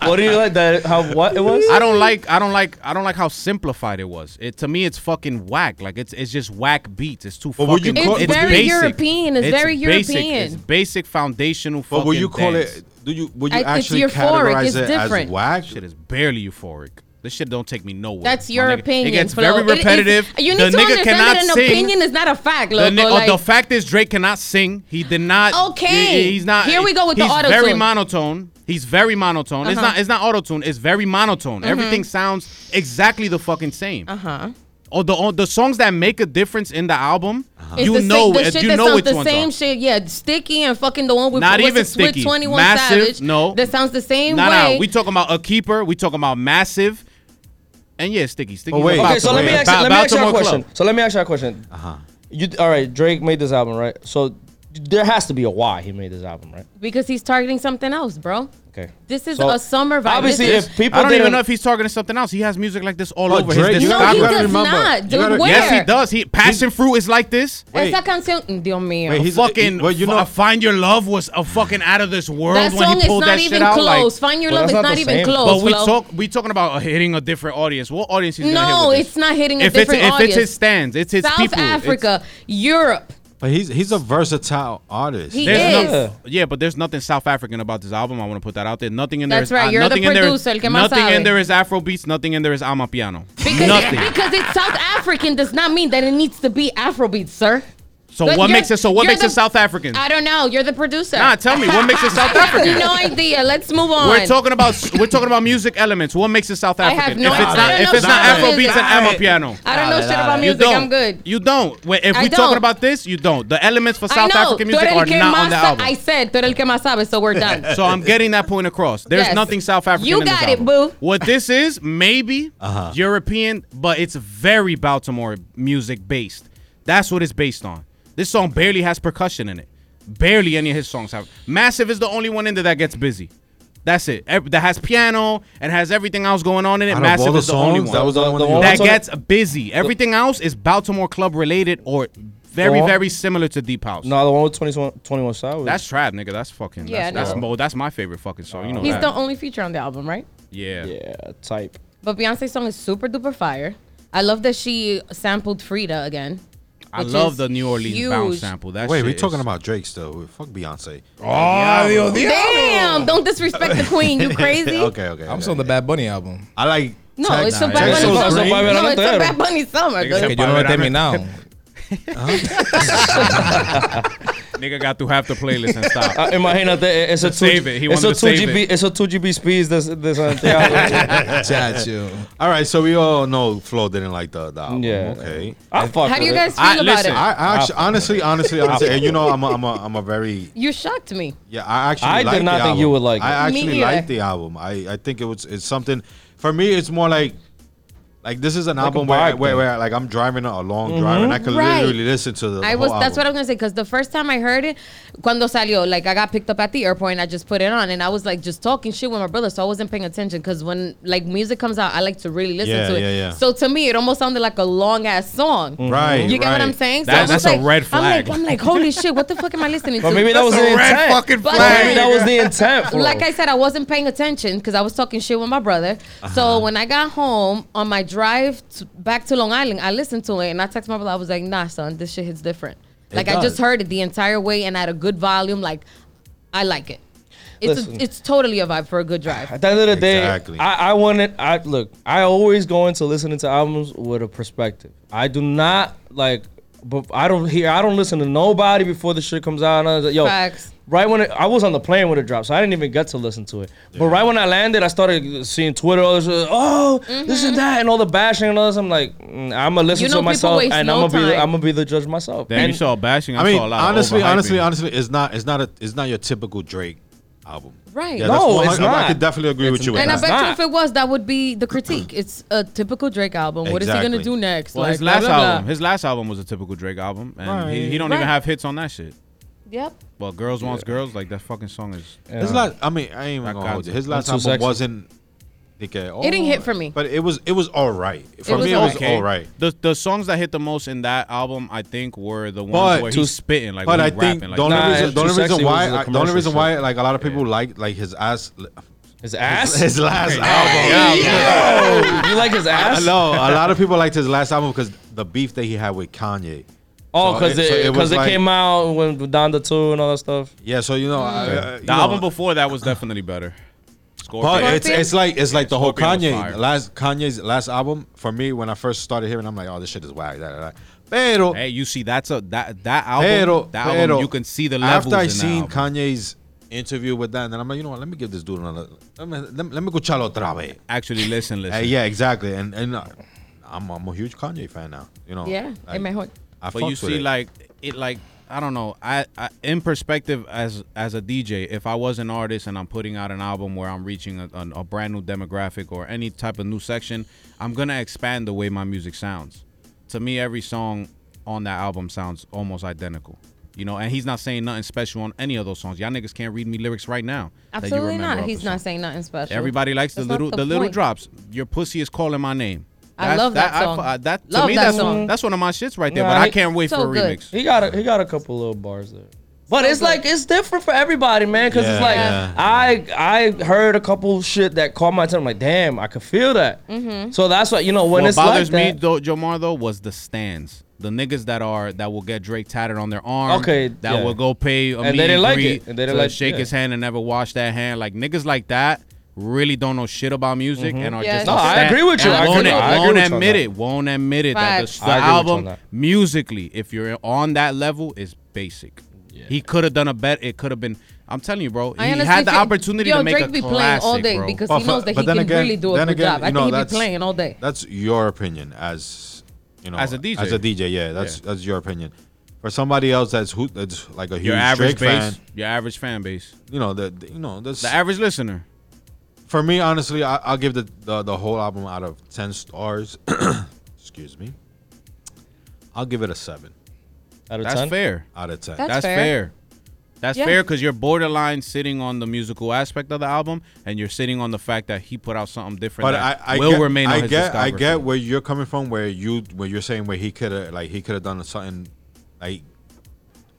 S6: What do you like that? How what it was?
S1: I don't like I don't like I don't like how simplified it was. It to me it's fucking whack. Like it's it's just whack beats. It's too
S2: But would you
S1: fucking.
S2: call- It's very
S4: European. It's very
S1: basic.
S4: European.
S1: It's basic foundational fucking.
S2: But will you call
S1: dance.
S2: it? Do you would
S4: I-
S2: you
S4: it's
S2: actually
S4: euphoric,
S2: categorize
S4: it's
S2: it
S4: different.
S2: as whack?
S1: Shit is barely euphoric. This shit don't take me nowhere.
S4: That's
S1: my
S4: your
S1: nigga.
S4: opinion.
S1: It gets
S4: Flo.
S1: very
S4: It- it's-
S1: repetitive.
S4: you need
S1: the
S4: to
S1: nigga
S4: understand
S1: cannot
S4: that an
S1: sing.
S4: opinion is not a fact,
S1: the,
S4: loco.
S1: ni- oh,
S4: like,
S1: the fact is Drake cannot sing. He did not.
S4: Okay.
S1: he- he's not.
S4: Here we go with the
S1: he's very
S4: autotune.
S1: monotone. He's very monotone. It's
S4: Uh-huh. Mm-hmm.
S1: not. It's not autotune. It's very monotone. Everything sounds exactly the fucking same. Uh
S4: Uh-huh.
S1: huh. Or the oh, the songs that make a difference in the album,
S4: it's
S1: you
S4: the same-
S1: know,
S4: the
S1: it-
S4: shit
S1: you
S4: that
S1: know
S4: sounds
S1: which
S4: the
S1: ones
S4: same
S1: are.
S4: shit. Yeah, sticky and fucking the one with
S1: Not
S4: what's
S1: even
S4: it-
S1: sticky.
S4: With 21
S1: Massive,
S4: Savage.
S1: no.
S4: that sounds the same
S1: Nah,
S4: way.
S1: nah. We talking about a keeper. We talking about massive. And yeah, sticky, sticky.
S2: wait.
S6: Oh, Okay, so let me ask, let me ask you a question. So let me ask you a question.
S2: Uh-huh.
S6: You all right? Drake made this album, right? So there has to be a why he made this album, right?
S4: because he's targeting something else, bro.
S6: Okay.
S4: This is
S6: So,
S4: a summer vibe.
S6: Obviously,
S4: This is-
S6: if people
S1: I don't even
S6: didn't-
S1: know if he's targeting something else. He has music like this all
S2: Oh,
S1: over
S2: Drake,
S1: his
S2: you
S4: no, he
S2: You gotta
S4: does
S1: discography.
S2: remember.
S4: not.
S2: You
S4: Dude,
S2: gotta-
S4: where?
S1: Yes, he does. He passion fruit is like this.
S2: Wait.
S4: Esa canción, Dios mío.
S2: Wait, he's-
S1: fucking
S2: well, you
S1: F-
S2: know-
S1: find your love was a fucking out of this world
S4: that
S1: when
S4: song
S1: he
S4: is
S1: pulled that
S4: not
S1: shit
S4: even
S1: out.
S4: close.
S1: Like,
S4: Find Your
S6: Well,
S4: Love
S6: that's
S4: is
S6: not
S4: not
S6: the
S4: even
S6: same.
S4: close.
S1: but we
S4: Flo.
S1: talk we talking about hitting a different audience. What audience is gonna hit
S4: No,
S1: with
S4: it's not hitting a
S1: if
S4: different
S1: it's if
S4: audience.
S1: it's his stands, it's his
S4: South
S1: people. It's-
S4: Africa, Europe.
S2: But he's he's a versatile artist.
S4: He
S1: There's
S4: is.
S1: nothing, yeah, but there's nothing South African about this album. I want to put that out there. Nothing in there.
S4: That's
S1: is-
S4: right,
S1: uh,
S4: you're the
S1: nothing in there is-
S4: producer, el que más
S1: Nothing in
S4: sabe.
S1: there is Afro beats. Nothing in there is Ama Piano.
S4: Because,
S1: nothing.
S4: because it's South African does not mean that it needs to be Afrobeat, sir.
S1: So
S4: But
S1: what
S4: you're-
S1: makes it? So what
S4: you're
S1: makes
S4: the- Ah,
S1: it South African?
S4: I don't know. You're the producer.
S1: Nah, tell me what makes it South
S4: I have
S1: African.
S4: no idea. Let's move on.
S1: We're talking about we're talking about music elements. What makes it South
S4: I have
S1: African?
S4: no
S1: if
S4: idea.
S1: it's
S4: I
S1: not
S4: don't
S1: if
S4: know
S1: it's not
S4: South
S1: Afrobeats
S4: music.
S1: and Afro piano.
S4: I don't know shit about
S1: You
S4: music.
S1: don't.
S4: I'm good.
S1: You don't. Wait, If
S4: I
S1: we're
S4: don't.
S1: talking about this, you don't. The elements for South
S4: I know.
S1: African
S4: Tú
S1: music
S4: eres el
S1: are
S4: que
S1: not
S4: más
S1: on the
S4: sa-
S1: album.
S4: I said, tú eres el que más sabe, so we're done.
S1: so I'm getting that point across. There's
S4: Yes.
S1: nothing South African.
S4: You
S1: in this
S4: got it,
S1: album.
S4: boo.
S1: What this is, maybe
S2: Uh-huh.
S1: European, but it's very Baltimore music based. That's what it's based on. This song barely has percussion in it. Barely any of his songs have. Massive is the only one in there that gets busy. That's it. Ev- That has piano and has everything else going on in it.
S2: Out of
S1: Massive
S2: all the
S1: is the only
S2: songs,
S1: one
S2: that was the only one
S6: The
S2: that you-
S6: one-
S1: that
S6: Also-
S1: gets busy. Everything else is Baltimore club related or very,
S6: Or-
S1: very similar to Deep House.
S6: No, the one with 21, 21 Savage.
S1: That's trap, nigga. That's fucking.
S4: Yeah,
S1: that's,
S4: I
S1: that's,
S4: know.
S1: mo- that's my favorite fucking song. You know
S4: He's
S1: that.
S4: the only feature on the album, right?
S1: yeah.
S6: yeah, type.
S4: But Beyonce's song is super duper fire. I love that she sampled Frida again.
S1: I
S4: which
S1: love
S4: is
S1: the New Orleans bounce
S4: huge.
S1: sample. That
S2: Wait,
S1: shit
S2: we're talking
S1: is-
S2: about Drake still. Fuck Beyonce.
S5: Oh, Dios, Dios.
S4: Damn! Don't disrespect the queen. You crazy?
S2: okay, okay.
S5: I'm
S2: okay.
S5: still on the Bad Bunny album.
S2: I like.
S4: No,
S2: Tech-
S4: it's a
S2: Nah,
S4: Bad Bunny
S2: Tech's so
S4: song.
S6: That's a
S2: green.
S6: Bad Bunny.
S4: No,
S6: Verano
S4: it's a
S6: Entero.
S4: Bad Bunny summer.
S1: Nigga
S5: Okay,
S4: dude.
S1: said-
S5: you don't let me now.
S1: Nigga got through half the playlist and
S6: Uh,
S1: stopped.
S6: imagínate, es el
S1: Save it. He
S6: es
S1: wanted
S6: el
S1: to save
S6: 2GB,
S1: it.
S6: es el 2GB speeds uh, de, de Santiago.
S5: Chat you.
S2: All right, so we all know Flo didn't like the, the album.
S6: Yeah.
S2: Okay.
S6: I fuck
S4: How do you guys feel
S1: I-
S4: about
S1: listen,
S4: it?
S2: I, I actually, honestly, honestly, honestly, and you know, I'm a, I'm a, I'm a very
S4: you shocked me.
S2: Yeah, I actually.
S6: I did
S2: like the
S6: not think you
S2: album.
S6: would like
S2: I
S6: it.
S4: Me
S2: actually
S4: neither.
S2: like the album. I, I think it was it's something. For me, it's more like, like this is an
S6: Like a
S2: album where, I-
S6: vibe
S2: where
S6: thing.
S2: where like I'm driving a long drive and I can
S4: Mm-hmm. Right.
S2: literally listen to the.
S4: I was. That's what I was gonna say. Cause the first time I heard it, cuando salió, like I got picked up at the airport and I just put it on and I was like just talking shit with my brother, so I wasn't paying attention. Cause when like music comes out, I like to really listen
S2: Yeah,
S4: to it.
S2: yeah, yeah.
S4: So to me, it almost sounded like a long ass song.
S2: Right.
S4: You get
S2: right.
S4: what I'm saying?
S1: That-
S4: I was
S1: that's a red
S4: I'm
S1: flag.
S4: like, I'm like, holy shit, what the fuck am I listening
S6: But
S4: to?
S6: maybe that was
S1: a
S6: the
S1: red
S6: intent.
S1: fucking
S6: But
S4: flag,
S6: Maybe that was the intent. Bro.
S4: like I said, I wasn't paying attention because I was talking shit with my brother.
S1: Uh-huh.
S4: So when I got home on my drive to, back to Long Island, I listened to it and I texted my brother. I was like, "Nah, son, this shit hits different." Like I
S2: does.
S4: just heard it the entire way and at a good volume. Like I like it. It's
S6: Listen.
S4: a, it's totally a vibe for a good drive.
S6: At the end of the day,
S2: Exactly.
S6: I, I wanted. I look. I always go into listening to albums with a perspective. I do not like. But I don't hear. I don't listen to nobody before the shit comes out. And I was like, yo,
S4: Facts.
S6: right when it, I was on the plane when it dropped, so I didn't even get to listen to it. But right when I landed, I started seeing Twitter. All this, oh, this and that, and all the bashing and all this. I'm like, mm, I'm gonna
S4: Mm-hmm. You know
S6: listen to
S4: people
S6: myself,
S4: waste
S6: and
S4: no
S6: I'm gonna be. The,
S4: time.
S6: I'm gonna be the judge myself.
S1: Damn,
S6: and
S1: you saw bashing. I,
S2: I mean,
S1: saw a lot of
S2: honestly, honestly,
S1: overhyping.
S2: honestly, it's not, it's not a, it's not your typical Drake album.
S4: Right.
S2: that's
S6: No,
S2: one-
S6: it's
S2: I- I
S6: not.
S2: could definitely agree with you. With
S4: and I
S2: that.
S4: bet you
S6: not.
S4: if it was, that would be the critique. it's a typical Drake album. What is he gonna
S2: Exactly.
S4: do next?
S1: Well, his
S4: Like,
S1: last
S4: blah, blah, blah.
S1: album, his last album was a typical Drake album, and he, he don't
S4: Right.
S1: even have hits on that shit.
S4: Yep.
S1: Well, girls wants girls, like that fucking song is.
S2: His last, I mean, I ain't even
S1: That
S2: gonna hold you.
S1: concept.
S2: His last
S6: I'm too
S2: album
S6: sexy.
S2: wasn't. Okay, oh,
S4: It didn't hit for me.
S2: But it was, it was all right. For
S4: was
S2: me, it was
S4: okay.
S2: all right.
S1: The the songs that hit the most in that album, I think, were the ones
S2: But-
S1: where
S2: Too-
S1: he's spitting, like
S2: but
S1: when
S2: I
S1: he rapping,
S2: think
S1: like
S2: the only
S6: Nah,
S2: reason, the only
S6: Too Sexy
S2: reason
S6: was the
S2: why I- the only
S6: commercial
S2: reason
S6: shit.
S2: why like a lot of people like like his ass
S6: his ass.
S2: his last album.
S6: you like his
S2: I
S6: ass?
S2: know a lot of people liked his last album because the beef that he had with Kanye.
S6: Oh,
S2: So
S6: because
S2: it- so
S6: it,
S2: it
S6: because
S2: was
S6: it
S2: like-
S6: came out when with Donda two and all that stuff.
S2: Yeah, so you know, I- I- you
S1: Mm. the
S2: know,
S1: album before that was definitely better. Scorpion.
S2: But it's it's like it's like the whole
S1: Scorpion was
S2: Kanye
S1: fire.
S2: last Kanye's last album for me when I first started hearing, I'm like, oh, this shit is whack. That, that. Pero
S1: Hey, you see, that's a that that album.
S2: pero,
S1: that
S2: pero
S1: album, you can see the levels.
S2: after I
S1: in that
S2: seen
S1: album.
S2: Kanye's interview with that, and then I'm like, you know what? Let me give this dude another. Let me let me, let me go chalo otra vez.
S1: actually listen,
S2: Uh,
S1: listen.
S2: yeah, exactly. And and uh, I'm I'm a huge Kanye fan now. You know.
S4: Yeah.
S2: Like,
S4: in my heart.
S2: I
S1: but
S2: fucks
S1: you
S2: with
S1: see
S2: it.
S1: like it like i don't know I, I in perspective as as a dj if i was an artist and i'm putting out an album where i'm reaching a, a, a brand new demographic or any type of new section i'm gonna expand the way my music sounds to me every song on that album sounds almost identical you know, and he's not saying nothing special on any of those songs. Y'all niggas can't read me lyrics right now. that you
S4: Absolutely
S1: remember
S4: not.
S1: off
S4: He's
S1: the song.
S4: not saying nothing special.
S1: Everybody likes
S4: That's
S1: the
S4: not
S1: little
S4: the
S1: the, little
S4: point.
S1: drops. Your pussy is calling my name.
S4: I love that song.
S1: I, uh, that to
S4: Love
S1: me
S4: that
S1: that's
S4: song.
S1: that's one of my shits right there.
S6: Nah,
S1: but I
S6: he-
S1: can't wait
S4: so
S1: for a
S4: good.
S1: remix.
S6: He got a, he got a couple little bars there. But it's
S4: good.
S6: like it's different for everybody, man. Cause it's
S2: Yeah.
S6: like
S2: Yeah.
S6: I I heard a couple shit that caught my attention. I'm like, damn, I could feel that.
S4: Mm-hmm.
S6: So that's what you know when
S1: what
S6: it's
S1: bothers
S6: like that-
S1: me though, Jomar though, was the stands. The niggas that are that will get Drake tatted on their arm.
S6: Okay,
S1: That
S6: yeah.
S1: will go pay a
S6: And they
S1: meet
S6: didn't like
S1: greet
S6: it. And they
S1: to
S6: didn't like-
S1: shake
S6: yeah.
S1: his hand and never wash that hand. Like niggas like that really don't know shit about music and are
S4: Yes.
S1: just
S4: No,
S6: Mm-hmm. I
S1: upset,
S6: agree with you. I
S1: Won't,
S6: agree- I agree
S1: won't
S6: with you on
S1: admit
S6: that.
S1: it. Won't admit it that
S4: Facts.
S1: the, the
S6: I agree with you on
S1: album
S6: that.
S1: musically, if you're on that level, is basic. He could have done a bet. It could have been. I'm telling you, bro. He
S4: I honestly
S1: had the
S4: feel-
S1: opportunity
S4: Yo,
S1: to make
S4: Drake
S1: a
S4: be playing
S1: classic,
S4: all day
S1: bro.
S4: because
S2: But
S4: he
S2: Oh, for-
S4: knows that
S2: but
S4: he
S2: then
S4: can
S2: again-
S4: really do a
S2: then
S4: good
S2: again,
S4: job. I
S2: you know,
S4: think he be
S2: that's-
S4: playing all day.
S2: That's your opinion as you know
S1: As a DJ.
S2: As a DJ, yeah, that's
S1: Yeah.
S2: that's your opinion. For somebody else that's who that's like a huge
S1: Your average
S2: Drake fan,
S1: base, your average fan base,
S2: you know that you know that's
S1: the average listener.
S2: for me honestly. I, I'll give the, the the whole album out of ten stars. Excuse me. I'll give it a seven
S6: Out of
S1: That's
S6: 10?
S1: fair.
S2: out of ten.
S4: That's
S1: That's
S4: fair.
S1: fair. That's
S4: Yeah.
S1: fair because you're borderline sitting on the musical aspect of the album, and you're sitting on the fact that he put out something different.
S2: but I,
S1: that
S2: I
S1: will
S2: get,
S1: remain on
S2: I
S1: his
S2: get, I
S1: discography.
S2: get where you're coming from. Where you, where you're saying where he could have, like, he could have done something, like,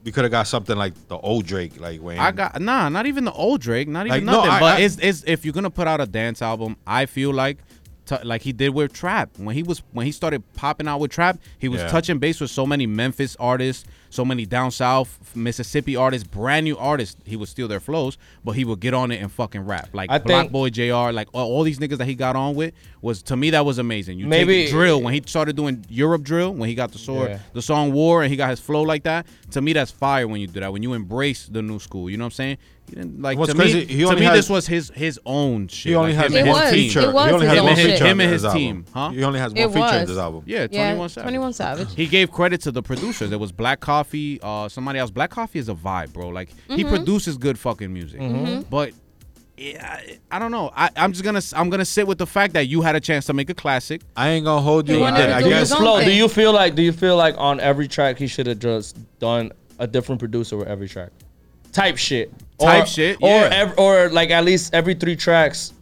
S2: we could have got something like the old Drake, like when
S1: I got nah, not even the old Drake, not even
S2: Like, no,
S1: nothing.
S2: I-
S1: but
S2: I-
S1: it's, it's if you're gonna put out a dance album, I feel like t- like he did with trap when he was when he started popping out with trap, he was
S2: Yeah.
S1: touching base with so many Memphis artists, so many down south Mississippi artists, brand new artists. He would steal their flows, but he would get on it and fucking rap like
S6: I
S1: Black
S6: think-
S1: Boy Jr. Like all, all these niggas that he got on with was to me that was amazing. You
S6: Maybe-
S1: take drill when he started doing Europe drill when he got the sword
S6: Yeah.
S1: the song War and he got his flow like that. To me, that's fire when you do that. When you embrace the new school, you know what I'm saying? He didn't like
S2: What's
S1: to
S2: crazy,
S1: me.
S2: he
S1: to
S2: only
S1: me,
S2: has-
S1: this was his his own shit.
S2: he only
S1: like
S2: has
S1: him and
S4: It
S2: one
S1: his
S4: was-
S1: team.
S2: feature.
S4: it was
S2: he only
S4: his
S2: has
S4: own
S2: one
S4: shit.
S2: feature.
S1: Him
S2: in
S1: and his
S2: this
S1: team, huh?
S2: Album. He only has one
S4: It
S2: feature in
S4: was.
S2: this album.
S1: Yeah,
S4: Yeah,
S1: 21 Savage.
S4: 21 Savage.
S1: He gave credit to the producers. There was Black Coffee, uh, somebody else. Black Coffee is a vibe, bro. Like
S4: Mm-hmm.
S1: he produces good fucking music,
S2: Mm-hmm.
S1: but yeah, I, I don't know. I, I'm just gonna s- I'm gonna sit with the fact that you had a chance to make a classic.
S2: I ain't gonna hold
S4: He
S2: you.
S4: wanted to
S2: I, I
S4: do
S6: Do you,
S4: his
S2: guess
S4: own-
S6: Flo, do
S4: thing.
S6: you feel like do you feel like on every track he should have just done a different producer with every track, type shit,
S1: Type
S6: or,
S1: shit,
S6: or
S1: yeah.
S6: ev- or like at least every three tracks.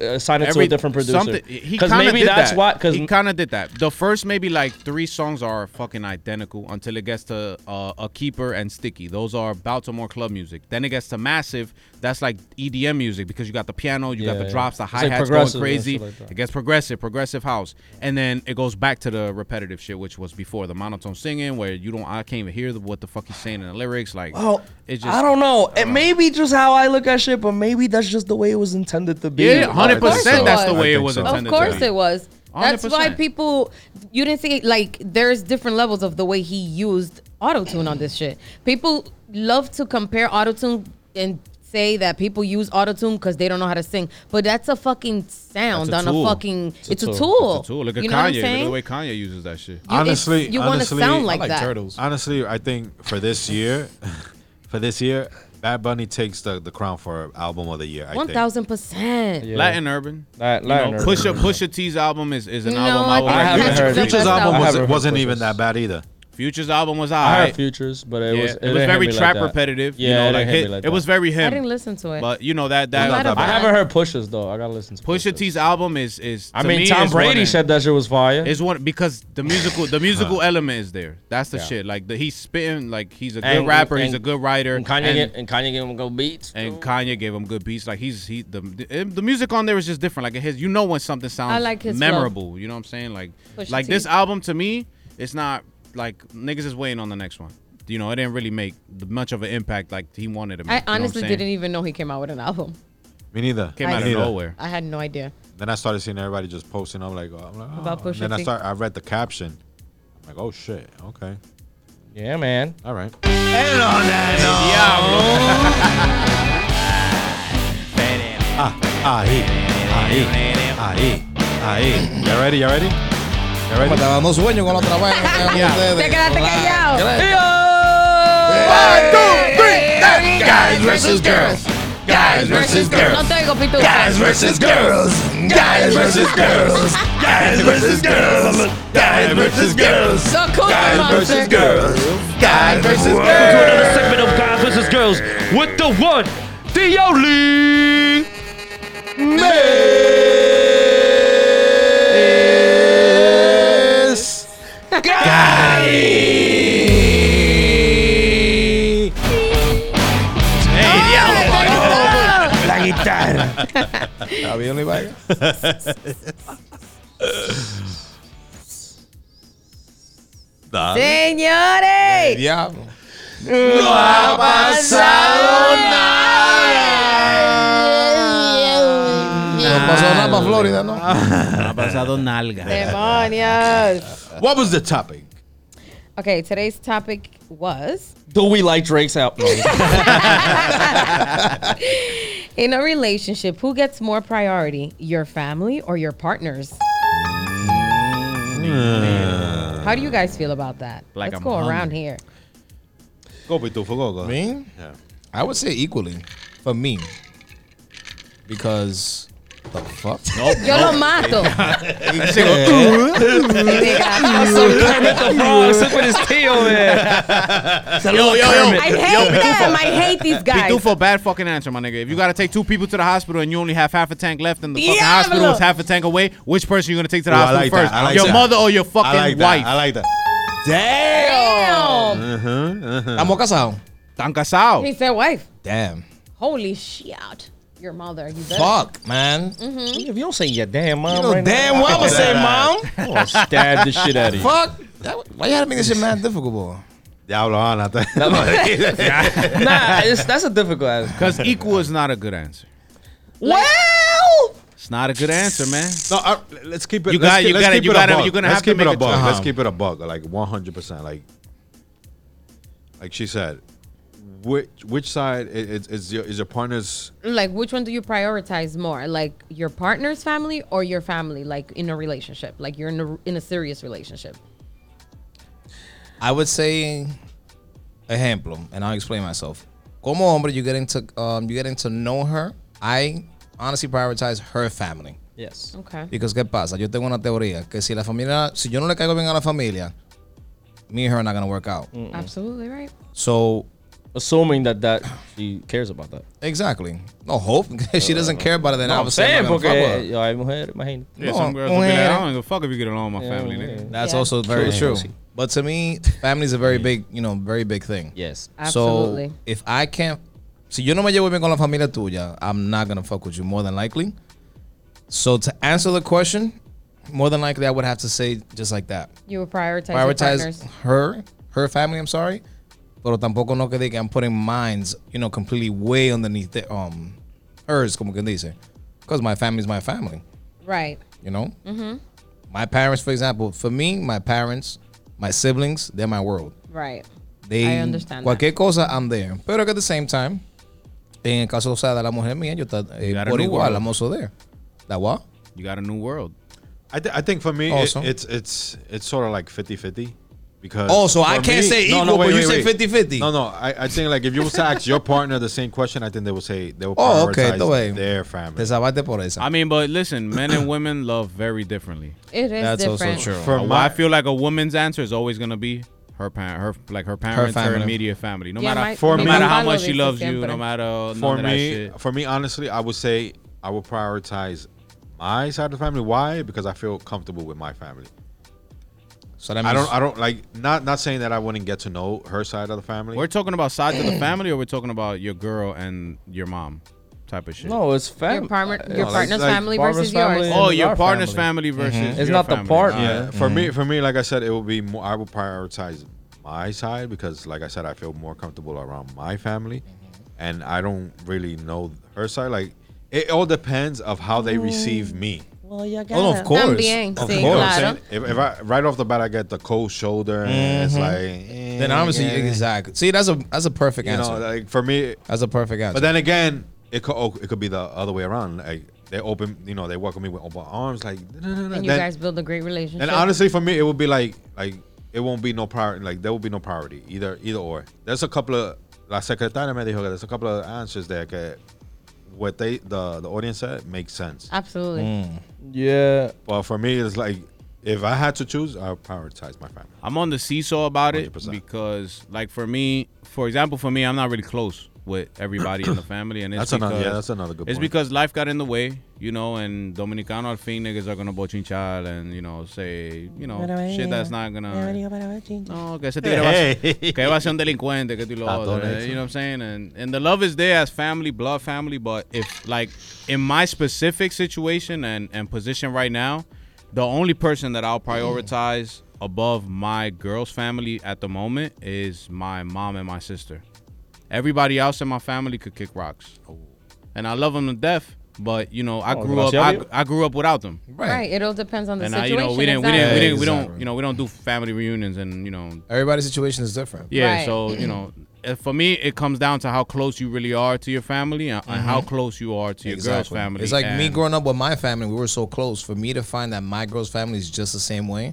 S6: Uh, sign it to a different producer.
S1: something- He
S6: Because
S1: kinda
S6: maybe
S1: did
S6: that's
S1: that.
S6: why. Because
S1: he kind of did that. The first maybe like three songs are fucking identical until it gets to uh, a keeper and sticky. Those are Baltimore club music. Then it gets to massive. That's like EDM music because you got the piano, you
S6: Yeah,
S1: got the
S6: yeah.
S1: drops, the
S6: It's
S1: hi
S6: like
S1: hats going
S6: progressive and
S1: crazy.
S6: shit like that.
S1: it gets progressive, progressive house, and then it goes back to the repetitive shit, which was before the monotone singing, where you don't I can't even hear the, what the fuck he's saying in the lyrics. Like,
S6: Oh,
S1: it's
S6: I don't know. It may be just how I look at shit, but maybe that's just the way it was intended to be.
S1: Yeah,
S6: Like,
S1: hundred percent.
S4: Of course
S1: That's
S4: it
S1: the
S4: was.
S1: way
S2: I
S1: it
S2: think
S1: was
S2: so.
S1: intended.
S4: Of
S1: to
S4: course
S1: be.
S4: it was. That's why
S1: 100%.
S4: people you didn't see like there's different levels of the way he used auto tune on this shit. People love to compare auto tune and say that people use auto tune because they don't know how to sing, but that's a fucking sound
S1: That's a
S4: on
S1: tool.
S4: a fucking. It's, a tool.
S1: It's a tool. Look at
S4: Oh, you
S1: Kanye.
S4: know What I'm
S1: Look at
S4: saying?
S1: the way Kanye uses that shit.
S4: You- it's-
S2: Honestly-
S4: you want to
S2: honestly,
S4: sound
S2: I
S5: I
S4: like,
S5: like
S4: that.
S5: turtles.
S2: honestly, I think for this year, for this year, Bad Bunny takes the, the crown for album of the year. I
S4: One
S2: think.
S4: thousand percent.
S6: Yeah.
S1: Latin Urban.
S6: That-
S1: You
S6: Latin
S1: know,
S6: Urban.
S1: Pusha Pusha T's album is, is an
S4: No,
S1: album
S4: I
S1: I, would
S4: think
S6: I haven't
S1: recommend.
S6: heard it.
S2: Future's
S4: That's
S2: album
S4: not-
S6: I
S2: was,
S6: haven't heard
S2: wasn't
S6: Pusha's.
S2: even that bad either.
S1: Future's album was
S6: I heard
S1: alright.
S6: futures, but it
S1: Yeah,
S6: was
S1: it, was
S6: didn't
S1: very
S6: hit me
S1: trap
S6: like that.
S1: repetitive.
S6: Yeah,
S1: you know,
S6: it
S1: like
S6: didn't hit
S1: hit-
S6: me like
S1: it was
S6: that.
S1: very him.
S4: I didn't listen to it.
S1: But you know that that
S2: Not
S4: Matter
S2: that
S4: of
S2: bad.
S6: I
S4: fact,
S6: haven't heard pushes though. I gotta listen to
S1: Pusha T's album is is.
S6: I
S1: to
S6: mean,
S1: me,
S6: Tom
S1: is
S6: Brady
S1: one-
S6: said that shit was fire.
S1: Is one because the musical the musical element is there. That's the shit. Like the, he's spitting like he's a good
S6: And-
S1: rapper. he's
S6: and-
S1: a good writer.
S6: and Kanye
S1: and-
S6: get- and Kanye gave him go beats.
S1: and
S6: too.
S1: Kanye gave him good beats. Like he's he the the the music on there is just different. Like his, you know when something sounds
S4: I like his flow.
S1: memorable. You know what I'm saying? Like
S4: Pusha
S1: like
S4: T.
S1: this album to me, it's not like niggas is waiting on the next one. You know, it didn't really make the- much of an impact like he wanted to make.
S4: I
S1: you know what I'm
S4: honestly
S1: saying?
S4: didn't even know he came out with an album.
S2: Me neither.
S1: Came
S4: I- Uh,
S1: out of
S4: Neither.
S1: nowhere.
S4: I had no idea.
S2: Then I started seeing everybody just posting. I'm like, oh, I'm like, oh.
S4: About Pusha
S2: Then I
S4: T.
S2: start. I read the caption. I'm like, oh shit. Okay.
S6: yeah, man.
S2: All right. Ah, ah, he, ah, he, ah, he, ah, he. Y'all ready? Y'all ready? Y'all ready?
S6: Uh,
S5: Dando sueño con los trabajos que hagan
S1: Yeah.
S5: ustedes.
S4: Te quedaste callado.
S5: Guys versus girls. Guys versus
S4: No
S5: girls.
S4: te oigo, Pitu.
S5: Guys versus girls. Guys versus girls. Guys versus girls. Guys versus girls.
S4: The Cooper Monster.
S5: girls. Guys versus girls.
S6: segment of guys versus girls with the one, the only.
S5: Are we only by?
S4: Señores.
S5: Diablo.
S4: pasado nada.
S5: pasó nada para Florida, ¿no?
S8: No ha pasado nalga.
S4: Demonios.
S2: What was the topic?
S4: Okay, today's topic was
S6: Do we like Drake's album?
S4: in a relationship, who gets more priority, your family or your partners?
S5: Mm.
S4: How do you guys feel about that?
S1: Like
S4: Let's
S1: I'm
S4: go around
S1: hungry.
S4: here.
S2: Go, Pitufo, go, go.
S5: Me?
S2: Yeah.
S5: I would say equally for me. Because the fuck?
S4: Yo lo mato.
S1: Yo, yo, yo.
S4: I hate them. I hate these guys.
S1: Pitufo, bad fucking answer, my nigga. If you gotta take two people to the hospital and you only have half a tank left and the fucking
S4: Diablo.
S1: hospital is half a tank away, which person you gonna take to the
S2: Ooh, I
S1: hospital
S2: like that.
S1: first?
S2: I like
S1: your
S2: that.
S1: mother or your fucking
S2: I like
S1: wife?
S2: that. I like that.
S4: Damn.
S5: Estamos casados.
S1: Tan casado.
S4: He said wife.
S5: Damn.
S4: Holy shit. Your mother. You better.
S5: Fuck, man.
S6: if you don't say your damn mom,
S5: You know
S6: right
S5: damn well I'm gonna say, mom.
S6: now, I'm gonna stab the shit out of you.
S5: Fuck. That- why you gotta make this shit mad difficult, boy?
S2: Diablo Ana.
S6: Nah, Ah, it's, that's a difficult answer.
S1: Because equal is not a good answer.
S6: Well,
S1: It's not a good answer, man.
S2: No, I, let's keep it.
S1: You
S2: let's
S1: got-
S2: keep,
S1: you
S2: let's
S1: gotta-
S2: keep
S1: you
S2: it
S1: gotta-
S2: a buck.
S1: you're gonna
S2: let's
S1: have to
S2: keep it
S1: make a
S2: a buck.
S1: choice.
S2: Let's keep it a buck. Like 100. percent Like, like she said, which which side is, is, is your is your partner's?
S4: Like, which one do you prioritize more? Like your partner's family or your family? Like in a relationship? Like you're in a in a serious relationship?
S5: I would say ejemplo, and I'll explain myself. Como hombre, you getting to um, you getting to know her. I honestly prioritize her family.
S6: yes.
S4: Okay.
S5: Because qué pasa? Yo tengo una teoría que si la familia, si yo no le caigo bien a la familia, me and her are not gonna work out.
S1: Mm.
S4: Mm-hmm. Absolutely right.
S5: So
S6: Assuming that that she cares about that.
S5: exactly, no hope. if
S1: Uh,
S5: she doesn't care about it, then
S6: No, I'm
S5: obviously
S6: saying
S5: I'm not gonna fuck with
S6: porque
S5: her.
S6: yo hay mujeres, imagínate.
S1: Yeah,
S5: No,
S1: some girls will be like, "Oh,
S5: mujer.
S1: I don't give a fuck if you get along with my family, nigga.
S5: That's
S4: Yeah.
S5: also very
S6: True.
S5: true. But to me, family is a
S1: Mm.
S5: very big, you know, very big thing.
S6: Yes.
S4: Absolutely.
S5: So if I can't, si yo no me llevo bien con la familia tuya, I'm not gonna fuck with you more than likely. So to answer the question, more than likely I would have to say just like that.
S4: you would prioritize, your
S5: Prioritize
S4: partners.
S5: her, her family. I'm sorry, pero tampoco no que diga I'm putting mines, you know, completely way underneath the, um hers, como que dice, because my family's my family
S4: Right.
S5: you know
S4: Mm-hmm.
S5: my parents for example for me my parents my siblings they're my world
S4: Right.
S5: they
S4: I understand
S5: cualquier cosa i'm there pero que at the same time en el caso o sea, de la mujer mía yo está eh,
S1: You got a
S5: por
S1: new
S5: igual
S1: world.
S5: i'm also there that what
S1: You got a new world.
S2: I, th- I think for me, it-
S5: Awesome.
S2: it's it's it's sort of like 50-50. Because
S5: Oh, so I
S2: for
S5: can't say
S2: no, no,
S5: equal, but
S2: wait,
S5: you
S2: wait,
S5: say
S2: wait.
S5: 50-50.
S2: No, no. I, I think like if you was to ask your partner the same question, I think they will say they will
S5: Oh, okay,
S2: prioritize
S5: the way.
S2: their family.
S5: te salvaste por esa
S1: I mean, but listen, men and women love very differently.
S4: It is
S5: that's
S4: different.
S5: also true
S2: For
S1: Uh,
S2: my-
S1: I feel like a woman's answer is always gonna be her parent, her like her parents, her,
S5: family.
S1: immediate family. No
S4: Yeah,
S1: matter
S4: my-
S2: For
S1: no
S2: me-
S1: matter how
S4: Milo
S1: much she
S4: dice
S1: loves you,
S4: siempre.
S1: no matter none
S2: for
S1: of that
S2: me,
S1: shit.
S2: for me, honestly, I would say I would prioritize my side of the family. Why? Because I feel comfortable with my family.
S5: so that
S2: I
S5: means
S2: don't. I don't like not not saying that I wouldn't get to know her side of the family.
S1: We're talking about sides of the family, or we're talking about your girl and your mom, type of shit.
S6: No, it's Ah, family.
S4: Your, partner,
S2: No,
S4: your
S2: like-
S4: partner's
S2: like
S4: family
S6: partner's
S4: versus
S6: family.
S4: yours.
S1: Oh,
S6: It's
S1: your
S6: our
S1: partner's
S6: family.
S1: family, versus.
S6: It's
S1: your
S6: not the
S1: family.
S6: partner.
S1: Alright.
S2: Yeah. Uh, For me, for me, like I said, it would be more. I would prioritize my side because, like I said, I feel more comfortable around my family, and I don't really know her side. Like it all depends of how they receive me.
S5: oh, of course
S4: También,
S5: of
S4: sí,
S2: You know what
S5: course
S4: claro.
S2: I'm saying? If, if I right off the bat, I get the cold shoulder, and it's like eh,
S5: then obviously
S2: yeah.
S5: exactly see that's a that's a perfect
S2: you
S5: answer
S2: know, like for me,
S5: that's a perfect answer
S2: But then again, it could oh, it could be the other way around. Like they open, you know, they welcome me with open arms. Like
S4: And
S2: and
S4: you guys build a great relationship.
S2: And honestly, for me, it would be like like it won't be no priority. Like there will be no priority either either or. There's a couple of la secretaria me dijo que there's a couple of answers there. Que what they the the audience said makes sense.
S4: Ah. Absolutely.
S6: Yeah.
S2: But for me, it's like if I had to choose, I would prioritize my family.
S1: I'm on the seesaw about it
S2: 100%.
S1: because, like, for me, for example, for me, I'm not really close with everybody in the family, and it's
S2: That's
S1: because,
S2: another- yeah, that's another good
S1: It's
S2: point.
S1: because life got in the way, you know, and Dominicano al fin niggas are gonna bochinchar and you know say you know shit that's not gonna. No, que ese tigre va a ser- que va a ser un delincuente, que tú lo
S2: Tato,
S1: otro,
S2: nexo.
S1: You know what I'm saying? And and the love is there as family, blood family, but if like in my specific situation and and position right now, the only person that I'll prioritize above my girl's family at the moment is my mom and my sister. Everybody else in my family could kick rocks. And I love them to death, But you know, I
S6: Oh,
S1: grew up. I,
S6: Graciela?
S1: I grew up without them,
S4: Right. It all depends on the
S1: and I, you
S4: situation.
S1: know, we didn't, we didn't, we
S4: exactly.
S1: didn't, we
S5: Exactly.
S1: don't, you know, we don't do family reunions, and you know,
S5: Everybody's situation is different.
S1: yeah.
S4: Right.
S1: So you know, eh, for me, it comes down to how close you really are to your family and, and how close you are to your girl's
S5: Mm-hmm. Exactly.
S1: family.
S5: It's like me
S1: and-
S5: growing up with my family. We were so close. For me to find that my girl's family is just the same way.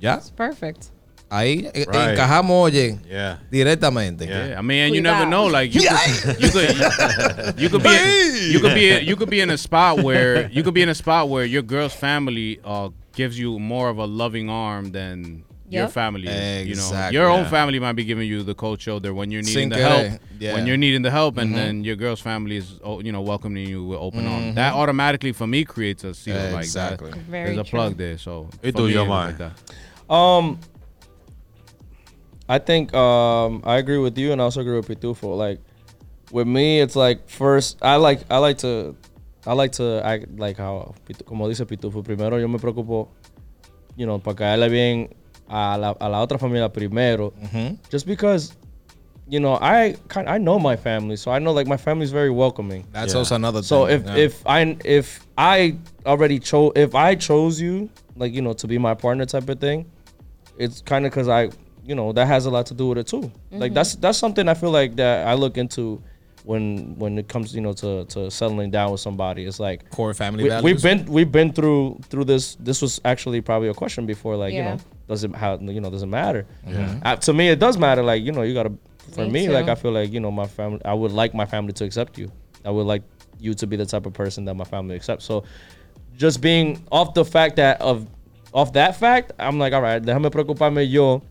S5: Ya,
S4: It's perfect.
S5: ahí eh,
S2: Right.
S5: encajamos, oye,
S2: Yeah.
S5: directamente.
S2: Yeah.
S1: Yeah, I mean, and you never
S4: Cuidado.
S1: know. Like you could, you could, you could be, you could be, you could be in a spot where you could be in a spot where your girl's family uh, gives you more of a loving arm than your
S4: Yep.
S1: family. Is,
S5: Exactly.
S1: You know, your own
S2: Yeah.
S1: family might be giving you the cold shoulder when you're needing
S5: Sin
S1: the
S5: querer.
S1: help.
S5: Yeah.
S1: When you're needing the help, and then your girl's family is, oh, you know, welcoming you with open arms. That automatically for me creates a seal like that.
S5: Exactly.
S4: Very
S1: There's a
S4: true.
S1: plug there, so
S2: It
S1: for
S2: do
S1: me,
S2: your
S1: was
S2: mind.
S1: that.
S6: Um, I think um I agree with you, and I also agree with Pitufo. Like, with me, it's like first I like I like to I like to I like how Pitu- como dice Pitufo. Primero yo me preocupo, you know, para caerle bien a la, a la otra familia primero, just because. You know, I kind I know my family, so I know like my family's very welcoming.
S5: That's
S2: Yeah.
S5: also another thing.
S6: So if
S5: yeah.
S6: if I if I already chose if I chose you like you know to be my partner type of thing, it's kind of because I you know that has a lot to do with it too. Like that's that's something I feel like that I look into when when it comes you know to to settling down with somebody. It's like
S5: core family
S6: we,
S5: values.
S6: we've been we've been through through this. This was actually probably a question before. Like
S4: Yeah.
S6: you know, does it how you know does it matter? Uh, to me, it does matter. Like you know, you gotta. For
S4: Me
S6: me, like
S4: too.
S6: I feel like you know my family. I would like my family to accept you. I would like you to be the type of person that my family accepts. So, just being off the fact that of off that fact, I'm like, all right, déjame preocuparme yo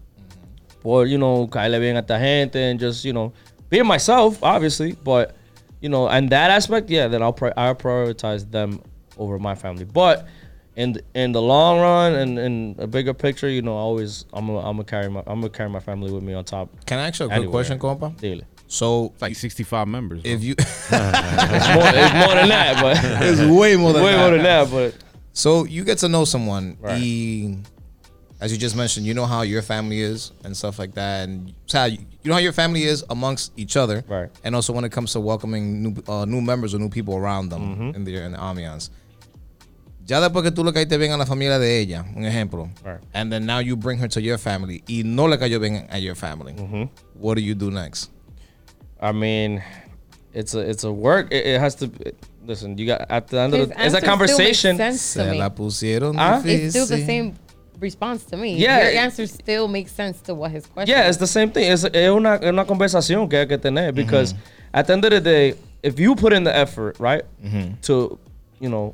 S6: por you know caerle bien a esta gente and just you know being myself, obviously, but you know, and that aspect, yeah, then I'll pri- I'll prioritize them over my family. But in in the long run and in a bigger picture, you know, I always I'm gonna I'm gonna carry my I'm gonna carry my family with me on top.
S5: Can I ask you a quick
S6: Anywhere.
S5: question, compa?
S6: Daily.
S5: So
S1: It's like 65 members. bro.
S5: if you,
S6: It's more, it's more than that, but
S5: it's way more than
S6: way
S5: that.
S6: more than that. But
S5: So you get to know someone.
S6: Right.
S5: E- as you just mentioned, you know how your family is and stuff like that, and it's how you, you know how your family is amongst each other,
S6: Right.
S5: And also when it comes to welcoming new uh, new members or new people around them
S6: Mm-hmm.
S5: in the in the ambiance. Ya después que tú le caíste bien a la familia de ella, un ejemplo,
S6: Right.
S5: and then now you bring her to your family y no le cayó bien a your family.
S6: Mm-hmm.
S5: What do you do next?
S6: I mean, it's a it's a work. It, it has to. It, listen, you got at the end
S4: His
S6: of the it's a
S4: answer still makes
S6: conversation.
S4: sense to
S5: Se
S4: me.
S5: la pusieron
S6: Ah.
S4: It's still the
S5: difícil.
S4: same response to me.
S6: Yeah.
S4: Your answer still makes sense to what his question.
S6: Yeah, it's the same thing. It's, es una, es una conversación que hay que tener
S4: Mm-hmm.
S6: because at the end of the day, if you put in the effort, right,
S4: Mm-hmm.
S6: to, you know,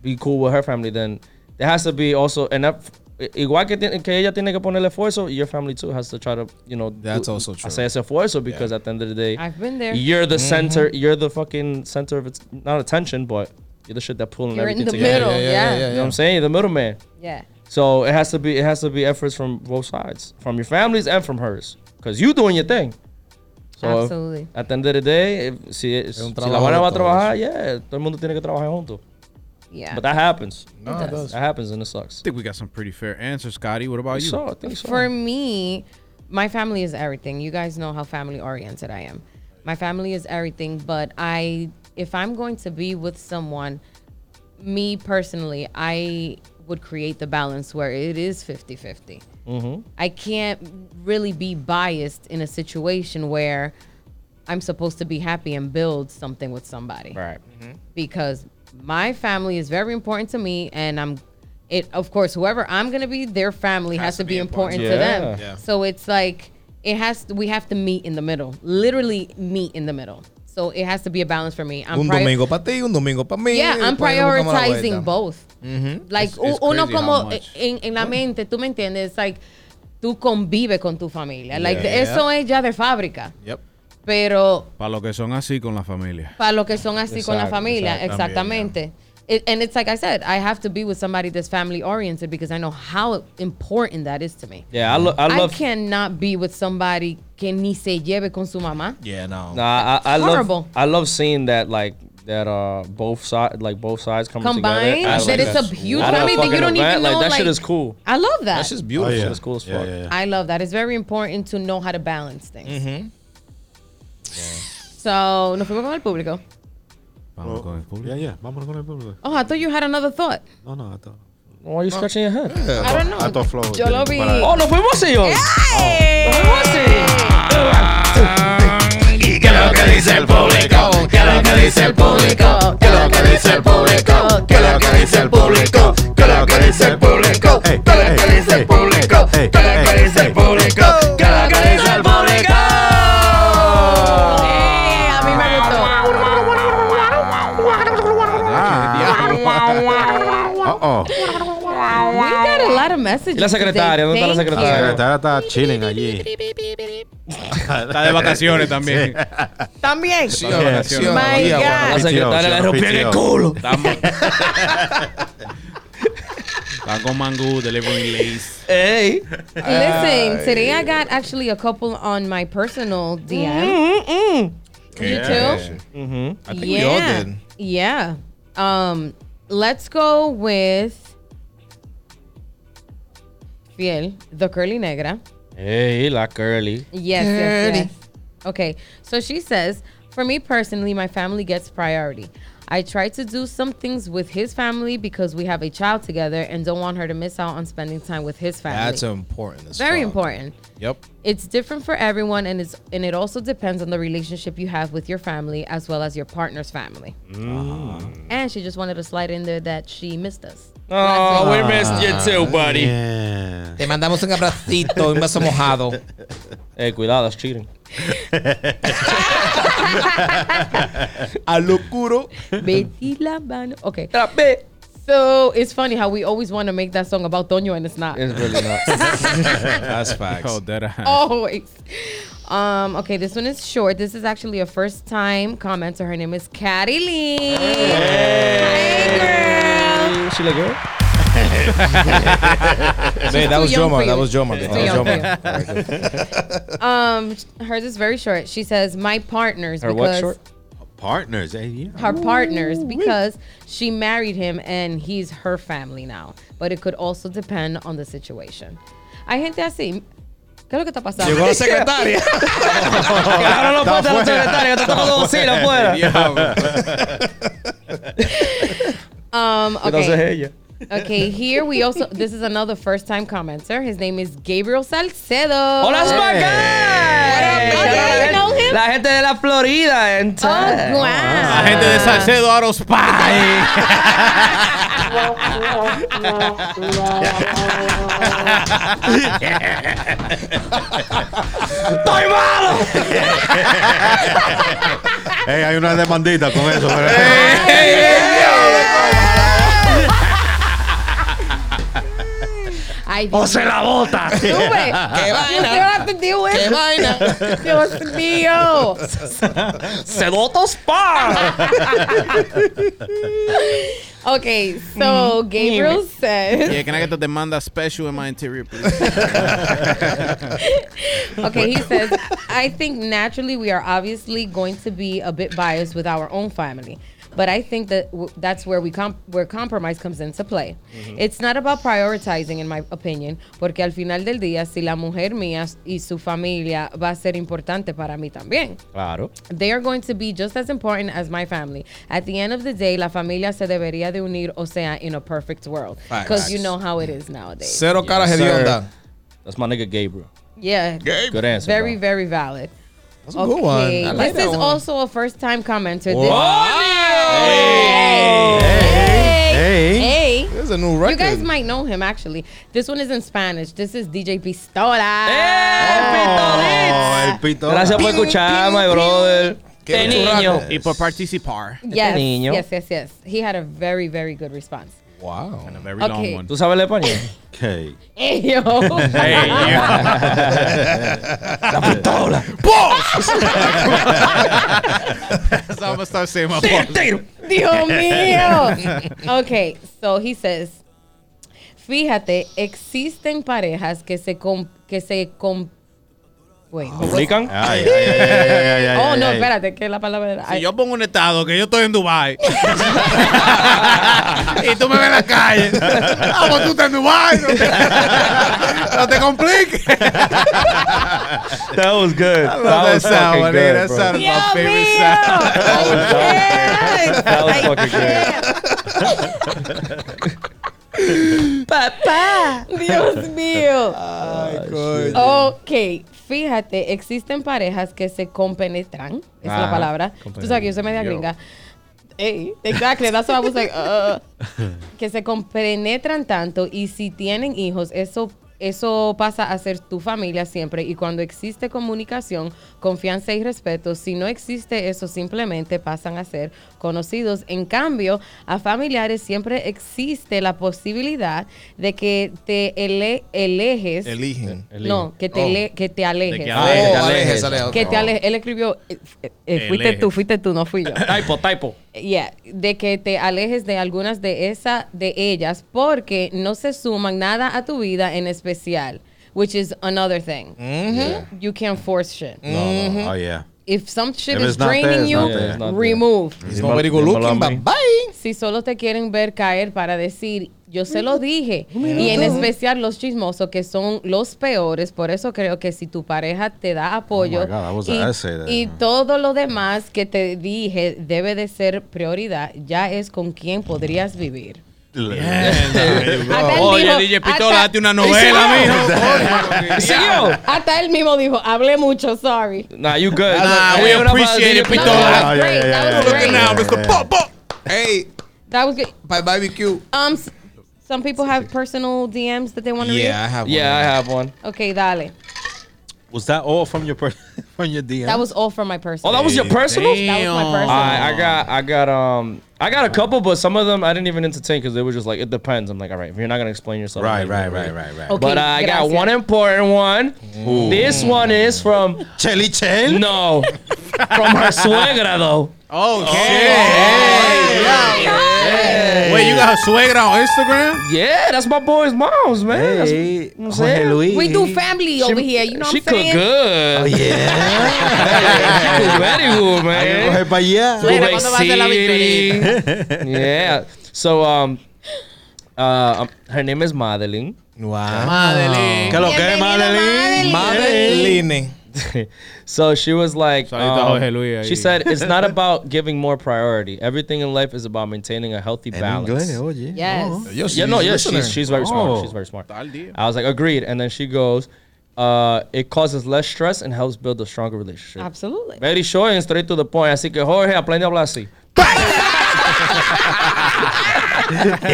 S6: be cool with her family, then there has to be also an effort. Igual que, tiene- que ella tiene que poner el esfuerzo, your family too has to try to, you know,
S5: That's also true.
S6: Hacer ese esfuerzo because at the end of the day,
S4: I've been there.
S6: You're the
S4: Mm-hmm.
S6: center. You're the fucking center of it's not attention, but you're the shit that pulling
S4: You're in
S6: everything
S4: the
S6: together.
S4: middle. Yeah.
S6: You know what I'm saying? You're The middleman.
S4: Yeah.
S6: So it has to be it has to be efforts from both sides, from your families and from hers, because you doing your thing. So
S4: Absolutely.
S6: at the end of the day, if, si, es-
S5: un
S6: si la
S5: trabajo
S6: buena
S5: de
S6: va a
S5: todos.
S6: trabajar, yeah, todo el mundo tiene que trabajar junto.
S4: Yeah.
S6: But that happens.
S5: No, it does.
S6: That happens and it sucks.
S1: I think we got some pretty fair answers, Scotty. What about you?
S6: So, I think so.
S4: For me, my family is everything. You guys know how family oriented I am. My family is everything, but I if I'm going to be with someone, me personally, I would create the balance where it is 50 50. I can't really be biased in a situation where I'm supposed to be happy and build something with somebody
S6: right.
S4: Mm-hmm. because my family is very important to me and I'm it of course whoever I'm going to be their family has, to be important, to them.
S6: Yeah.
S5: Yeah.
S4: So it's like it has to, we have to meet in the middle. Literally meet in the middle. So it has to be a balance for me. I'm
S5: un
S4: prior-
S5: domingo para ti, un domingo para mí.
S4: yeah, I'm
S5: después le buscamos la
S4: prioritizing
S5: vuelta.
S4: both. Like
S1: It's-
S4: u-
S1: it's
S4: uno
S1: crazy how
S4: como
S1: much.
S4: en, en la mente, tú me entiendes, It's like tú convives con tu familia. Like
S5: Yeah.
S4: eso es ya de fábrica.
S5: Yep.
S4: Pero
S1: Para los que son así con la familia.
S4: para los que son así con la
S6: Exacto,
S4: familia.
S5: exactamente,
S4: Exactamente. It, and it's like I said, I have to be with somebody that's family oriented because I know how important that is to me.
S6: Yeah, I, lo- I
S4: I,
S6: love.
S4: cannot be with somebody que ni se lleve con su mamá.
S5: Yeah, no.
S6: Nah, I, I love.
S4: Horrible.
S6: I love seeing that like that. Uh, both side like both sides coming
S4: Combined,
S6: together. at,
S4: that
S6: like,
S4: it's
S5: that's-
S4: a huge
S6: at a
S4: family that you
S6: fucking
S4: don't
S6: event.
S4: even know.
S6: Like
S4: Like,
S6: that shit is cool.
S4: I love that.
S5: That's just
S2: Oh,
S5: beautiful.
S2: yeah.
S6: It's cool as
S2: yeah,
S6: fuck.
S2: yeah, yeah.
S4: I love that. It's very important to know how to
S5: Mm-hmm.
S4: balance things. So, nos fuimos con el público.
S1: Vamos con el público.
S2: Oh, Yeah, yeah. Vámonos con el público.
S4: Oh, I thought you had another thought.
S2: No, no, I thought.
S6: Why are you scratching your head?
S4: I don't know.
S2: I thought Flo.
S4: Yo lo vi.
S2: Para-
S6: Oh, nos fuimos ellos. Nos fuimos
S5: ¿Qué es lo que dice el público? ¿Qué es lo que dice el público? ¿Qué es lo que dice el público? ¿Qué es lo que dice el público? ¿Qué es lo que dice el público?
S2: Ey,
S5: ¿Qué es lo que
S2: ey,
S5: dice el
S2: ey.
S5: público? ¿Qué
S2: Ey,
S5: es lo que
S2: ey,
S5: dice el
S2: ey.
S5: público? ¿Qué es lo que dice el público?
S4: Eh, a mí me gustó.
S2: Uh-oh.
S4: We got a lot of messages.
S6: ¿Y la secretaria?
S4: today.
S6: ¿Dónde está la
S4: Thank you.
S2: La
S6: secretaria?
S2: secretaria está chilling allí.
S1: Está de vacaciones también.
S4: También.
S1: Está de vacaciones.
S4: My God.
S6: La secretaria le rompió el culo.
S1: Está con mangú, delivering lace.
S6: Ey.
S4: Listen, today I got actually a couple on my personal DM.
S5: Mm-hmm,
S4: You too?
S5: I think we all
S4: yeah.
S5: did.
S4: Yeah. Um, let's go with Fiel, the curly negra.
S6: Ey, la curly.
S4: Yes, yes, yes. Okay, so she says, for me personally, my family gets priority. I try to do some things with his family because we have a child together and don't want her to miss out on spending time with his family.
S5: That's important. as
S4: very
S5: fuck.
S4: important.
S5: Yep.
S4: It's different for everyone, and it's and it also depends on the relationship you have with your family as well as your partner's family.
S5: Mm.
S4: And she just wanted to slide in there that she missed us.
S6: Oh, we missed you too, buddy.
S2: Yeah.
S5: Te mandamos un abracito, un beso mojado.
S6: Ey, cuidado, that's cheating.
S5: A locuro.
S4: Betty la mano. Okay,
S6: Trape.
S4: so it's funny how we always want to make that song about Toño and it's not.
S6: It's really not.
S5: That's facts.
S1: Oh, dead eye.
S4: always. Um, okay, this one is short. This is actually a first time commenter. Her name is Carrie Lee. Hi, girl.
S6: She look good?
S5: Hey, that
S4: too
S5: was
S4: young for
S5: Joma.
S4: you.
S5: That was Joma. That
S4: Too young for you.
S5: was Joma.
S4: Um, hers is very short. She says, "My partners."
S6: Her
S4: because
S6: what short?
S2: Partners. eh, yeah.
S4: Her partners because she married him and he's her family now. But it could also depend on the situation. Hay gente así. ¿Qué es lo que está pasando?
S5: Llegó la secretaria.
S6: Claro, Ah, no puede
S2: fuera.
S6: ser secretaria, está tomando bocina afuera.
S4: Um,
S6: Entonces
S4: okay.
S6: ella.
S4: okay, here we also. This is another first time commenter. His name is Gabriel Salcedo.
S6: ¡Hola, Smart Guy!
S4: What up, brother? You know him?
S6: La gente de la Florida. en
S4: Oh,
S6: Texas.
S2: Ah,
S1: La gente de
S4: wow.
S1: Salcedo Auto Spy.
S6: ¡Estoy malo!
S2: Hey, hay una demandita con eso. pero-
S4: Ay, Dios
S6: ¡Se la bota!
S4: mío, güey. You still have to deal with it. Dios mío.
S6: ¡Cedoto Spa!
S4: Okay, so Gabriel says,
S1: Yeah, can I get the demanda special in my interior, please?
S4: okay, he says, I think naturally we are obviously going to be a bit biased with our own family. But I think that w- that's where we com- where compromise comes into play. It's not about prioritizing, in my opinion, porque al final del día, si la mujer mía y su familia va a ser importante para mí también.
S6: Claro.
S4: They are going to be just as important as my family. At the end of the day, la familia se debería de unir, o sea, in a perfect world. Because you know how it is nowadays.
S5: Cero cara hedionda.
S6: That's my nigga Gabriel.
S4: yeah.
S6: Good answer.
S4: Very,
S6: bro.
S4: very valid.
S5: That's a good one. I like
S4: this is
S5: that one.
S4: also a first time commenter.
S6: Hey.
S4: Hey.
S2: Hey.
S4: Hey.
S5: There's a new record.
S4: You guys might know him actually. This one is in Spanish. This is DJ Pistola.
S2: Oh, el pito.
S6: Gracias por escuchar, my brother.
S5: Qué
S6: Qué niño.
S5: churrasco.
S1: Y por participar.
S4: Yes,
S6: niño.
S4: yes, yes, yes. He had a very, very good response.
S5: Wow.
S1: A very
S4: Okay.
S1: long one.
S6: ¿Tú sabes el español?
S2: Okay.
S4: Hey, yo.
S1: Hey, yeah. so I'm gonna start saying my boss.
S4: Dios mío. Okay, so he says, fíjate, existen parejas que se com- que se com- Wait.
S5: Ah.
S6: ¿Comunican?
S2: Ay, ay, ay, ay, ay, ay, ay,
S4: oh,
S2: ay,
S4: no,
S2: ay.
S4: espérate, que la palabra era.
S1: Si yo pongo un estado que yo estoy en Dubai y tú me ves en la calle, ah, pues tú estás en Dubai, no te, no te compliques.
S6: That was good. That
S1: that
S6: was
S1: sound,
S6: fucking
S1: man.
S6: good,
S1: That
S6: bro.
S1: sound-
S4: Dios
S1: My favorite
S4: mío.
S1: sound.
S6: That was fucking good.
S4: Papá. Dios mío. Ok, fíjate, existen parejas que se compenetran, es la
S6: Ah,
S4: palabra. Tú sabes que yo soy media
S6: yo.
S4: gringa. Ey, exactly, that's what I was like. uh. que se compenetran tanto y si tienen hijos, eso eso pasa a ser tu familia siempre y cuando existe comunicación, confianza y respeto, si no existe eso simplemente pasan a ser conocidos. En cambio, a familiares siempre existe la posibilidad de que te ele- eleges
S5: Eligen.
S4: no, que te,
S5: Oh.
S4: ale- que te alejes.
S1: que
S5: Oh,
S1: Alejes,
S5: alejes, alejes.
S4: que te
S5: Oh.
S4: alejes. Él escribió, eh, eh, eh, fuiste
S1: Elejes.
S4: tú, fuiste tú, no fui yo.
S6: Typo, typo.
S4: Yeah, de que te alejes de algunas de esa de ellas porque no se suman nada a tu vida en especial, which is another thing. You can't force shit.
S2: No, no, Oh, yeah.
S4: If some shit
S2: If
S4: is
S2: it's not there,
S4: draining
S2: it's
S4: you,
S2: not
S6: there. Yeah, it's not there.
S4: remove.
S5: He's
S6: Dimo-
S5: not very good
S6: dimo
S5: looking,
S6: lambe.
S5: but bye.
S4: Si solo te quieren ver caer para decir, yo se lo dije. Y en especial los chismosos, que son los peores. Por eso creo que si tu pareja te da apoyo
S2: Oh my God, I was-
S4: y,
S2: I say that.
S4: y todo lo demás que te dije debe de ser prioridad, ya es con quien podrías vivir. Hasta él dijo-
S1: Oye, DJ Pitola,
S4: hasta-
S1: hazte una novela, mijo.
S6: See yo.
S4: Hasta él mismo dijo, hablé mucho, sorry.
S6: Nah, you good.
S1: Nah, we
S6: Hey, what about
S1: appreciate it,
S6: DJ
S1: Pitola.
S4: No, that
S2: Oh,
S4: was
S2: yeah,
S4: great.
S2: yeah,
S4: That
S2: yeah,
S4: was
S2: yeah,
S1: Look at now, Mr.
S4: great.
S1: Pop Pop.
S5: Hey,
S4: That was good.
S5: bye bye BQ.
S4: Um, s- some people have personal DMs that they want to read.
S5: Yeah, I have one.
S6: Yeah, I have one.
S4: Okay, dale.
S2: Was that all from your per- from your DM?
S4: That was all from my person.
S6: Oh, that was your personal?
S4: That was my personal.
S6: I, I got, I got, um, I got a couple, but some of them I didn't even entertain because they were just like, it depends. I'm like, all right, if you're not gonna explain yourself,
S2: right,
S6: I'm
S2: right,
S6: not
S2: right,
S6: gonna read
S2: right, right.
S1: Oh.
S6: it.
S4: Okay.
S6: But uh, I got
S4: gracias.
S6: one important one. This one is from
S2: Chelly Chel.
S6: no, from her suegra though.
S1: Oh, shit. Wait, you got her suegra on Instagram?
S6: Yeah, that's my boy's mom's man. That's- you know what I'm saying?
S4: We do family over here, you know
S6: she
S4: what I'm
S6: cook
S4: saying?
S6: good. Oh yeah, she cook very good, man.
S2: Coge pa' allá.
S6: Kuwait
S8: ¿cuándo va a ser la
S6: City. yeah. So um, uh, um, her name is Madeline.
S5: Wow.
S1: Madeline.
S2: Que lo que, Madeline.
S5: Madeline.
S6: So she was like, um,
S1: Saludito a Jorge Luis ahí.
S6: she said, it's not about giving more priority. Everything in life is about maintaining a healthy
S2: En
S6: balance.
S2: inglés, oye.
S4: Yes.
S5: Yo,
S6: Yeah, no, yeah, she's, she's very smart.
S2: Oh.
S6: She's very smart.
S1: Tal día.
S6: I was like, agreed. And then she goes, uh, it causes less stress and helps build a stronger relationship.
S4: Absolutely.
S6: Very short and straight to the point. Así que Jorge, aprende a hablar así.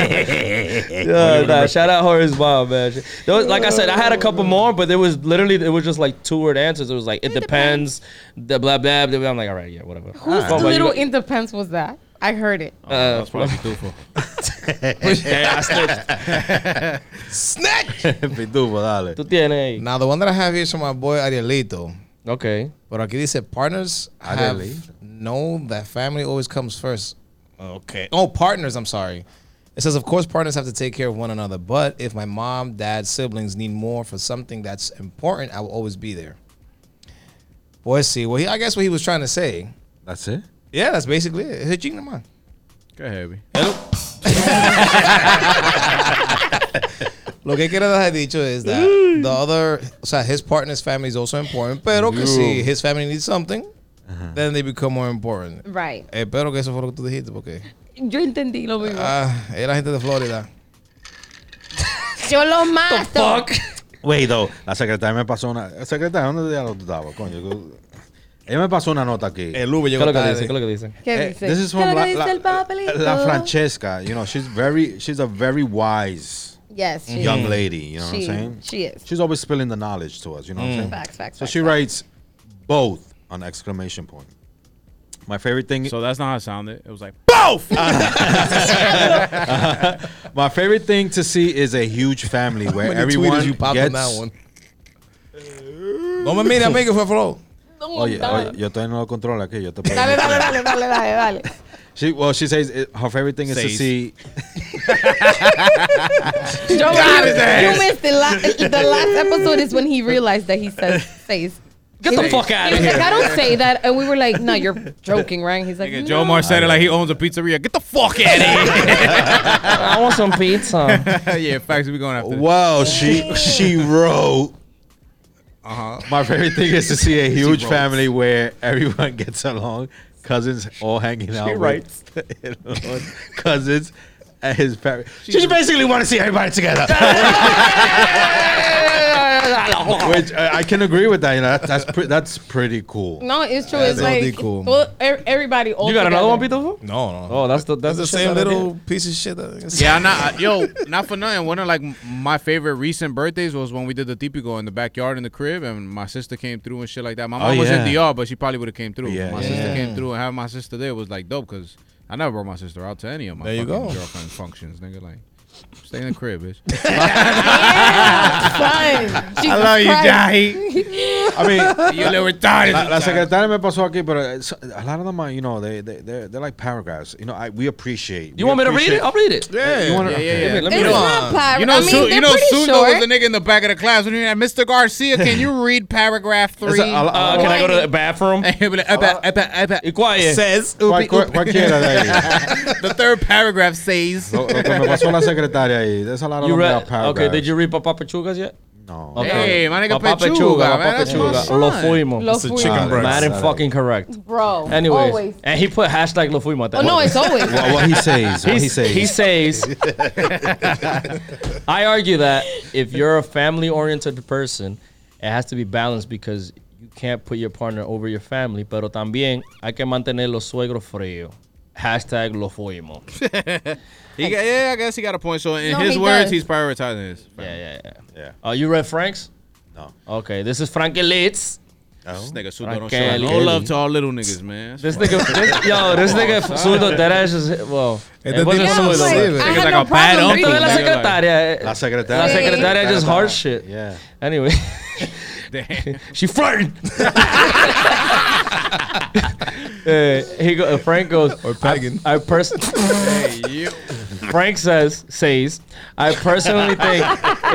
S6: yeah, nah, shout out Jorge's mom, man. She- There was, like I said, I had a couple more, but there was literally it was just like two word answers. It was like it, depends, the blah, blah blah blah. I'm like, all right, yeah, whatever.
S4: Whose
S6: What about Ah. you?
S4: little independence was that? I heard it.
S6: Uh,
S1: That's probably Pitufo.
S6: yeah, I snitched.
S5: Snitch.
S2: Pitufo, dale.
S6: Tú tienes. ahí.
S5: Now the one that I have here is from my boy Arielito.
S6: Okay.
S5: But aquí dice partners have
S2: Arielito.
S5: know that family always comes first. Okay. Oh, partners. I'm sorry. It says, of course, partners have to take care of one another. But if my mom, dad, siblings need more for something that's important, I will always be there. Boy, see, well, he, I guess what he was trying to say.
S2: That's it.
S5: Yeah, that's basically it. Hey, ching naman.
S1: Qué heavy.
S5: Lo que quiero dejar dicho is that the other, o sea, his partner's family is also important, pero que si his family needs something, then they become more important.
S4: Right.
S5: Espero que eso fue lo que tú dijiste, porque
S4: Yo entendí lo mismo.
S5: ah, era gente de Florida.
S4: Yo lo mato.
S2: Wait, though. La secretaria me pasó una. Secretaria, ¿dónde diablos tú estabas, coño? Tú- Ella me pasó una nota aquí.
S5: El Uber
S6: ¿Qué es
S5: llegó
S6: lo que dice? ¿Qué es lo
S5: tarde.
S6: que dice?
S4: ¿Qué
S2: Eh,
S4: dice?
S2: This
S4: ¿Qué
S2: is from
S4: es lo
S2: la,
S4: que
S2: la,
S4: dice el papelito?
S2: la Francesca. You know, she's very, she's a very wise
S4: Yes, she
S2: young
S4: is.
S2: lady. You know
S4: She-
S2: what I'm saying?
S4: she Mm. is.
S2: She's always spilling the knowledge to us. You know what I'm saying?
S4: Facts, facts,
S2: So
S4: facts,
S2: she
S4: facts.
S2: writes both on exclamation point. My favorite thing.
S1: So that's not how it sounded. It was like,
S2: my favorite thing to see is a huge family where
S5: How many tweeters
S2: everyone
S5: you popped
S2: gets.
S5: on that one? No me mires, amigo, fue flow.
S2: Oye, oye, oh, yo todavía no lo controlo aquí. Yo te puedo-
S4: Dale, dale, dale, dale, dale, dale.
S2: She, well, she says it, her favorite thing is to
S1: Says.
S2: see
S4: Yo, you, you missed the, la- the last episode is when he realized that he says, says
S6: Get the fuck out
S4: He
S6: of
S4: was
S6: here.
S4: like, I don't say that. And we were like, no, you're joking, right? He's like,
S1: Nigga,
S4: no.
S1: Joe Mar said it like he owns a pizzeria. Get the fuck out
S6: I want some pizza.
S1: of here. yeah, facts. We going after. This.
S2: Wow, she she wrote.
S5: Uh-huh.
S2: My favorite thing is to see a huge
S1: wrote.
S2: family where everyone gets along, cousins all hanging out. with
S6: writes.
S2: cousins and his parents. She, basically want to see everybody together. Which uh, I can agree with that. You know, that, that's pre- that's pretty cool.
S4: "Mm, No, it's true. it's
S5: that would be
S4: like,
S5: cool.
S4: well, er- everybody all
S6: You got another
S4: together.
S6: one, Pito?
S5: No, no.
S6: Oh, that's the that's
S5: the
S6: the shit
S5: same
S6: that I
S5: little piece of shit. That,
S1: Yeah, I'm not I- yo, not for nothing. One of like m- my favorite recent birthdays was when we did the tipico in the backyard in the crib, and my sister came through and shit like that. My mom was in
S2: Oh, yeah.
S1: DR, but she probably would have came through.
S2: Yeah,
S1: my
S2: yeah.
S1: sister came through, and having my sister there was like dope because I never brought my sister out to any of my
S5: There you
S1: fucking
S5: go.
S1: girlfriend functions, nigga. Like, stay in the crib, bitch.
S4: Fun. Jesus
S2: Oh,
S4: Christ.
S1: Dahi.
S2: I mean,
S1: You little retarded.
S2: La, la secretaria me pasó aquí, pero eh, it's- a lot of them are, you know, they they they're, they're like paragraphs. You know, I we appreciate.
S6: You
S2: we
S6: want me to read
S2: appreciate-
S6: it? I'll read it.
S1: Yeah,
S2: You wanna-
S1: yeah, yeah,
S6: Give
S1: yeah.
S6: me- Let me
S7: It's
S6: read it.
S7: not pirate.
S1: You know,
S7: I mean,
S1: Su-
S7: they're
S1: you know,
S7: pretty
S1: Sundo
S7: short.
S1: was the nigga in the back of the class when he had Mr. Garcia. Can you read paragraph three?
S2: It's a- a lot-
S6: Uh,
S2: a
S6: can
S2: lot-
S6: I go to the bathroom?
S1: And he'll be like, "Epa, epa, epa."
S6: Be quiet.
S5: says
S2: cual- cual- Cualquiera de ahí.
S1: the third paragraph says.
S2: Lo, lo que me pasó la secretaria ahí. There's a lot of
S6: You
S2: them that
S6: read?
S2: are paragraphs.
S6: Okay, did you read Papa Pechugas yet?
S2: No.
S6: Okay.
S1: Hey, my nigga
S6: Papa
S1: Pechuga, man,
S6: Papa
S1: that's my
S6: Pechuga.
S1: son.
S6: Lo fuimos.
S4: Lo
S5: It's a
S4: fui-
S5: chicken
S2: Ah,
S5: breast.
S6: Mad and
S2: Saturday.
S6: fucking correct.
S4: Bro.
S6: Anyways,
S4: Always.
S6: and he put hashtag Lo fuimos at that.
S4: Oh, no,
S6: What-
S4: it's always.
S2: What, what he says? What he
S6: He's-
S2: says?
S6: He says, I argue that if you're a family oriented person, it has to be balanced because you can't put your partner over your family, pero también hay que mantener los suegros frío. Hashtag lo fuimos.
S1: He got, yeah, I guess he got a point. So in
S4: No,
S1: his
S4: he
S1: words,
S4: does.
S1: he's prioritizing his.
S6: Yeah, yeah, yeah.
S2: Yeah.
S6: Uh, you read Frank's?
S2: No.
S6: Okay, this is Frankie Litz.
S1: This nigga Sudo don't show
S6: Raquel,
S1: no
S6: Kelly.
S1: love to all little niggas, man.
S6: This nigga, this, yo, this nigga, sudo, that ass is, well,
S5: It
S6: it
S5: doesn't
S6: wasn't
S5: even
S4: Yeah, I
S6: sudo.
S4: was like, I
S5: Niggas
S4: had
S1: like
S4: no
S1: a bad
S4: problem
S1: uncle.
S4: reading
S6: Esto de la
S4: that.
S6: secretaria. eh,
S2: La secretaria.
S6: La secretaria just hard
S2: Secretaria.
S6: shit.
S2: Yeah.
S6: Anyway,
S1: Damn.
S6: she flirting. Uh, he go, uh, Frank goes or
S5: pagan.
S6: I, I pers-
S1: Hey, you.
S6: Frank says says I personally think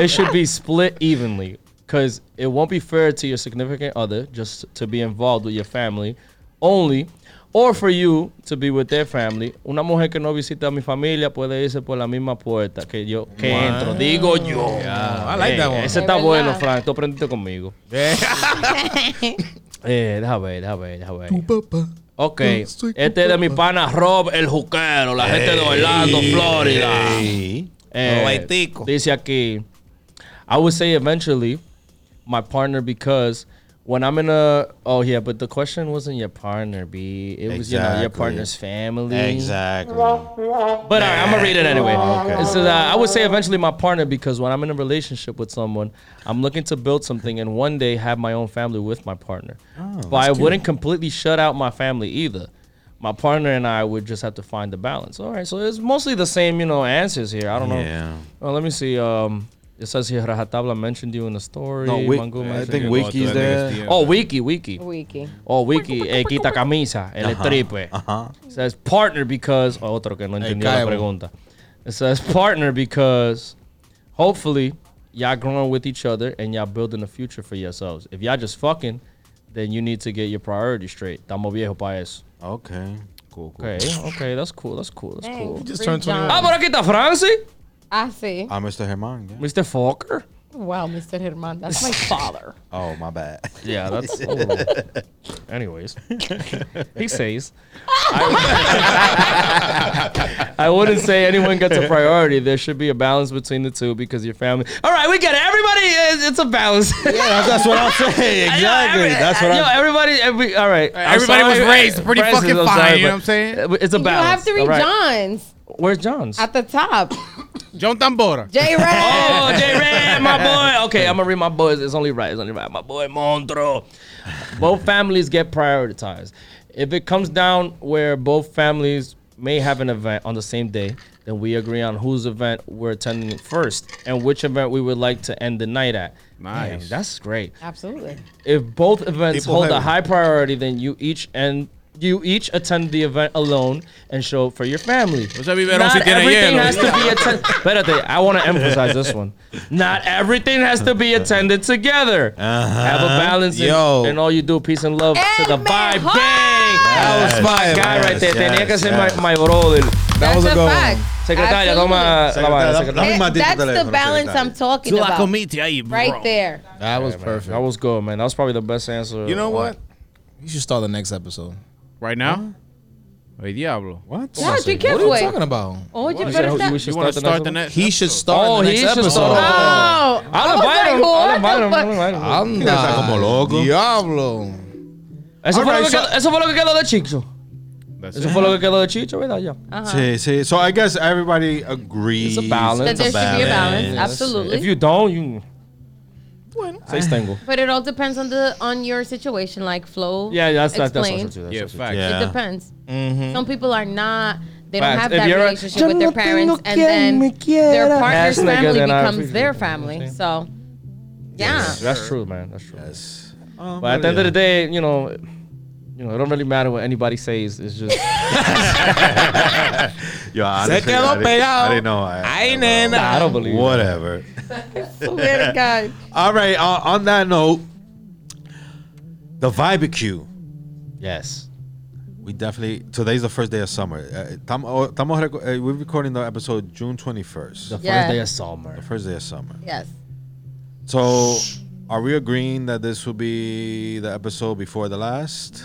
S6: it should be split evenly because it won't be fair to your significant other just to be involved with your family only, or for you to be with their family. Una mujer que no visita a mi familia puede irse por la misma puerta que yo que entro. Digo yo.
S5: I like that
S6: Eh,
S5: one.
S6: Ese
S4: De
S6: está
S4: verdad.
S6: bueno, Frank. Tú aprendiste conmigo. Eh, deja ver, deja ver, deja ver. Ok, este es de mi pana Rob el Juquero, la gente de Orlando, Florida. Eh,
S5: Haitico.
S6: dice aquí, I would say eventually my partner because when I'm in a oh yeah, but the question wasn't your partner, B. It was you know your
S2: Exactly.
S6: partner's family.
S2: Exactly.
S6: But all right, I'm gonna read it anyway.
S2: Okay.
S6: It says, uh, I would say eventually my partner because when I'm in a relationship with someone, I'm looking to build something and one day have my own family with my partner.
S2: Oh,
S6: but I wouldn't completely shut out my family either. My partner and I would just have to find the balance. All right, so it's mostly the same, you know, answers here. I don't know.
S2: Yeah.
S6: Well, let me see. Um, it says here Rajatabla mentioned you in the story.
S2: No, Wik-
S6: Mango
S2: I
S6: mentioned
S2: think
S6: you.
S2: Wiki's there.
S6: Oh, Wiki, Wiki.
S4: Wiki.
S6: Oh, Wiki, eh, quita camisa, el tripe.
S2: Uh-huh.
S6: Says partner because. oh, otro que no entendió la
S5: Caibo.
S6: pregunta. It says partner because hopefully y'all growing with each other and y'all building a future for yourselves. If y'all just fucking, then you need to get your priorities straight. Estamos viejo para eso.
S2: Okay. Cool. cool.
S6: Okay, okay, that's cool, that's cool, that's cool.
S5: just
S4: Free
S5: turned
S4: John.
S5: 21.
S6: Ah, por aquí está Francis,
S4: I see.
S2: I'm Mr. Herman. Ah, Yeah.
S6: Mr. Fokker.
S4: Wow, Mr. Herman, that's my father.
S2: Oh, my bad.
S6: Yeah, that's. Anyways, he says, I, I wouldn't say anyone gets a priority. There should be a balance between the two because your family. All right, we get it. Everybody, is, it's a balance.
S2: yeah, that's what I'm saying. Exactly. That's what
S6: Yo,
S2: I'm.
S6: everybody, every, all right. I'm
S1: Everybody was
S6: sorry,
S1: raised pretty
S6: Francis,
S1: fucking
S6: I'm
S1: fine,
S6: sorry,
S1: you know
S6: but
S1: what I'm saying?
S6: It's a
S4: You have
S6: balance.
S4: to read
S6: all right.
S4: John's
S6: Where's John's?
S4: at the top.
S1: John Tambora.
S4: J. Red.
S6: Oh, J Red, my boy. Okay, I'm gonna read my boys. It's only right. It's only right. My boy Montro. Both families get prioritized. If it comes down where both families may have an event on the same day, then we agree on whose event we're attending first and which event we would like to end the night at. Damn,
S1: Nice.
S6: that's great.
S4: Absolutely.
S6: If both events
S5: People
S6: hold a
S5: have-
S6: high priority, then you each end you each attend the event alone and show up for your family.
S1: O sea, Vivero sí
S6: Not
S1: tiene
S6: everything
S1: hielo.
S6: has to be attended. Espérate, I want to emphasize this one. Not everything has to be attended together.
S2: Uh-huh.
S6: Have a balance in-
S5: Yo.
S6: in, all you do. Peace and love to the
S7: Amen.
S6: vibe. Bang! That
S5: Yes,
S6: was my guy
S5: yes,
S6: right there. Tenía que
S2: yes,
S6: ser
S2: yes.
S6: my, my brother.
S5: That was a good one.
S6: Secretaria, toma la
S2: Secretaria,
S6: vaina,
S2: dame-
S6: secretaria.
S2: dame
S4: Eh,
S2: más de tu
S4: that's the
S2: teléfono,
S4: balance
S2: secretaria.
S4: I'm talking
S8: Tú la
S4: about.
S8: comiste ahí, bro.
S4: Right there.
S5: That was perfect.
S6: That was good, man. That was probably the best answer.
S1: You know what?
S5: you should start the next episode.
S1: Right now? Hey, Diablo.
S5: What?
S4: Yeah, be
S5: What are
S4: careful.
S5: you talking about?
S4: Oye,
S6: You
S4: pero
S6: said
S4: está-
S6: we should
S1: You want to start the
S6: one?
S1: next?
S5: He should start
S6: Oh,
S5: the
S6: he
S5: next
S6: should
S5: episode.
S6: start the-
S4: Oh,
S6: I'll invite him. I'll invite him. I'll invite him.
S5: Anda,
S2: como loco.
S5: Diablo.
S6: Eso, fue lo
S2: Alright,
S6: que
S2: so-
S6: quedó, eso fue lo que quedó de Chicho.
S1: That's
S6: Eso
S1: it.
S6: fue lo que quedó de Chicho, ¿verdad? Ya.
S2: Sí, sí. So I guess everybody agrees.
S6: It's a balance.
S4: That there should be a balance,
S5: Yes.
S4: absolutely.
S6: If you don't, you. Bueno. Seis tengo.
S4: but it all depends on the on your situation, like flow.
S6: Yeah, that's that's that's
S4: explained.
S6: also true. That's
S1: Yeah, Mm-hmm.
S6: also true.
S1: facts.
S2: Yeah.
S4: It depends. Some people are not. They don't
S6: Facts.
S4: have
S6: If
S4: that
S6: you're a-
S4: relationship
S6: Yo
S4: with their
S6: no tengo
S4: parents, and then their partner's
S6: Ass nigga,
S4: family
S6: then I
S4: becomes
S6: appreciate
S4: their
S6: it.
S4: family. So, yeah.
S6: That's- That's true, man. That's true.
S2: Um,
S6: But at the end of the day, you know, you know, it don't really matter what anybody says. It's just
S2: Yo, honestly,
S5: Se quedó
S2: I didn't- I
S5: pegado.
S2: didn't know. I,
S5: Ay,
S6: Nah,
S5: nena.
S6: I don't believe. it.
S2: Whatever.
S4: Swear to God.
S2: All right. On, on that note, the barbecue.
S6: Yes.
S2: We definitely today's the first day of summer. Uh, tam- oh, tamo reco- uh, we're recording the episode June twenty first.
S6: The
S2: The
S4: Yeah.
S6: first day of summer.
S2: first day of summer.
S4: Yes.
S2: So, are we agreeing that this will be the episode before the last?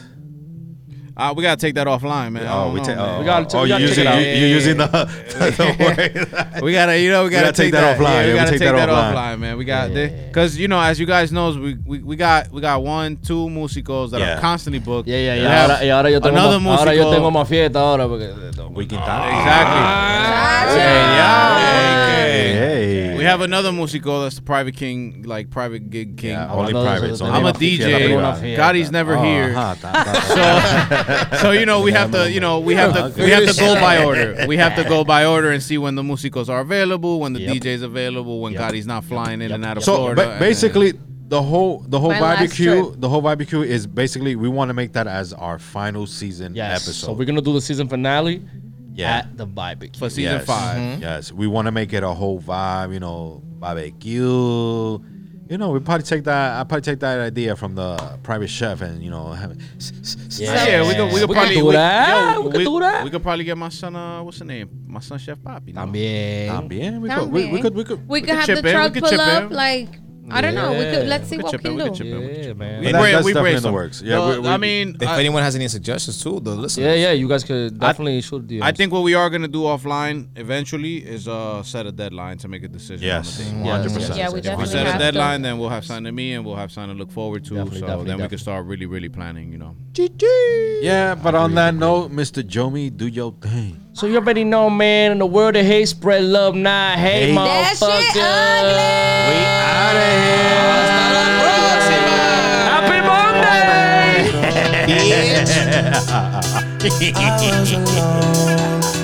S1: Uh, we gotta take that offline, man. I don't
S2: we
S1: know,
S2: take.
S1: man.
S2: Oh,
S6: We gotta-
S2: oh,
S6: we
S2: you
S6: gotta check
S2: using
S6: it out.
S2: you, you're using the. the word.
S1: we gotta, you know, we gotta,
S2: take that offline.
S1: Yeah, we
S2: Yeah, we
S1: gotta
S2: take
S1: take that
S2: that
S1: offline, man. We got
S6: Yeah.
S1: because you know, as you guys knows, we, we we got we got one, two musicos that
S2: Yeah.
S1: are constantly booked.
S6: Yeah, yeah,
S1: We
S6: yeah.
S1: have
S6: Ahora, y ahora yo tengo
S1: another
S6: más, ahora yo
S1: músico.
S6: tengo más fiesta ahora porque
S2: we can talk.
S1: Exactly.
S2: Hey,
S1: Yeah.
S2: hey.
S1: We have another musico that's the private king, like private gig king.
S2: only
S6: Another-
S2: privates.
S6: I'm
S2: only
S1: I'm a
S2: off- yeah,
S1: DJ.
S2: private.
S6: Yeah.
S1: Gotti's never
S2: Oh,
S1: here.
S2: uh-huh, ta- ta- ta.
S1: So, so you know we have to you know we have to we have to go by order. We have to go by order and see when the musicos are available, when the
S6: Yep.
S1: DJ's available, when
S6: Yep.
S1: Gotti's not flying in and out of
S2: So
S1: Florida.
S2: ba- basically, the whole the whole
S4: My last
S2: barbecue
S4: trip.
S2: the whole barbecue is basically we want to make that as our final season
S6: yes.
S2: episode.
S6: So we're gonna do the season finale
S2: Yeah.
S6: at the barbecue.
S1: for season
S2: Yes.
S1: 5
S2: Yes, we want to make it a whole vibe, you know, barbecue. You know, we probably take that. I probably take that idea from the private chef, and you know, have it.
S1: Yeah, we could we could probably
S6: do that.
S1: yo,
S6: we, could do that.
S1: We could probably get my son. Uh, what's the name? My son Chef Poppy. no?
S6: También.
S2: También, we could, we, we could, we could.
S4: We could
S1: could
S4: have
S1: chip
S4: the
S1: in, we
S4: truck
S1: could
S4: pull
S1: chip
S4: up.
S1: in.
S4: Like, I don't know. We could
S6: Yeah.
S4: let's see
S1: We could
S4: what we
S1: chip
S4: can
S1: in, we could
S4: do.
S1: chip in, we could
S6: Yeah,
S1: chip
S6: man.
S1: in.
S2: But
S1: We
S2: that-
S1: bra-
S2: that's
S1: we
S2: definitely in the
S1: brainstorm.
S2: works. Yeah,
S1: Well,
S2: we- we-
S1: I mean,
S5: If
S1: I-
S5: anyone has any suggestions too, the listeners.
S6: Yeah, yeah. You guys could definitely shoot the. uh,
S1: I think what we are gonna do offline eventually is uh set a deadline to make a decision.
S2: Yes,
S1: On the date.
S6: Yeah.
S2: 100%.
S4: Yeah, we
S1: If we
S4: definitely
S1: set
S4: have
S1: a
S4: to.
S1: deadline, then we'll have something to me and we'll have something to look forward to.
S6: Definitely,
S1: so then
S6: definitely,
S1: we can
S6: definitely.
S1: start really, really planning. You know.
S2: Yeah, but on that note, Mr. Jomi, do your thing.
S6: So you already know, man. In the world of hate, spread love, not hate,
S2: Hate.
S4: That shit
S6: motherfucker.
S4: ugly. Oh,
S6: Happy Monday.
S3: I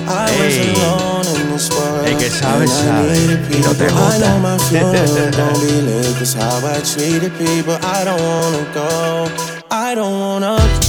S3: was alone. I
S2: Hey.
S3: was alone in this world.
S2: El que sabe,
S3: And I
S2: sabe.
S3: needed
S2: Y no te
S3: people. I
S2: gusta.
S3: know my funeral gon' be lit, 'cause how I treated people. I don't wanna go. I don't wanna